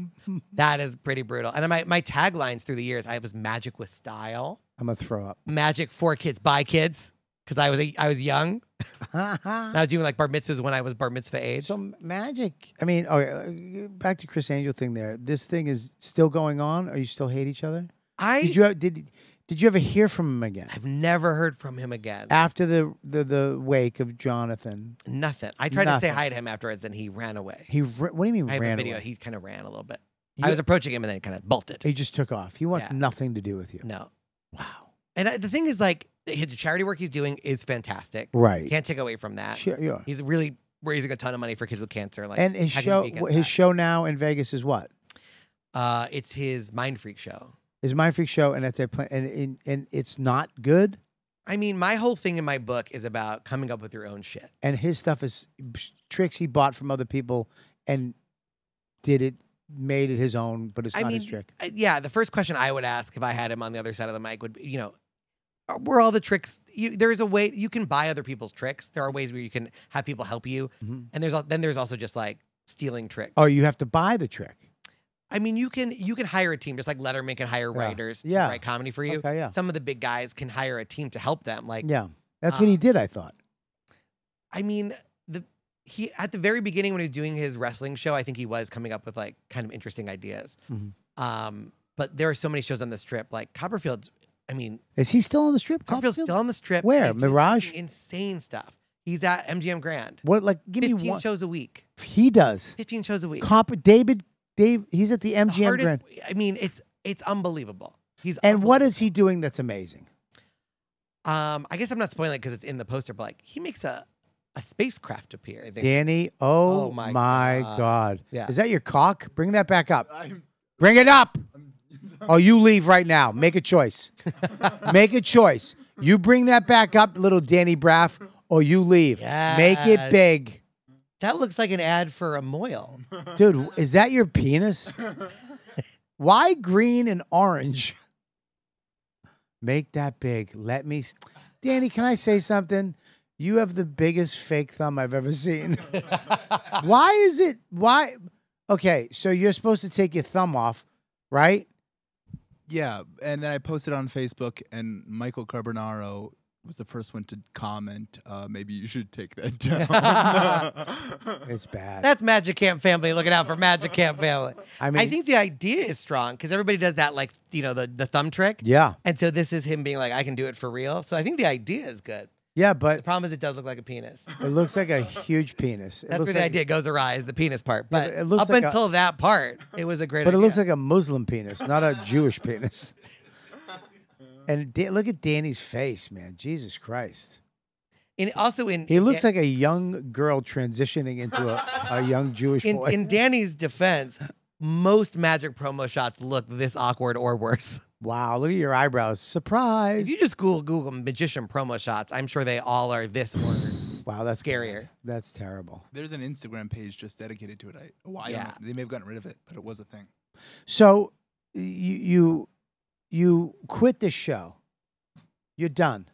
Speaker 2: that is pretty brutal. And my my taglines through the years, I was magic with style,
Speaker 1: I'm gonna throw [LAUGHS] up.
Speaker 2: magic for kids by kids, because I was a, I was young. And I was doing like bar mitzvahs when I was bar mitzvah age.
Speaker 1: So m- magic. I mean, okay, uh, back to Chris Angel thing. There, this thing is still going on. Are you still hate each other?
Speaker 2: I
Speaker 1: Did you have, did Did you ever hear from him again?
Speaker 2: I've never heard from him again.
Speaker 1: After the, the, the wake of Jonathan,
Speaker 2: Nothing. I tried to
Speaker 1: Nothing.
Speaker 2: say hi to him afterwards, and he ran away.
Speaker 1: he ra- what do you mean
Speaker 2: I have
Speaker 1: ran
Speaker 2: a video.
Speaker 1: away?
Speaker 2: He kind of ran a little bit.
Speaker 1: You-
Speaker 2: I was approaching him, and then he kind of bolted.
Speaker 1: He just took off. He wants
Speaker 2: Yeah.
Speaker 1: nothing to do with you.
Speaker 2: No.
Speaker 1: Wow.
Speaker 2: And I, the thing is, like, his- the charity work he's doing is fantastic.
Speaker 1: Right.
Speaker 2: Can't take away from that.
Speaker 1: Sure, yeah.
Speaker 2: He's really raising a ton of money for kids with cancer. Like,
Speaker 1: and his
Speaker 2: how can
Speaker 1: show,
Speaker 2: you be against
Speaker 1: his
Speaker 2: that?
Speaker 1: show now in Vegas is what?
Speaker 2: uh, it's his Mind Freak show.
Speaker 1: Is my freak show, and that's a plan, and, and and it's not good.
Speaker 2: I mean, my whole thing in my book is about coming up with your own shit.
Speaker 1: And his stuff is tricks he bought from other people, and did it made it his own, but it's
Speaker 2: I
Speaker 1: not
Speaker 2: mean,
Speaker 1: his trick.
Speaker 2: I- yeah. The first question I would ask if I had him on the other side of the mic would be, you know, uh, were all the tricks? You, there is a way you can buy other people's tricks. There are ways where you can have people help you,
Speaker 1: Mhm.
Speaker 2: and there's al- then there's also just like stealing tricks.
Speaker 1: Oh, you have to buy the trick.
Speaker 2: I mean, you can you can hire a team just like Letterman can hire writers to
Speaker 1: Yeah.
Speaker 2: write comedy for you.
Speaker 1: Okay, yeah.
Speaker 2: Some of the big guys can hire a team to help them. Like,
Speaker 1: Yeah, that's what he
Speaker 2: um,
Speaker 1: did. I thought.
Speaker 2: I mean, the he at the very beginning when he was doing his wrestling show, I think he was coming up with like kind of interesting ideas.
Speaker 1: Mhm.
Speaker 2: Um, but there are so many shows on the strip. Like Copperfield's, I mean,
Speaker 1: Is he still on the strip?
Speaker 2: Copperfield's
Speaker 1: Copperfield?
Speaker 2: still on the strip.
Speaker 1: Where?
Speaker 2: He's doing
Speaker 1: Mirage?
Speaker 2: fucking Insane stuff. He's at MGM Grand.
Speaker 1: What? Like, give me
Speaker 2: Fifteen
Speaker 1: one.
Speaker 2: shows a week.
Speaker 1: He does.
Speaker 2: Fifteen shows a week.
Speaker 1: Comp- David. Dave. He's at the
Speaker 2: The
Speaker 1: MGM
Speaker 2: hardest-
Speaker 1: Grand.
Speaker 2: I mean, it's it's unbelievable. He's
Speaker 1: And what is
Speaker 2: unbelievable.
Speaker 1: he doing that's amazing?
Speaker 2: Um, I guess I'm not spoiling it because it's in the poster, but like he makes a a spacecraft appear. I think.
Speaker 1: Danny, oh,
Speaker 2: Oh
Speaker 1: my,
Speaker 2: my
Speaker 1: God.
Speaker 2: God. Yeah.
Speaker 1: Is that your cock? Bring that back up. Bring it up. Oh, you leave right now. Make a choice. Make a choice. You bring that back up, little Danny Braff, or you leave. Make it
Speaker 2: Yes.
Speaker 1: big.
Speaker 2: That looks like an ad for
Speaker 1: [LAUGHS]
Speaker 2: a Moyle.
Speaker 1: Dude, is that your
Speaker 2: [LAUGHS]
Speaker 1: penis? Why green and orange? Make that big. Let me. s- Danny, can I say something? You have the biggest fake thumb I've ever
Speaker 2: [LAUGHS]
Speaker 1: seen. why is it? Why? Okay, so you're supposed to take your thumb off, right?
Speaker 8: Yeah, and then I posted on Facebook, and Michael Carbonaro was the first one to comment. Uh, maybe you should take that [LAUGHS] down.
Speaker 1: It's bad.
Speaker 2: That's Magic Camp Family looking out for Magic Camp Family.
Speaker 1: [LAUGHS] I
Speaker 2: I
Speaker 1: mean-
Speaker 2: mean, I think the idea is strong because everybody does that, like you know, the the thumb trick.
Speaker 1: yeah,
Speaker 2: And so this is him being like, I can do it for real. So I think the idea is good.
Speaker 1: yeah,
Speaker 2: The
Speaker 1: but
Speaker 2: problem is it does look like a penis.
Speaker 1: it looks like a huge penis. It
Speaker 2: That's where
Speaker 1: looks
Speaker 2: the
Speaker 1: like,
Speaker 2: idea goes awry is the penis part.
Speaker 1: Yeah,
Speaker 2: But
Speaker 1: but it looks
Speaker 2: up
Speaker 1: like a-
Speaker 2: until that part, it was a great.
Speaker 1: But it
Speaker 2: idea.
Speaker 1: looks like a Muslim penis, not a Jewish penis. [LAUGHS] And da- look at Danny's face, man. Jesus Christ.
Speaker 2: And also in
Speaker 1: He
Speaker 2: in
Speaker 1: looks
Speaker 2: Dan-
Speaker 1: like a young girl transitioning into a, a young Jewish
Speaker 2: in,
Speaker 1: boy.
Speaker 2: in Danny's defense, most magic promo shots look this awkward or worse.
Speaker 1: wow, look at your eyebrows. Surprise.
Speaker 2: If you just Google Google magician promo shots, I'm sure they all are this or
Speaker 1: wow, that's bad.
Speaker 2: scarier.
Speaker 1: That's terrible.
Speaker 8: There's an Instagram page just dedicated to it. I, why?
Speaker 2: Yeah.
Speaker 8: They may have gotten rid of it, but it was a thing.
Speaker 1: So you you you quit the show. You're done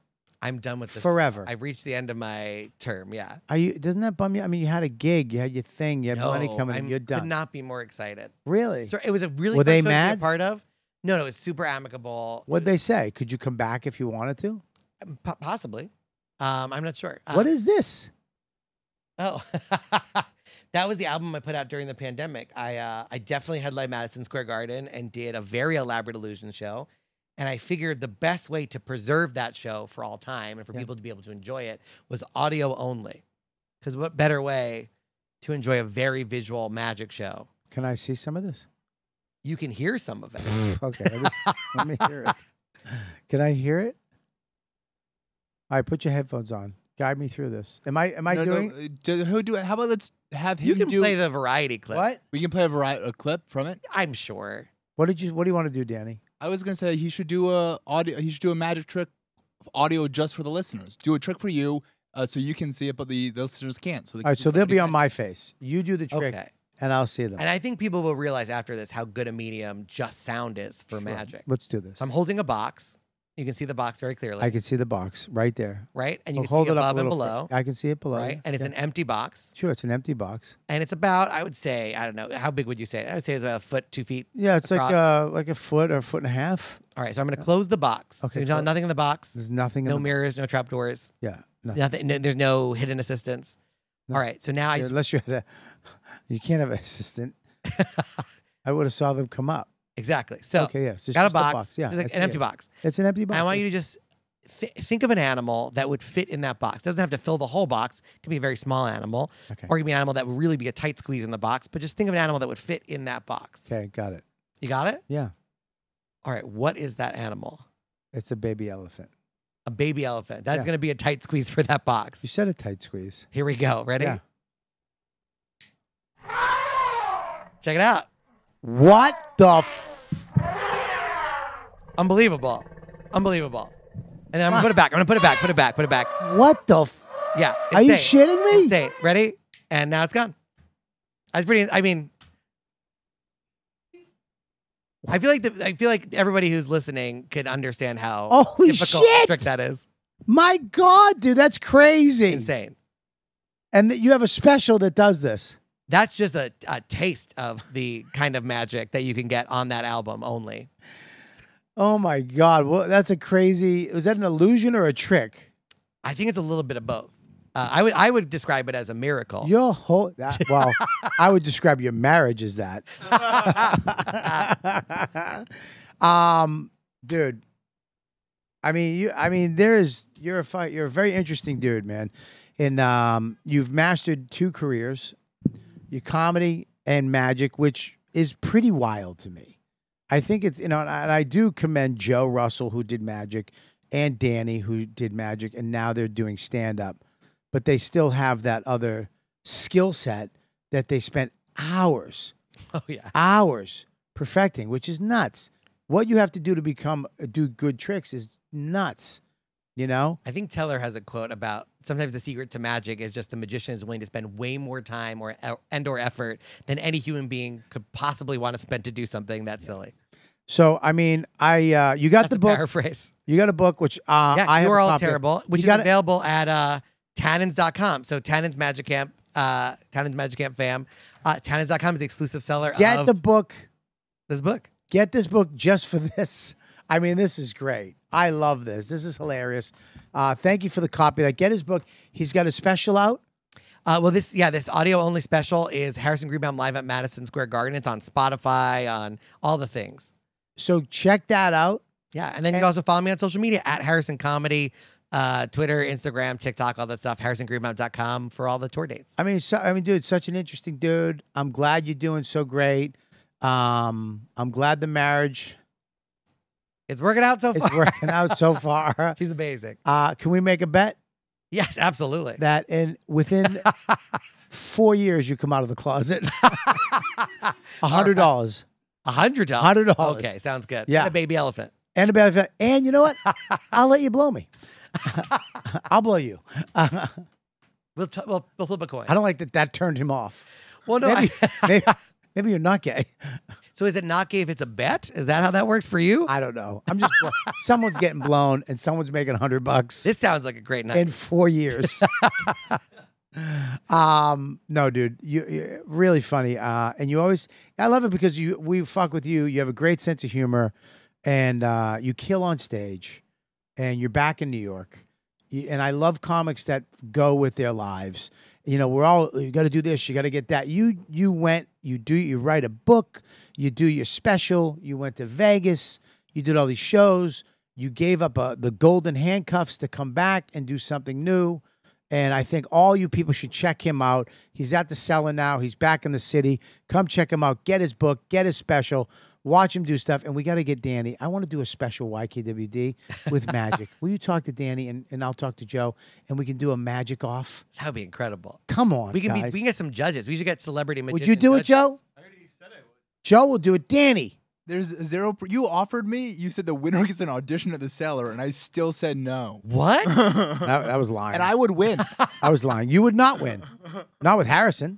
Speaker 2: I'm done with this.
Speaker 1: forever.
Speaker 2: I've reached the end of my term. Yeah.
Speaker 1: Are you? Doesn't that bum you? I mean, you had a gig, you had your thing, you had money
Speaker 2: No,
Speaker 1: coming, in.
Speaker 2: I'm-
Speaker 1: you're done.
Speaker 2: Could not be more excited.
Speaker 1: really?
Speaker 2: So it was a really
Speaker 1: Were
Speaker 2: fun
Speaker 1: they
Speaker 2: show to be a
Speaker 1: mad?
Speaker 2: part of. No, no, it was super amicable.
Speaker 1: What'd they say? Could you come back if you wanted to?
Speaker 2: Po- possibly. Um, I'm not sure.
Speaker 1: what
Speaker 2: Um,
Speaker 1: is this?
Speaker 2: Oh, [LAUGHS] that was the album I put out during the pandemic. I uh, I definitely headlined Madison Square Garden and did a very elaborate illusion show. And I figured the best way to preserve that show for all time and for
Speaker 1: Yeah.
Speaker 2: people to be able to enjoy it was audio only. Because what better way to enjoy a very visual magic show?
Speaker 1: Can I see some of this?
Speaker 2: You can hear some
Speaker 1: [SIGHS]
Speaker 2: of it.
Speaker 1: okay, let me, s- let me hear it. [LAUGHS] Can I hear it? All right, put your headphones on. Guide me through this. Am I am I
Speaker 8: No, no,
Speaker 1: doing?
Speaker 8: uh, do- who do it? How about let's have him
Speaker 2: you can
Speaker 8: do
Speaker 2: play the variety clip.
Speaker 1: What?
Speaker 8: We can play a, vari- a clip from it.
Speaker 2: I'm sure.
Speaker 1: What did you? What do you want to do, Danny?
Speaker 8: I was gonna say he should do a audio. He should do a magic trick, of audio just for the listeners. Do a trick for you, uh, so you can see it, but the, the listeners can't. So they
Speaker 1: All right,
Speaker 8: can
Speaker 1: so they'll be
Speaker 8: participate.
Speaker 1: on my face. You do the trick,
Speaker 2: Okay.
Speaker 1: and I'll see them.
Speaker 2: And I think people will realize after this how good a medium just sound is for magic.
Speaker 1: Let's do this.
Speaker 2: So I'm holding a box. You can see the box very clearly,
Speaker 1: I can see the box right there.
Speaker 2: right? And you
Speaker 1: Well,
Speaker 2: can see
Speaker 1: it up a
Speaker 2: above and
Speaker 1: little fur-
Speaker 2: below,
Speaker 1: I can see it below.
Speaker 2: right?
Speaker 1: yeah,
Speaker 2: And it's
Speaker 1: yeah.
Speaker 2: an empty box.
Speaker 1: sure. It's an empty box.
Speaker 2: And it's about, I would say, I don't know, how big would you say? it? I would say it's a foot, two feet.
Speaker 1: Yeah, it's like uh,
Speaker 2: Across.
Speaker 1: like a foot or a foot and a half.
Speaker 2: All right, so I'm going to close the box.
Speaker 1: Okay,
Speaker 2: so you can tell
Speaker 1: close-
Speaker 2: nothing in the box,
Speaker 1: There's nothing. in
Speaker 2: no
Speaker 1: the-
Speaker 2: mirrors, no trapdoors,
Speaker 1: Yeah, nothing.
Speaker 2: nothing. No, there's no hidden assistants. All right, so now I
Speaker 1: Yeah,
Speaker 2: just, [LAUGHS]
Speaker 1: unless you had a, you can't have an assistant. I would have saw them come up.
Speaker 2: Exactly. So
Speaker 1: Okay, yes, it's
Speaker 2: got
Speaker 1: just
Speaker 2: a
Speaker 1: a
Speaker 2: box.
Speaker 1: box. Yeah,
Speaker 2: it's like
Speaker 1: I
Speaker 2: an
Speaker 1: see
Speaker 2: empty
Speaker 1: it.
Speaker 2: box.
Speaker 1: It's an empty box.
Speaker 2: I want you to just th- think of an animal that would fit in that box. Doesn't have to fill the whole box. It could be a very small animal,
Speaker 1: Okay.
Speaker 2: or it could be an animal that would really be a tight squeeze in the box. But just think of an animal that would fit in that box.
Speaker 1: Okay, got it.
Speaker 2: You got it?
Speaker 1: Yeah,
Speaker 2: All right. What is that animal?
Speaker 1: it's a baby elephant.
Speaker 2: A baby elephant. That's
Speaker 1: Yeah.
Speaker 2: going to be a tight squeeze for that box.
Speaker 1: You said a tight squeeze.
Speaker 2: Here we go. Ready?
Speaker 1: Yeah.
Speaker 2: Check it out.
Speaker 1: What the? F-
Speaker 2: Unbelievable. Unbelievable. And then I'm gonna put it back. I'm gonna put it back. Put it back. Put it back.
Speaker 1: what the? F-
Speaker 2: Yeah.
Speaker 1: Are you
Speaker 2: insane.
Speaker 1: shitting me?
Speaker 2: Insane. Ready? And now it's gone. I was pretty. I mean, I feel like the, I feel like everybody who's listening could understand how
Speaker 1: Holy
Speaker 2: difficult
Speaker 1: shit!
Speaker 2: trick that is.
Speaker 1: My God, dude, that's crazy.
Speaker 2: Insane.
Speaker 1: And that you have a special that does this.
Speaker 2: That's just a, a taste of the kind of magic that you can get on that album only.
Speaker 1: Oh my God, well, that's a crazy. Was that an illusion or a trick?
Speaker 2: I think it's a little bit of both. Uh, I would I would describe it as a miracle.
Speaker 1: Your whole that, well, I would describe your marriage as that. [LAUGHS] um, dude. I mean, you. I mean, there is. You're a fi- you're a very interesting dude, man, and um, you've mastered two careers, your comedy and magic, which is pretty wild to me. I think it's you know, and I, and I do commend Joe Russell who did magic, and Danny who did magic, and now they're doing stand up, but they still have that other skill set that they spent hours
Speaker 2: [LAUGHS] Oh yeah.
Speaker 1: hours perfecting, which is nuts. What you have to do to become uh, do good tricks is nuts. You know?
Speaker 2: I think Teller has a quote about sometimes the secret to magic is just the magician is willing to spend way more time or uh, and or effort than any human being could possibly want to spend to do something that silly.
Speaker 1: So I mean, I uh, you got
Speaker 2: That's
Speaker 1: the
Speaker 2: a
Speaker 1: book.
Speaker 2: paraphrase.
Speaker 1: You got a book, which uh,
Speaker 2: yeah,
Speaker 1: I
Speaker 2: you
Speaker 1: have
Speaker 2: are
Speaker 1: a
Speaker 2: all
Speaker 1: copy of.
Speaker 2: terrible, which
Speaker 1: You
Speaker 2: is
Speaker 1: gotta-
Speaker 2: available at uh, tannins.com. So Tannins Magic Camp, uh, Tannins Magic Camp fam. Uh, tannins.com is the exclusive seller
Speaker 1: Get
Speaker 2: of
Speaker 1: the book.
Speaker 2: this book.
Speaker 1: Get this book just for [LAUGHS] this. I mean, this is great. I love this. This is hilarious. Uh, thank you for the copy. That get his book. He's got a special out.
Speaker 2: Uh, well, this yeah, this audio only special is Harrison Greenbaum live at Madison Square Garden. It's on Spotify, on all the things.
Speaker 1: So check that out.
Speaker 2: Yeah, and then you
Speaker 1: And-
Speaker 2: can also follow me on social media at Harrison Comedy, uh, Twitter, Instagram, TikTok, all that stuff. HarrisonGreenbaum.com for all the tour dates.
Speaker 1: I mean, so, I mean, dude, such an interesting dude. I'm glad you're doing so great. Um, I'm glad the marriage
Speaker 2: It's working out [LAUGHS] so far.
Speaker 1: is working out so far.
Speaker 2: She's amazing.
Speaker 1: Uh, can we make a bet
Speaker 2: Yes, absolutely.
Speaker 1: that in within four years you come out of the
Speaker 2: [LAUGHS]
Speaker 1: closet? A hundred dollars
Speaker 2: [LAUGHS] A hundred dollars.
Speaker 1: $100.
Speaker 2: Okay, sounds good.
Speaker 1: Yeah.
Speaker 2: And a baby elephant.
Speaker 1: and a bad bet. And you know what? I'll let you blow
Speaker 2: [LAUGHS]
Speaker 1: me. I'll blow you. Uh,
Speaker 2: We'll t- we'll, we'll flip a coin.
Speaker 1: I don't like that. That turned him off.
Speaker 2: well, no. [LAUGHS]
Speaker 1: Maybe,
Speaker 2: I-
Speaker 1: maybe, maybe you're not gay.
Speaker 2: so is it not gay if it's a bet? Is that how that works for you?
Speaker 1: I don't know. I'm just. someone's getting blown, and someone's making a hundred bucks.
Speaker 2: this sounds like a great night.
Speaker 1: in four years. [LAUGHS] um, no, dude, you, you really funny. Uh, and you always, I love it because you we fuck with you. You have a great sense of humor, and uh, you kill on stage, and you're back in New York. You- And I love comics that go with their lives. You know, we're all you got to do this, you got to get that. You you went, you do, you write a book, you do your special. You went to Vegas, you did all these shows. You gave up uh, the golden handcuffs to come back and do something new. And I think all you people should check him out. He's at the cellar now. He's back in the city. Come check him out. Get his book. Get his special. Watch him do stuff. And we got to get Danny. I want to do a special
Speaker 2: [LAUGHS]
Speaker 1: YKWd with magic. Will you talk to Danny and, and I'll talk to Joe and we can do a magic off?
Speaker 2: that would be incredible.
Speaker 1: Come on,
Speaker 2: We can be,
Speaker 1: guys.
Speaker 2: we can get some judges. We should get celebrity.
Speaker 1: Would you do it, Joe? Joe will do it.
Speaker 2: [LAUGHS]
Speaker 1: Danny.
Speaker 8: There's zero. Pr- you offered me. You said the winner gets an audition at the cellar, and I still said no.
Speaker 1: [LAUGHS]
Speaker 2: What?
Speaker 1: That, that was lying.
Speaker 8: And I
Speaker 1: [LAUGHS]
Speaker 8: would win. oh,
Speaker 1: I was lying. You would not win. Not with Harrison.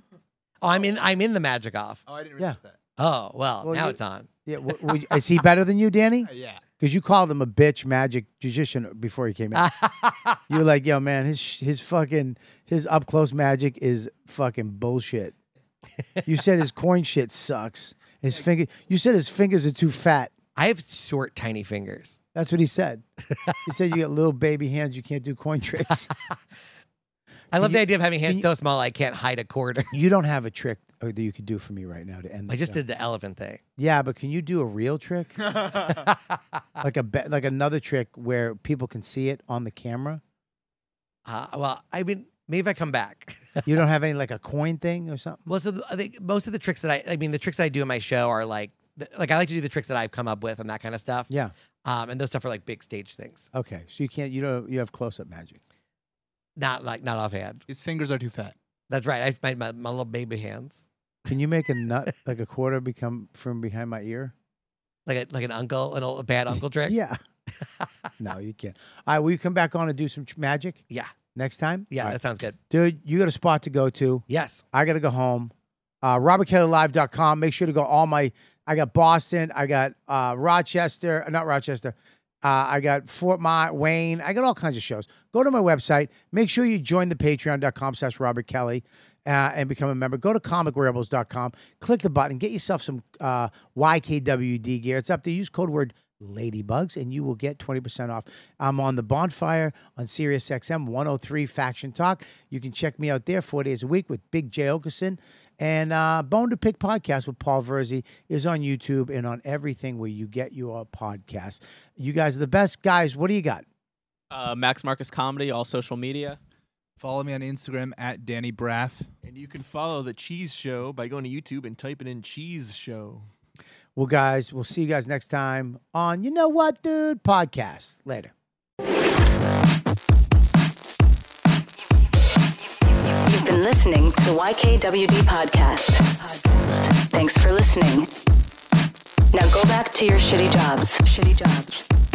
Speaker 2: Oh, I'm in. I'm in the magic off.
Speaker 8: I didn't
Speaker 1: realize
Speaker 8: that.
Speaker 2: Oh well,
Speaker 1: Well,
Speaker 2: now
Speaker 1: you-
Speaker 2: it's on.
Speaker 1: Yeah, w- w- is he better than you, Danny?
Speaker 8: yeah.
Speaker 1: Because you called him a bitch magic magician before he came
Speaker 2: [LAUGHS]
Speaker 1: in. you were like, yo, man, his sh- his fucking his up close magic is fucking bullshit. You said his coin shit sucks. His finger. You said his fingers are too fat.
Speaker 2: I have short, tiny fingers.
Speaker 1: That's what he said. He said you got little baby hands. You can't do coin
Speaker 2: [LAUGHS]
Speaker 1: tricks.
Speaker 2: I love the idea of having hands
Speaker 1: you-
Speaker 2: so small I can't hide a quarter.
Speaker 1: [LAUGHS] you don't have a trick or that you could do for me right now to end?
Speaker 2: I
Speaker 1: the
Speaker 2: just
Speaker 1: show?
Speaker 2: did the
Speaker 1: [LAUGHS]
Speaker 2: elephant thing. [LAUGHS] Uh,
Speaker 1: Yeah, but can you do a real trick? like a be- like another trick where people can see it on the camera.
Speaker 2: Uh, well, I mean, maybe if I come back. [LAUGHS]
Speaker 1: You don't have any like a coin thing or something.
Speaker 2: Well, so the, I think most of the tricks that I, I mean, the tricks that I do in my show are like, th- like I like to do the tricks that I've come up with and that kind of stuff.
Speaker 1: Yeah.
Speaker 2: Um, and those stuff are like big stage things,
Speaker 1: Okay, so you can't. You don't. You have close up magic.
Speaker 2: not like not offhand.
Speaker 8: His fingers are too fat.
Speaker 2: That's right. I my, my my little baby hands,
Speaker 1: Can you make a
Speaker 2: [LAUGHS]
Speaker 1: nut like a quarter become from behind my ear?
Speaker 2: like a, like an uncle, an old a
Speaker 1: [LAUGHS]
Speaker 2: bad uncle trick.
Speaker 1: Yeah.
Speaker 2: [LAUGHS]
Speaker 1: no, you can't. All right, will you come back on and do some tr- magic
Speaker 2: Yeah.
Speaker 1: next time?
Speaker 2: Yeah.
Speaker 1: All right.
Speaker 2: That sounds good.
Speaker 1: dude. You got a spot to go to.
Speaker 2: Yes.
Speaker 1: I got to go home. Uh, RobertKellyLive.com. Make sure to go all my. I got Boston. I got uh, Rochester. Not Rochester. Uh, I got Fort Mott, Wayne. I got all kinds of shows. Go to my website. Make sure you join the patreon.com slash Robert Kelly uh, and become a member. Go to comicrebels.com. Click the button. Get yourself some uh, YKWD gear. It's up there. Use code word ladybugs and you will get 20% off i'm on the bonfire on sirius xm 103 faction talk you can check me out there four days a week with big jay okerson and uh, bone to pick podcast with paul verzi is on youtube and on everything where you get your podcast you guys are the best guys what do you got
Speaker 9: Uh, Max Marcus Comedy, all social media.
Speaker 8: Follow me on Instagram at Danny Braff.
Speaker 10: And you can follow the Cheese Show by going to YouTube and typing in Cheese Show.
Speaker 1: well guys we'll see you guys next time on you know what dude podcast later
Speaker 11: You've been listening to the YKWD podcast. Thanks for listening. Now go back to your shitty jobs. Shitty jobs.